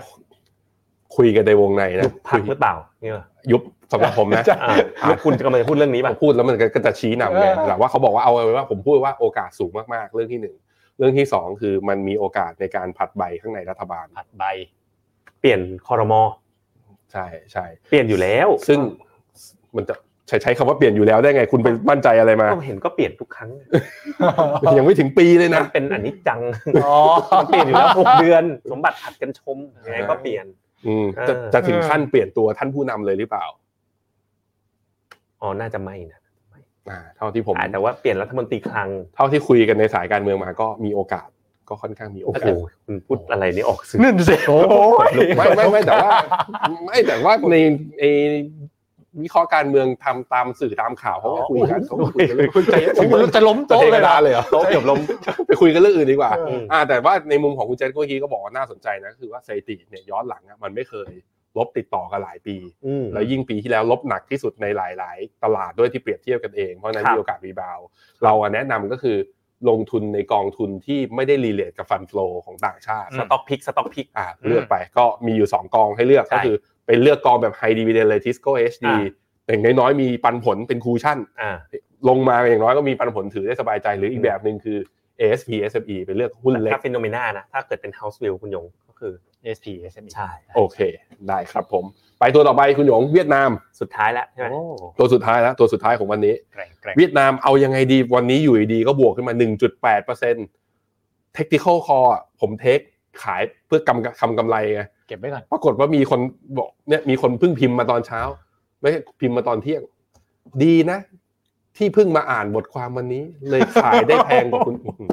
Speaker 2: คุยกันในวงในนะ
Speaker 3: ยุบพัก
Speaker 2: คุย
Speaker 3: หรือเปล่าเนี่ยเหรอ
Speaker 2: ยุบสำหรับผมนะ
Speaker 3: อ่าแล้วคุณกำลังจะพูดเรื่องนี้ป่ะ
Speaker 2: ผมพูดแล้วมันก็จะชี้นำไง
Speaker 4: เออ
Speaker 2: แต่ว่าเขาบอกว่าเอาไว้ว่าผมพูดว่าโอกาสสูงมากๆ เรื่องที่หนึ่ง เรื่องที่สองคือมันมีโอกาสในการผลัดใบข้างในรัฐบาล
Speaker 4: ผัดใบ
Speaker 3: เปลี่ยนคอรมอ
Speaker 2: ใช่ใช่
Speaker 3: เปลี่ยนอยู่แล้ว
Speaker 2: ซึ่งมันจะใช้ใช้คำว่าเปลี่ยนอยู่แล้วได้ไง คุณไปมั่นใจอะไรมา
Speaker 3: ก็เห็นก็เปลี่ยนทุกครั้ง
Speaker 2: ยังไม่ถึงปีเลย
Speaker 3: มั
Speaker 2: นะ
Speaker 3: นเป็นอนิจจัง
Speaker 4: อ๋อ
Speaker 3: มันเปลี่ยนอยู่แล้วหกเดือน สมบัติผัดกันชมยังไงก็เปลี่ยน
Speaker 2: อืมจะ
Speaker 3: เออ
Speaker 2: จะถึงขั้นเปลี่ยนตัวท่านผู้นำเลยหรือเปล่า
Speaker 3: อ๋อน่าจะไม่นะ
Speaker 2: อ่า เท่าที่ผม
Speaker 3: อ่าแต่ว่าเปลี่ยนรัฐมนตรีคลัง
Speaker 2: เท่าที่คุยกันในสายการเมืองมาก็มีโอกาสก็ค่อนข้างมีโอ
Speaker 3: โอ้โห
Speaker 2: กาส
Speaker 3: คุณพูดอะไรนี่ออกสื่อ
Speaker 4: นั่นสิโอ้ย
Speaker 2: ไม่ไม่ไม่แต่ว่าไม่แต่ว่าในในวิเคราะห์การเมืองทำตามสื่อตามข่าวเขาก็คุยกันเขาก็คุยกันเรื่อง
Speaker 4: ใจผมจะล้ม
Speaker 2: จะ
Speaker 4: โต๊ะ
Speaker 2: เท
Speaker 4: เล
Speaker 2: ก
Speaker 4: ย
Speaker 2: ระ
Speaker 4: นะ
Speaker 2: ดาเลยเหรอ
Speaker 3: โต๊ะเกือบล้ม
Speaker 2: ไปคุยกันเรื่องอื่นดีกว่า
Speaker 4: เออ
Speaker 2: อ่า แต่ว่าในมุมของคุณเจษเมื่อกี้ก็บอกว่าน่าสนใจนะคือว่าสถิติเนี่ยย้อนหลังอะมันไม่เคยลบติดต่อกันหลายปี
Speaker 3: อืม
Speaker 2: แล้วยิ่งปีที่แล้วลบหนักที่สุดในหลาย ๆ ตลาดด้วยที่เปรียบเทียบกันเองเพราะฉะนั้น
Speaker 3: ครับ
Speaker 2: มีโอกาสรีบาวด์เราอะแนะนำก็คือลงทุนในกองทุนที่ไม่ได้รีเลทกับฟันฟลอของต่างชาติ
Speaker 3: สต็อกพิกสต็อกพิก
Speaker 2: อ่ะเลือกไปก็มีอยู่ 2 กองให้เลือก
Speaker 3: ใช่
Speaker 2: ก็คือเป็นเลือกกองแบบ High Dividend เลย Tisco HD
Speaker 3: อ่า
Speaker 2: อย่างน้อยๆมีปันผลเป็นคูชั่น
Speaker 3: อ่า
Speaker 2: ลงมาอย่างน้อยก็มีปันผลถือได้สบายใจหรืออีกแบบหนึ่งคือ ASP SME ไปเลือกหุ้นเล็ก
Speaker 3: ถ้าฟิโนเมนานะถ้าเกิดเป็น House View คุณยงก็คือ
Speaker 4: SP SME
Speaker 3: ใช่
Speaker 2: โอเค ได้ครับผม ไปตัวต่อไปคุณหยงเวียดนาม
Speaker 3: สุดท้ายแล้วใช่ไหม
Speaker 4: โอ้
Speaker 2: ตัวสุดท้ายแล้วตัวสุดท้ายของวันนี้
Speaker 4: แกร่งแกร่ง
Speaker 2: เวียดนามเอายังไงดีวันนี้อยู่ดีๆก็บวกขึ้นมา 1.8% technical call อะผมเทคขายเพื่อกำคำกำไรไง
Speaker 4: เก็บไว้ก่อน
Speaker 2: ปรากฏว่ามีคนบอกเนี่ยมีคนเพิ่งพิมพ์มาตอนเช้า ไม่ใช่พิมพ์มาตอนเที่ยง ดีนะ ที่เพิ่งมาอ่านบทความวันนี้ เลยขายได้แพงกว่าคุณ อื้อหือ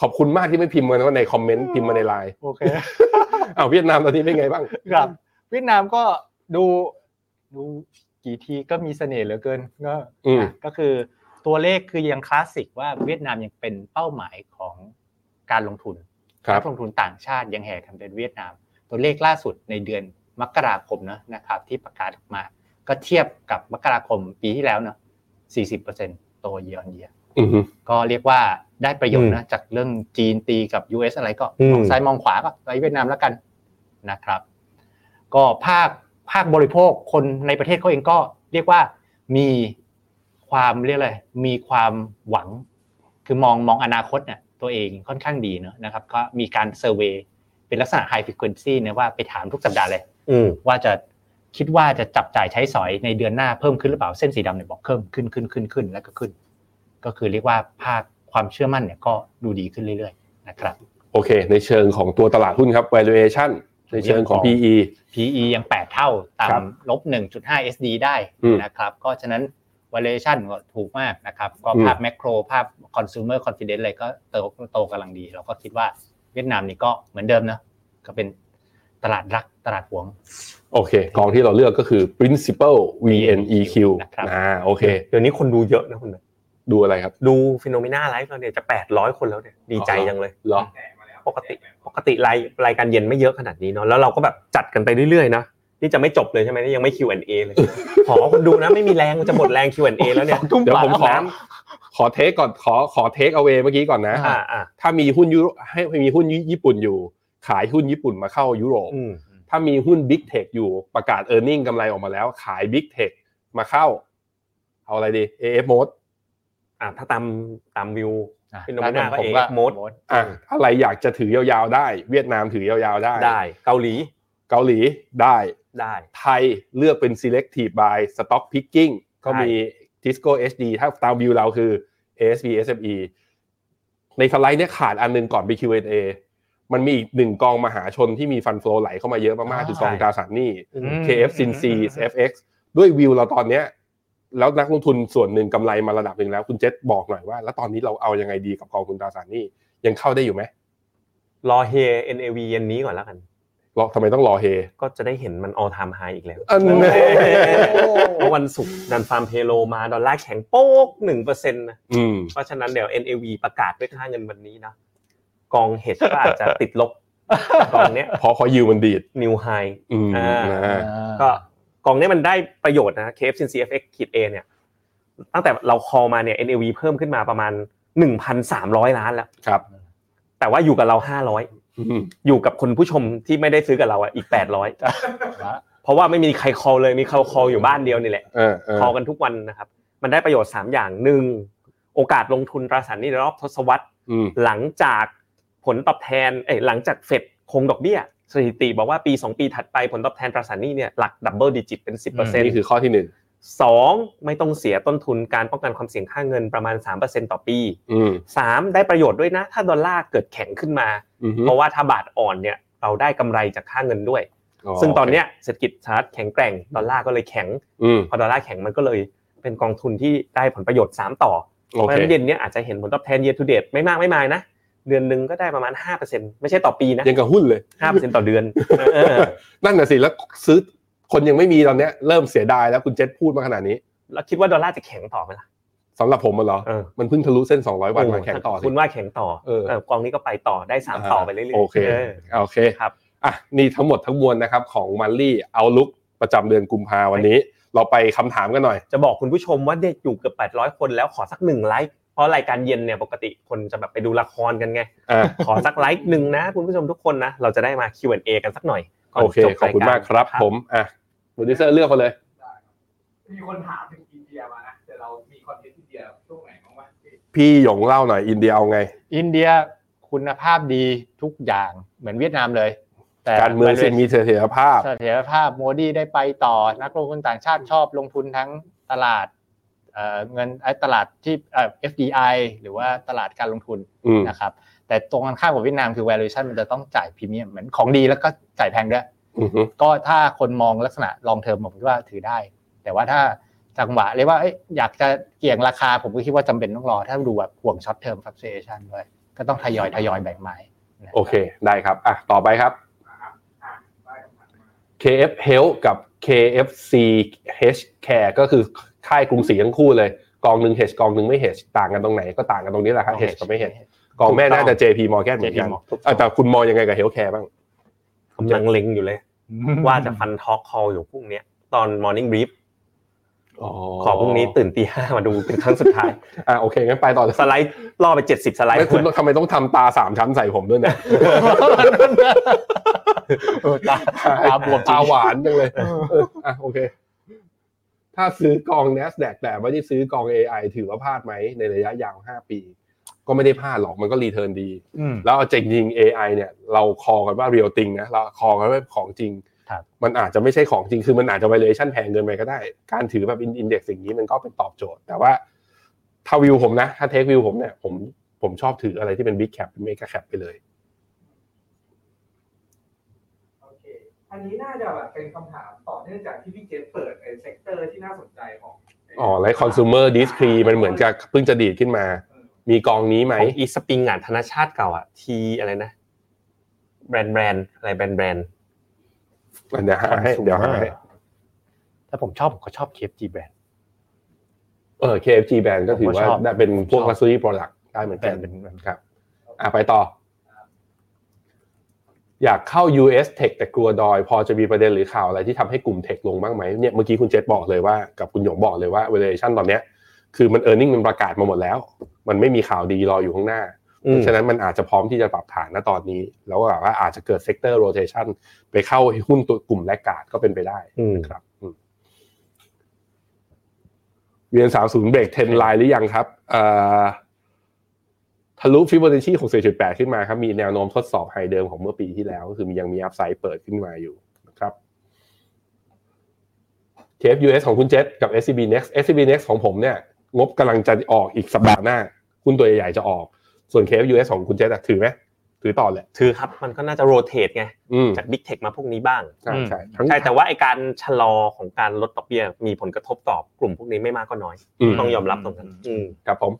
Speaker 2: ขอบคุณมากที่ไม่พิมพ์มานะในคอมเมนต์พิมพ์มาในไลน์
Speaker 4: โอเค
Speaker 2: อ้าวเวียดนามตอนนี้เป็นไงบ้าง
Speaker 4: ครับเวียดนามก็ดูดูกี่ทีก็มีเสน่ห์เหลือเกินก็
Speaker 2: อืม
Speaker 4: ก็คือตัวเลขคือยังคลาสสิกว่าเวียดนามยังเป็นเป้าหมายของการลงทุน
Speaker 2: ครับ
Speaker 4: นักลงทุนต่างชาติยังแห่กันเป็นเวียดนาม ตัวเลขล่าสุดในเดือนมกราคมเนอะนะครับ ที่ประกาศออกมา ก็เทียบกับมกราคมปีที่แล้วเนอะ40%โตเยียร์เยีย
Speaker 2: อือหือ
Speaker 4: ก็เรียกว่าได้ประโยชน์นะจากเรื่องจีนตีกับ US อะไรก็
Speaker 3: อืม
Speaker 4: มองซ้ายมองขวาก็ไปเวียดนามแล้วกันนะครับ ก็ภาคภาคบริโภคคนในประเทศเขาเองก็เรียกว่ามีความเรียกอะไรมีความหวัง คือมองมองอนาคตเนี่ยตัวเองค่อนข้างดีเนอะนะครับ ก็มีการเซอร์เวยเป็นลักษณะไฮฟ r ค q u นซีนะว่าไปถามทุกสัปดาห์เลย
Speaker 3: อืม
Speaker 4: ว่าจะคิดว่าจะจับจ่ายใช้สอยในเดือนหน้าเพิ่มขึ้นหรือเปล่าเส้นสีดำเนี่ยบอกเพิ่มขึ้นขึ้นขึ้นขึ้นแล้วก็ขึ้น ก็คือเรียกว่าภาคความเชื่อมั่นเนี่ยก็ดูดีขึ้นเรื่อยๆนะครับ
Speaker 2: โอเค ในเชิงของตัวตลาดหุ้นครับ valuation ในเชิงของ
Speaker 4: เรื่องของ
Speaker 2: PE
Speaker 4: PE ยัง 8 เท่าต่
Speaker 2: ครับ
Speaker 4: ำลบ 1.5 SD ได้
Speaker 2: อืม
Speaker 4: นะครับก็ฉะนั้น valuation ก็ถูกมากนะครับ ก็
Speaker 2: อืม
Speaker 4: ภาพแมกโครภาพ consumer confidence อะไรก็โตโตกำลังดี เราก็คิดว่าเวียดนามนี่ก็เหมือนเดิมนะก็เป็นตลาดรักตลาดหวง
Speaker 2: โอเค กองที่เราเลือกก็คือ principal VNEQ
Speaker 4: นะครับ
Speaker 2: อ่าโอเค
Speaker 3: เดี๋ยวนี้คนดูเยอะนะคุณนะ
Speaker 2: ดูอะไรครับ
Speaker 3: ดูฟิโนเมนาไลฟ์เราเนี่ยจะ 800 คนแล้วเนี่ยดีใจจังเลย
Speaker 2: เหรอ
Speaker 5: แจกมาแล้ว
Speaker 3: ปกติ ปกติรายรายการเย็นไม่เยอะขนาดนี้เนาะแล้วเราก็แบบจัดกันไปเรื่อยๆนะนี่จะไม่จบเลยใช่ไหมนี่ยังไม่ Q&A เลย ขอคนดูนะไม่มีแรงจะหมดแรง Q&A แล้วเนี่ย
Speaker 2: เดี๋ยวผมขอ
Speaker 3: น้
Speaker 2: ขอเทคก่อนขอขอเทคเอาเวเมื่อกี้ก่อนนะ
Speaker 3: ำอ่าอ่า
Speaker 2: ถ้ามีหุ้นยุโรให้ให้มีหุ้นญี่ปุ่นอยู่ ขายหุ้นญี่ปุ่นมาเข้ายุโรป
Speaker 3: อืม
Speaker 2: ถ้ามีหุ้น Big Tech อยู่ประกาศ e a r n i n g กำไรออกมาแล้ว ขาย Big Tech มาเข้า เอาอะไรดี AF Mode
Speaker 3: อ่าถ้าตามตามวิว
Speaker 4: อ่ะ
Speaker 3: Phenomenal ก็ AF Mode
Speaker 2: อ่ะอะไรอยากจะถือยาวๆได้ เวียดนามถือยาวๆได้
Speaker 3: ได้เกาหลี
Speaker 2: เกาหลีได้
Speaker 3: ได้
Speaker 2: ไทยเลือกเป็น selective buy stock picking ก็มี Tisco HD ถ้าตามวิวเราคือ ASB SME ในสไลด์เนี่ยขาดอันหนึงก่อน BQA มันมีอีกหนึ่งกองมหาชนที่มีฟัน l ฟลไหลเข้ามาเยอะมากๆ
Speaker 4: อ่า
Speaker 2: คือกองตราสารหนี้
Speaker 3: อืม
Speaker 2: KF s i n c FX ด้วยวิวเราตอนเนี้ยแล้วนักลงทุนส่วนหนึ่งกำไรมาระดับหนึ่งแล้ว คุณเจษบอกหน่อยว่า แล้วตอนนี้เราเอายังไงดีกับกองทุนตราสารหนี้ยังเข้าได้อยู่ไหม
Speaker 3: รอเฮ NAV เย็นนี้ก่อนแล้วกัน
Speaker 2: รอทำไมต้องรอเฮ
Speaker 3: ก็จะได้เห็นมัน all time high อีกแล้ว
Speaker 2: อันเนี้ย
Speaker 3: เพราะวันศุกร์นันฟาร์มเพโลมาดอลลาร์แข็งโป๊กหนึ่งเปอร์เซ็นต์นะ
Speaker 2: อืม
Speaker 3: เพราะฉะนั้นเดี๋ยว NAV ประกาศด้วยค่าเงินวันนี้นะ กองเห็ดก็อาจจะติดลบ กองเนี้ย
Speaker 2: พอพอยิวมันดีด
Speaker 3: นิวไฮ
Speaker 2: อืม
Speaker 3: อ่าน
Speaker 2: นะ
Speaker 3: ก็กองเนี้ยมันได้ประโยชน์นะ KFCNCFX ขีด A เนี่ย ตั้งแต่เราคอมาเนี่ย NAV เพิ่มขึ้นมาประมาณ 1,300 ล้านแล้ว
Speaker 2: ครับ
Speaker 3: แต่ว่าอยู่กับเรา
Speaker 2: อืม
Speaker 3: 500 อยู่กับคนผู้ชมที่ไม่ได้ซื้อกับเราอ่ะอีก
Speaker 4: ว้า
Speaker 3: 800 เพราะว่าไม่มีใครคอลเลยมีเขาคอลอยู่บ้านเดียวนี่แหละ
Speaker 2: เออเออ
Speaker 3: คอลกันทุกวันนะครับ มันได้ประโยชน์สามอย่างหนึ่งโอกาสลงทุนตราสารหนี้ในรอบทศวรรษ
Speaker 2: อืม
Speaker 3: หลังจากผลตอบแทนเอ้ยหลังจากเฟดคงดอกเบี้ย สถิติบอกว่าปี 2 ปีถัดไปผลตอบแทนตราสารหนี้เนี่ยหลักดับเบิลดิจิตเป็น
Speaker 4: อืม
Speaker 2: นี่คือ
Speaker 3: 10%
Speaker 2: ข้อที่หนึ่ง
Speaker 3: สองไม่ต้องเสียต้นทุนการป้องกันความเสี่ยงค่าเงินประมาณ 3%ต่อปี
Speaker 2: อืม
Speaker 3: 3 ได้ประโยชน์ด้วยนะ ถ้าดอลลาร์เกิดแข็งขึ้นมา
Speaker 2: อืม
Speaker 3: เพราะว่าถ้าบาทอ่อนเนี่ยเราได้กำไรจากค่าเงินด้วย ซึ่งตอนเนี้ยเศรษฐกิจสหรัฐแข็งแกร่งดอลลาร์ก็เลยแข็ง
Speaker 2: อืม
Speaker 3: พอดอลลาร์แข็งมันก็เลยเป็นกองทุนที่ได้ผลประโยชน์ 3 ต่อ
Speaker 2: โอ
Speaker 3: เพราะ
Speaker 2: เค
Speaker 3: ฉะนั้นเย็นเนี้ยอาจจะเห็นผลตอบแทน year to date ไม่มากไม่มายนะ เดือนหนึ่งก็ได้ประมาณ 5%ไม่ใช่ต่อปีนะ
Speaker 2: ยังกับหุ้นเลย
Speaker 3: 5%ต่อเดือนเออ
Speaker 2: นั่นน่ะสิ แล้วซื้อคนยังไม่มีตอนเนี้ยเริ่มเสียดายแล้วคุณเจษพูดมาขนาดนี้
Speaker 3: แล้วคิดว่าดอลลาร์จะแข็งต่อไหมล่ะ
Speaker 2: สำหรับผมมันเหรอ
Speaker 3: เออ
Speaker 2: มันเพิ่งทะลุเส้น 200 วันมาแข่งต่อสิ
Speaker 3: คุณว่าแข็งต่อ
Speaker 2: เออ
Speaker 3: เออกองนี้ก็ไปต่อได้ 3 ต่อไปเรื่อยๆ
Speaker 2: โอเค
Speaker 3: เออ
Speaker 2: โอเค
Speaker 3: ครับ
Speaker 2: อ่ะนี่ทั้งหมดทั้งมวลนะครับ ของมันลี่เอาลุกประจำเดือนกุมภาวันนี้ เราไปคำถามกันหน่อย
Speaker 3: จะบอกคุณผู้ชมว่าเด็กอยู่เกือบ800 คนแล้วขอสักหนึ่งไลค์เพราะรายการเย็นเนี่ยปกติคนจะแบบไปดูละครกันไง
Speaker 2: อ่ะ
Speaker 3: ขอสักไลค์หนึ่งนะคุณผู้ชมทุกคนนะเราจะได้มา Q&A กันสักหน่อยก่น
Speaker 2: โอเค
Speaker 3: จ
Speaker 2: ขอบคุณ
Speaker 3: ย
Speaker 2: มากครับ ผมอ่ะโปรดิวเซอร์เลือกมาเลย
Speaker 5: ได้ครับมีคนถามถึงอินเดียมานะแต่เรามีคอนเทนต์อินเดียช่วงไหนบ้างวะที่
Speaker 2: พี่หยงเล่าหน่อยอินเดียเอาไง
Speaker 4: อินเดียคุณภาพดีทุกอย่างเหมือนเวียดนามเลย แต่
Speaker 2: การเมืองสิมีเสถียรภาพ
Speaker 4: เสถียรภาพโมดีได้ไปต่อ นักลงทุนต่างชาติชอบลงทุนทั้งตลาดเอ่อเงินเอ่อตลาดที่เอ่อ FDI หรือว่าตลาดการลงทุน
Speaker 2: อืม
Speaker 4: นะครับ แต่ตรงกันข้ามกับเวียดนามคือ valuation มันจะต้องจ่ายพรีเมียมเหมือนของดีแล้วก็จ่ายแพงด้วย
Speaker 2: อือฮึ
Speaker 4: ก็ถ้าคนมองลักษณะลองเทอมผมคิดว่าถือได้ แต่ว่าถ้าจังหวะเรียกว่าเอ้ยอยากจะเกี่ยงราคาผมก็คิดว่าจำเป็นต้องรอ ถ้าดูแบบห่วงช็อตเทอมฟับเซชันด้วย ก็ต้องทยอยทยอยแบ่งไม้นะครับ
Speaker 2: โอเค ได้ครับอ่ะต่อไปครับ
Speaker 5: ได้ครับ
Speaker 2: KF Health กับ KFC H Care ก็คือค่ายกรุงศรีทั้งคู่เลย กองหนึ่ง H กองหนึ่งไม่ H ต่างกันตรงไหนก็ต่างกันตรงนี้แหละครับ H กับไม่ H กองแม่น่าจะ JP Morgan เหมือนกัน
Speaker 4: JP
Speaker 2: อ่ะแต่คุณมองยังไงกับ Health Care บ้าง
Speaker 3: กำลังเล็งอยู่เลย ว่าจะฟันทอล์กคอลอยู่พรุ่งเนี้ยตอนมอร์นิ่งบรีฟขอพรุ่งนี้ตื่นตีห้ามาดูเป็นครั้งสุดท้าย
Speaker 2: อ่ะโอเคงั้นไปต่อเลย
Speaker 3: สไลด์ล่อไปเจ็ดสิบสไลด์
Speaker 2: ไม่คุณทำไมต้องทำตาสามชั้นใส่ผมด้วยเนี่ย
Speaker 4: เออตาตาบวมจริ
Speaker 2: ตาง หวานจังเลยเอออ่ะโอเค ถ้าซื้อกอง NASDAQ แต่ไม่ได้ซื้อกอง AI ถือว่าพลาดไหมในระยะยาว 5 ปี ก็ไม่ได้พลาดหรอกมันก็รีเทิร์นดี
Speaker 4: อืม
Speaker 2: แล้วเอาจริงจริงๆ AI เนี่ยเราคอกันว่าเรียลติงนะเราคอกันว่าของจริง
Speaker 4: ครับ
Speaker 2: มันอาจจะไม่ใช่ของจริงคือมันอาจจะ valuation แพงเกินไปก็ได้ การถือแบบอินเด็กซ์อย่างนี้มันก็เป็นตอบโจทย์ แต่ว่าถ้าวิวผมนะ ถ้าเทควิวผมเนี่ยผมผมชอบถืออะไรที่เป็น big cap เป็น mega cap ไปเลย
Speaker 5: โอเค อันนี้น่าจะแบบเป็นคำถามต่อเนื่องจากที่พี่เจฟเปิดในเซกเตอร์ที่น่าสนใจของ
Speaker 2: อ๋อไลท์คอน sumer discrete มันเหมือนจะเพิ่งจะดีดขึ้นมา มีกองนี้ไหม
Speaker 3: ของอีสปริงงานธนชาติเก่าอะทีอะไรนะ แบรนด์แบรนด์อะไรแบรนด์แบรนด์
Speaker 2: เดี๋ยวหาให้เดี๋ยวหาให้
Speaker 4: ถ้าผมชอบผมก็ชอบเคฟจีแบรนด์
Speaker 2: เออ KFG brand ก็ถือว่า
Speaker 4: ผมก็ชอบ
Speaker 2: ได้เป็นพวก luxury product ได้เหมือน
Speaker 4: แบร
Speaker 2: กัน
Speaker 4: นด์เป็น
Speaker 2: ครับ อ่ะไปต่อ อยากเข้า US Tech แต่กลัวดอย พอจะมีประเด็นหรือข่าวอะไรที่ทำให้กลุ่ม Tech ลงบ้างไหมเนี่ยเมื่อกี้คุณเจษบอกเลยว่ากับคุณหยงบอกเลยว่า valuation ตอนเนี้ย คือมัน earning มันประกาศมาหมดแล้ว มันไม่มีข่าวดีรออยู่ข้างหน้า
Speaker 3: อืม
Speaker 2: ฉะนั้นมันอาจจะพร้อมที่จะปรับฐานณตอนนี้ แล้วก็แบบว่าอาจจะเกิด sector rotation ไปเข้าหุ้นตัวกลุ่มแลกการ์ดก็เป็นไปได้
Speaker 3: อืม
Speaker 2: ครับอืมเวียนสามศูนย์เบรกเทนไลน์หรือยังครับเอ่อทะลุฟิโบนัชชีหกสี่จุดแปดขึ้นมาครับ มีแนวโน้มทดสอบไฮเดิมของเมื่อปีที่แล้ว ก็คือมียังมีอัพไซด์เปิดขึ้นมาอยู่นะครับ KFUS ของคุณเจษกับ SCB Next SCB Next ของผมเนี่ย งบกำลังจะออกอีกสัปดาห์หน้าหุ้นตัวใหญ่ๆจะออก ส่วน KFUS ของคุณเจษอะถือไหมถือต่อแหละ
Speaker 3: ถือครับมันก็น่าจะโรเตทไง
Speaker 2: อืม
Speaker 3: จากบิ๊กเทคมาพวกนี้บ้าง
Speaker 2: ใช่ใช่ทั้ง
Speaker 3: ใช่ แต่ว่าไอการชะลอของการลดดอกเบี้ยมีผลกระทบต่อกลุ่มพวกนี้ไม่มากก็น้อย
Speaker 2: อืม
Speaker 3: ต้องยอมรับตรงนั้นอืม
Speaker 2: ครับผม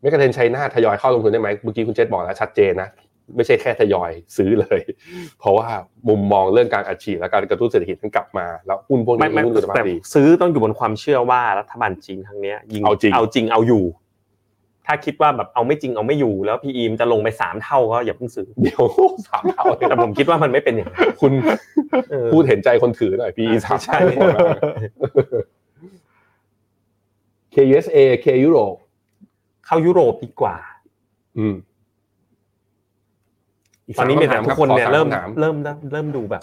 Speaker 2: เมกะเทนไชน่าทยอยเข้าลงทุนได้ไหมเมื่อกี้คุณเจษบอกแล้วชัดเจนนะ ไม่ใช่แค่ทยอยซื้อเลย เพราะว่ามุมมองเรื่องการอัดฉีดและการกระตุ้นเศรษฐกิจมันกลับมา แล้วหุ้นพวก
Speaker 3: ไม่
Speaker 2: นี้
Speaker 3: ไม่
Speaker 2: หุ้นคุณภา
Speaker 3: แต่
Speaker 2: พดี
Speaker 3: ซื้อต้องอยู่บนความเชื่อว่ารัฐบาลจีนครั้งเนี้ยยิง
Speaker 2: เอาจริง
Speaker 3: เอาจริงเอาอยู่ ถ้าคิดว่าแบบเอาไม่จริงเอาไม่อยู่ แล้วพีอีมจะลงไปสามเท่าก็อย่าเพิ่งซื้อ
Speaker 2: เดี๋ยว สามเท่าเลย
Speaker 3: แต่ผมคิดว่ามันไม่เป็นอย่างนั้น
Speaker 2: คุณ
Speaker 3: เออ
Speaker 2: พูดเห็นใจคนถือหน่อย พี่สาม
Speaker 3: ใช่
Speaker 2: เท่า KUSA K ยุโรป
Speaker 3: เข้ายุโรปดีกว่า
Speaker 2: อืม
Speaker 3: ตอนนี้เมียนมาทุกคนเนี่ยเริ่มเริ่มเริ่มเริ่มดูแบบ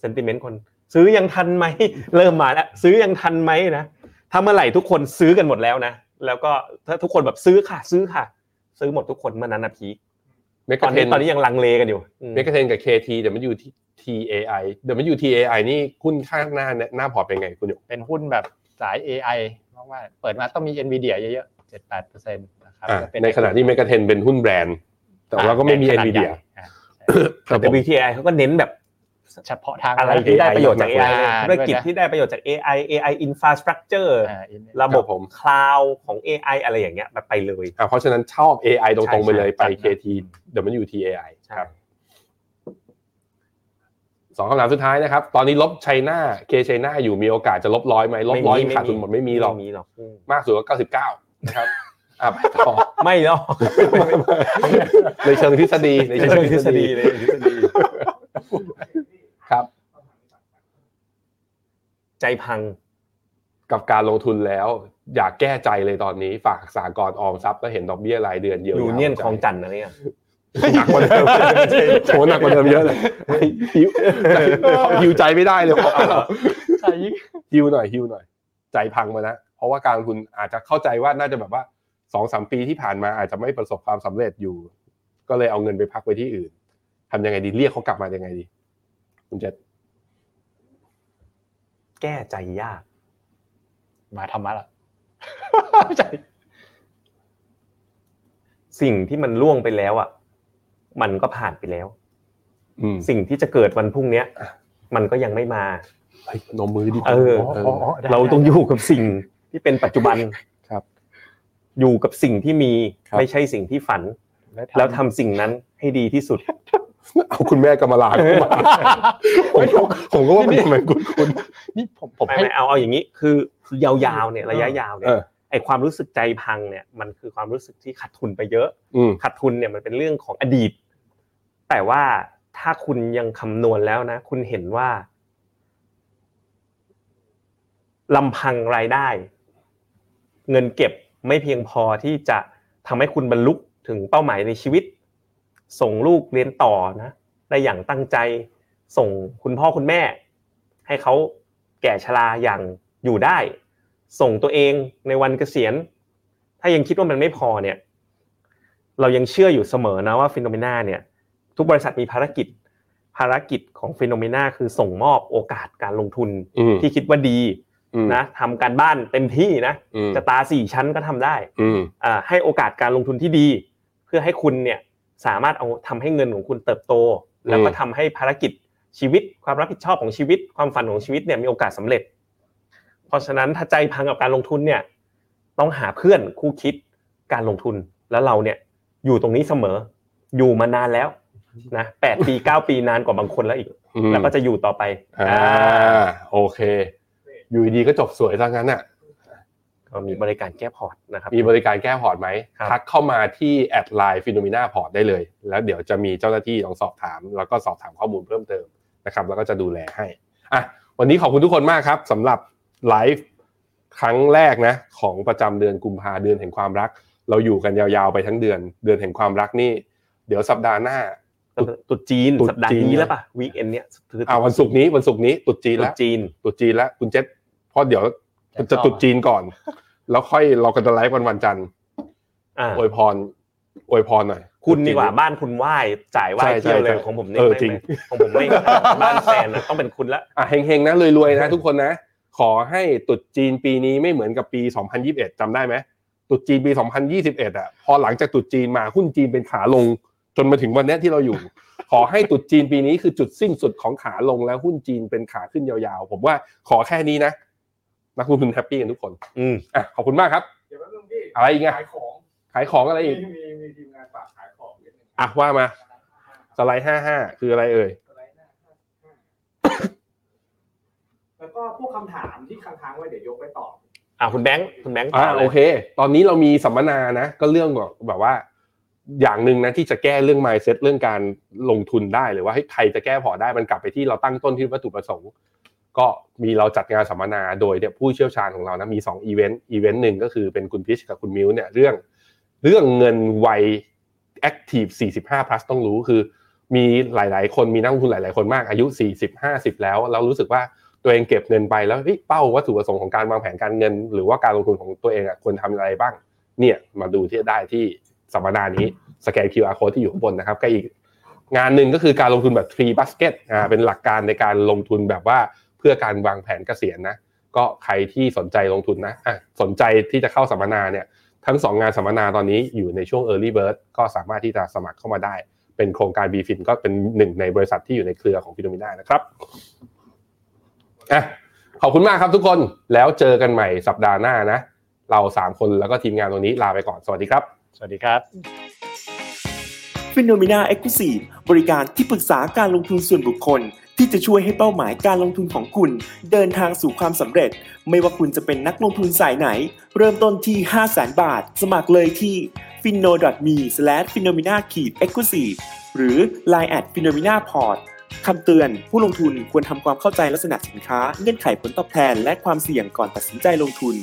Speaker 3: เซนติเมนต์คน ซื้อยังทันไหม เริ่มมาแล้วซื้อยังทันไหมนะถ้าเมื่อไหร่ทุกคนซื้อกันหมดแล้วนะแล้วก็ถ้าทุกคนแบบซื้อค่ะ ซื้อค่ะ ซื้อหมดทุกคนเมื่อนั้นนะพีค
Speaker 2: เม
Speaker 3: ต
Speaker 2: กะ
Speaker 3: อน
Speaker 2: เท
Speaker 3: นี้
Speaker 2: น
Speaker 3: ตอนนี้ยังลังเลกันอยู่อืม
Speaker 2: เมกะเทนกับ KT เดี๋ยวมันอยู่ TAI เดี๋ยวมันอยู่ TAI นี่หุ้นข้างหน้าเนี่ยหน้าพอร์ตเป็นไงคุณหยก
Speaker 4: เป็นหุ้นแบบสาย AI มากว่าเปิดมาต้องมี NVIDIA เยอะๆ7-8%นะครับ
Speaker 2: อ่ะ
Speaker 4: ก็เป็
Speaker 2: ในขณะที่เมกะเทนเป็นหุ้นแบรนด์ แต่ว่าก็ไม่มี
Speaker 4: แบรด์ขด
Speaker 2: NVIDIA
Speaker 4: ใหญ่อ่ะ
Speaker 2: แต่ผ
Speaker 3: แต่
Speaker 2: ม
Speaker 3: VTI เขาก็เน้นแบบ
Speaker 4: เฉพาะทาง
Speaker 3: อะไรที่ได้ประโยชน์จาก
Speaker 4: AI
Speaker 3: AI เลยธุรกิจ
Speaker 4: ด้วยนะ
Speaker 3: ที่ได้ประโยชน์จาก AI AI infrastructure
Speaker 4: อ่า in-
Speaker 3: ระบ
Speaker 2: ค
Speaker 3: บ
Speaker 2: รับผม
Speaker 3: คลาวของ AI อะไรอย่างเงี้ยแบบไปเลย
Speaker 2: อ่ะเพราะฉะนั้นชอบ AI ตรงๆไปเลยไป
Speaker 3: ใช่ใช่
Speaker 2: KT เดี๋ยวมันอยู่ TAI
Speaker 3: ใช่
Speaker 2: ครับสองคำถามสุดท้ายนะครับ ตอนนี้ลบไชน่า K ไชน่าอยู่มีโอกาสจะลบร้อยไหมลบร้อย
Speaker 3: ไ
Speaker 2: ขาดทุนหมดไม่มีหรอก
Speaker 3: มีหรอกอืม
Speaker 2: มากสุดก็เก้าสิบเก้านะครับอ่ะไปต่อ
Speaker 3: ไม่หรอก
Speaker 2: ในเชิงทฤษฎีในเชิงทฤษฎี
Speaker 3: ในเชิงทฤษฎี
Speaker 2: ครับ
Speaker 3: ใจพัง
Speaker 2: กับการลงทุนแล้ว อยากแก้ใจเลยตอนนี้ฝากสากลออมทรัพย์แล้วเห็นดอกเบี้ยรายเดือนเยียวยา
Speaker 3: ยูเนียนคลองจันทร์นะเนี่ย
Speaker 2: หนักกว่าเดิมโหหนักกว่าเดิมเยอะเลยหิว หิวใจไม่ได้เลย
Speaker 4: ใช่
Speaker 2: ฮิวหน่อยฮิวหน่อย ใจพังมานะ เพราะว่าการลงทุนอาจจะเข้าใจว่าน่าจะแบบว่าสองสามปีที่ผ่านมาอาจจะไม่ประสบความสำเร็จอยู่ ก็เลยเอาเงินไปพักไว้ที่อื่นทำยังไงดีเรียกเขากลับมายังไงดีคุณเจษ
Speaker 3: แก้ใจยาก
Speaker 4: มาทำมาละ
Speaker 3: สิ่งที่มันล่วงไปแล้วอ่ะ มันก็ผ่านไปแล้ว
Speaker 2: อืม
Speaker 3: สิ่งที่จะเกิดวันพรุ่งเนี้ยมันก็ยังไม่มา
Speaker 2: เฮ้ยนมมือดีกว่า
Speaker 3: เออ
Speaker 6: อ๋ออ๋ออ๋อได้
Speaker 3: เราต้องอยู่กับสิ่งที่เป็นปัจจุบัน
Speaker 2: ครับ
Speaker 3: อยู่กับสิ่งที่มี
Speaker 2: ครับ
Speaker 3: ไม่ใช่สิ่งที่ฝัน
Speaker 6: ได้
Speaker 3: แล้วทำสิ่งนั้นให้ดีที่สุด
Speaker 2: เอาคุณแม่กำมาลาเข้ามาผมก็ผมก็ว่ามันทำไมคุณคุณ
Speaker 6: นี่ผมผม
Speaker 3: ไม่
Speaker 6: ให้
Speaker 3: ไม่เอาเอาอย่างนี้คือยาวๆเนี่ยระยะยาวเนี่
Speaker 2: เอย อ
Speaker 3: ไอความรู้สึกใจพังเนี่ยมันคือความรู้สึกที่ขาดทุนไปเยอะ
Speaker 2: อืม
Speaker 3: ขาดทุนเนี่ยมันเป็นเรื่องของอดีต แต่ว่าถ้าคุณยังคำนวณแล้วนะ คุณเห็นว่าลำพังรายได้ เงินเก็บไม่เพียงพอที่จะทำให้คุณบรรลุถึงเป้าหมายในชีวิต ส่งลูกเรียนต่อนะได้อย่างตั้งใจ ส่งคุณพ่อคุณแม่ ให้เขาแก่ชราอย่างอยู่ได้ ส่งตัวเองในวันเกษียณ ถ้ายังคิดว่ามันไม่พอเนี่ย เรายังเชื่ออยู่เสมอนะว่าฟิโนเมนาเนี่ย ทุกบริษัทมีภารกิจ ภารกิจของฟิโนเมนาคือส่งมอบโอกาสการลงทุน
Speaker 2: อืม
Speaker 3: ที่คิดว่าดี
Speaker 2: อืม
Speaker 3: นะทำการบ้านเต็มที่นะ
Speaker 2: อืม
Speaker 3: จะตาสี่ชั้นก็ทำได้
Speaker 2: อืม
Speaker 3: อ่าให้โอกาสการลงทุนที่ดี เพื่อให้คุณเนี่ยสามารถเอาทำให้เงินของคุณเติบโต แล้วก็ทำให้ภารกิจชีวิตความรับผิดชอบของชีวิต ความฝันของชีวิตเนี่ยมีโอกาสสำเร็จ เพราะฉะนั้นถ้าใจพังกับการลงทุนเนี่ยต้องหาเพื่อนคู่คิดการลงทุนแล้วเราเนี่ยอยู่ตรงนี้เสมออยู่มานานแล้วนะแปดปีเก้าปีนานกว่าบางคนแล้วอีก
Speaker 2: อืม
Speaker 3: แล้วก็จะอยู่ต่อไป
Speaker 2: อ่า
Speaker 3: อ่า
Speaker 2: โอเค อยู่ดีๆก็จบสวยซะงั้นอ่ะ
Speaker 3: ก็มีบริการแก้พอร์ตนะครับ
Speaker 2: มีบริการแก้พอร์ตไหม
Speaker 3: ครับ
Speaker 2: ทักเข้ามาที่แอดไลน์ฟิโนมิน่าพอร์ตได้เลย แล้วเดี๋ยวจะมีเจ้าหน้าที่ลองสอบถาม แล้วก็สอบถามข้อมูลเพิ่มเติมนะครับ แล้วก็จะดูแลให้อ่ะวันนี้ขอบคุณทุกคนมากครับสำหรับไลฟ์ครั้งแรกนะ ของประจำเดือนกุมภาเดือนแห่งความรัก เราอยู่กันยาวๆไปทั้งเดือน เดือนแห่งความรักนี่ เดี๋ยวสัปดาห์หน้า
Speaker 3: ตุดจีน
Speaker 2: ตรุษจีน
Speaker 3: สัปดาห์นี้แล้วป่ะวีคเอนเนี่ยคือ
Speaker 2: อ่าวันศุกร์นี้วันศุกร์นี้ตรุดจีน
Speaker 3: ตรุ
Speaker 2: แล้ว
Speaker 3: ษจีน
Speaker 2: ตรุษจีนแล้วคุณเจษเพราะเดี๋ยว
Speaker 4: จะ
Speaker 2: จะ
Speaker 4: เข้า
Speaker 2: ตรุษจีนก่อน แล้วค่อยเราก็จะไลฟ์วันวันจันทร์
Speaker 3: อ่า
Speaker 2: อวยพรอวยพรหน่อย
Speaker 3: คุณดีกว่าบ้านคุณไหว้จ่ายไหว้
Speaker 2: ใช่
Speaker 3: เที่ยวเลย
Speaker 2: ใช่
Speaker 3: ของผมนี่
Speaker 2: เออ
Speaker 3: ไม่
Speaker 2: จริง
Speaker 3: ไม่ของ ผมไม่บ้านแฟนนะต้องเป็นคุณละ
Speaker 2: อ่ะเฮงๆนะร วยๆนะทุกคนนะ ขอให้ตรุษจีนปีนี้ไม่เหมือนกับปี 2021จำได้ไหมตรุษจีนปี 2021อ่ะพอหลังจากตรุษจีนมาหุ้นจีนเป็นขาลง จนมาถึงวันเนี้ยที่เรา อยู่ ขอให้ตรุษจีนปีนี้คือจุดสิ้นสุดของขาลงแล้วหุ้นจีนเป็นขาขึ้นยาวๆ ผมว่าขอแค่นี้นะนักลงทุนแฮปปี้กันทุกคน
Speaker 3: อืม
Speaker 2: อ่ะขอบคุณมากครับ
Speaker 5: เดี๋ยวแป๊บนึงพี่
Speaker 2: อะไรอีกอะ
Speaker 5: ขายของ
Speaker 2: ขายของอะไร
Speaker 5: มี
Speaker 2: อีก
Speaker 5: มีมีทีมงานฝากขายของนิดนึง
Speaker 2: อ่ะว่ามา สไลด์ 55 คืออะไรเอ่ย
Speaker 5: สไลด์หน้าห้าสิบห้าแล้วก็พวกคำถามที่ค้างๆไว้เดี๋ยวยกไปตอบ
Speaker 3: อ่าคุณแบงค์คุณแบงค์
Speaker 2: อ่า
Speaker 3: ต่ลย
Speaker 2: โอเค ตอนนี้เรามีสัมมนานะ ก็เรื่องแบบว่า อย่างหนึ่งนะที่จะแก้เรื่อง mindset เรื่องการลงทุนได้หรือว่าให้ใครจะแก้พอร์ตได้มันกลับไปที่เราตั้งต้นที่วัตถุประสงค์ ก็มีเราจัดงานสัมมนาโดยเนี่ยผู้เชี่ยวชาญของเรานะมี2อีเวนต์อีเวนต์หนึ่งก็คือเป็นคุณพิชกับคุณมิวเนี่ยเรื่องเรื่องเงินวัย active 45 plus ต้องรู้คือ มีหลาย ๆ คนมีนักลงทุนหลาย ๆ คนมากอายุ 40 50 แล้วเรารู้สึกว่า ตัวเองเก็บเงินไปแล้วเฮ้ยเป้าวัตถุประสงค์ของการวางแผนการเงิน หรือว่าการลงทุนของตัวเองอะควรทำอะไรบ้าง เนี่ยมาดูที่ได้ที่สัมมนานี้สแกน QR code ที่อยู่ข้างบนนะครับก็อีกงานหนึ่งก็คือการลงทุนแบบ tree basket อ่าเป็นหลักการในการลงทุนแบบว่าเพื่อการวางแผนเกษียณนะ ก็ใครที่สนใจลงทุนนะอ่ะสนใจที่จะเข้าสัมมนาเนี่ยทั้งสองงานสัมมนาตอนนี้อยู่ในช่วง early bird ก็สามารถที่จะสมัครเข้ามาได้ เป็นโครงการ BFIN ก็เป็นหนึ่งในบริษัทที่อยู่ในเครือของฟิโนมิน่านะครับ อ่ะขอบคุณมากครับทุกคนแล้วเจอกันใหม่สัปดาห์หน้านะ เราสามคนแล้วก็ทีมงานตรงนี้ลาไปก่อนสวัสดีครับ
Speaker 4: สวัสดีครับ
Speaker 7: h e n o m e n a e x c l u s i v e บริการที่ปรึกษาการลงทุนส่วนบุคคล ที่จะช่วยให้เป้าหมายการลงทุนของคุณ เดินทางสู่ความสำเร็จ ไม่ว่าคุณจะเป็นนักลงทุนสายไหน เริ่มต้นที่ 5 0 0 0 0 0 บาท สมัครเลยที่ f i n o m e f i n o m i n a e x c l u s i v e หรือ line at f i n o m i n a p o r t คำเตือน ผู้ลงทุนควรทำความเข้าใจลักษณะสินค้า เงื่อนไขผลตอบแทน และความเสี่ยงก่อนตัดสินใจลงทุน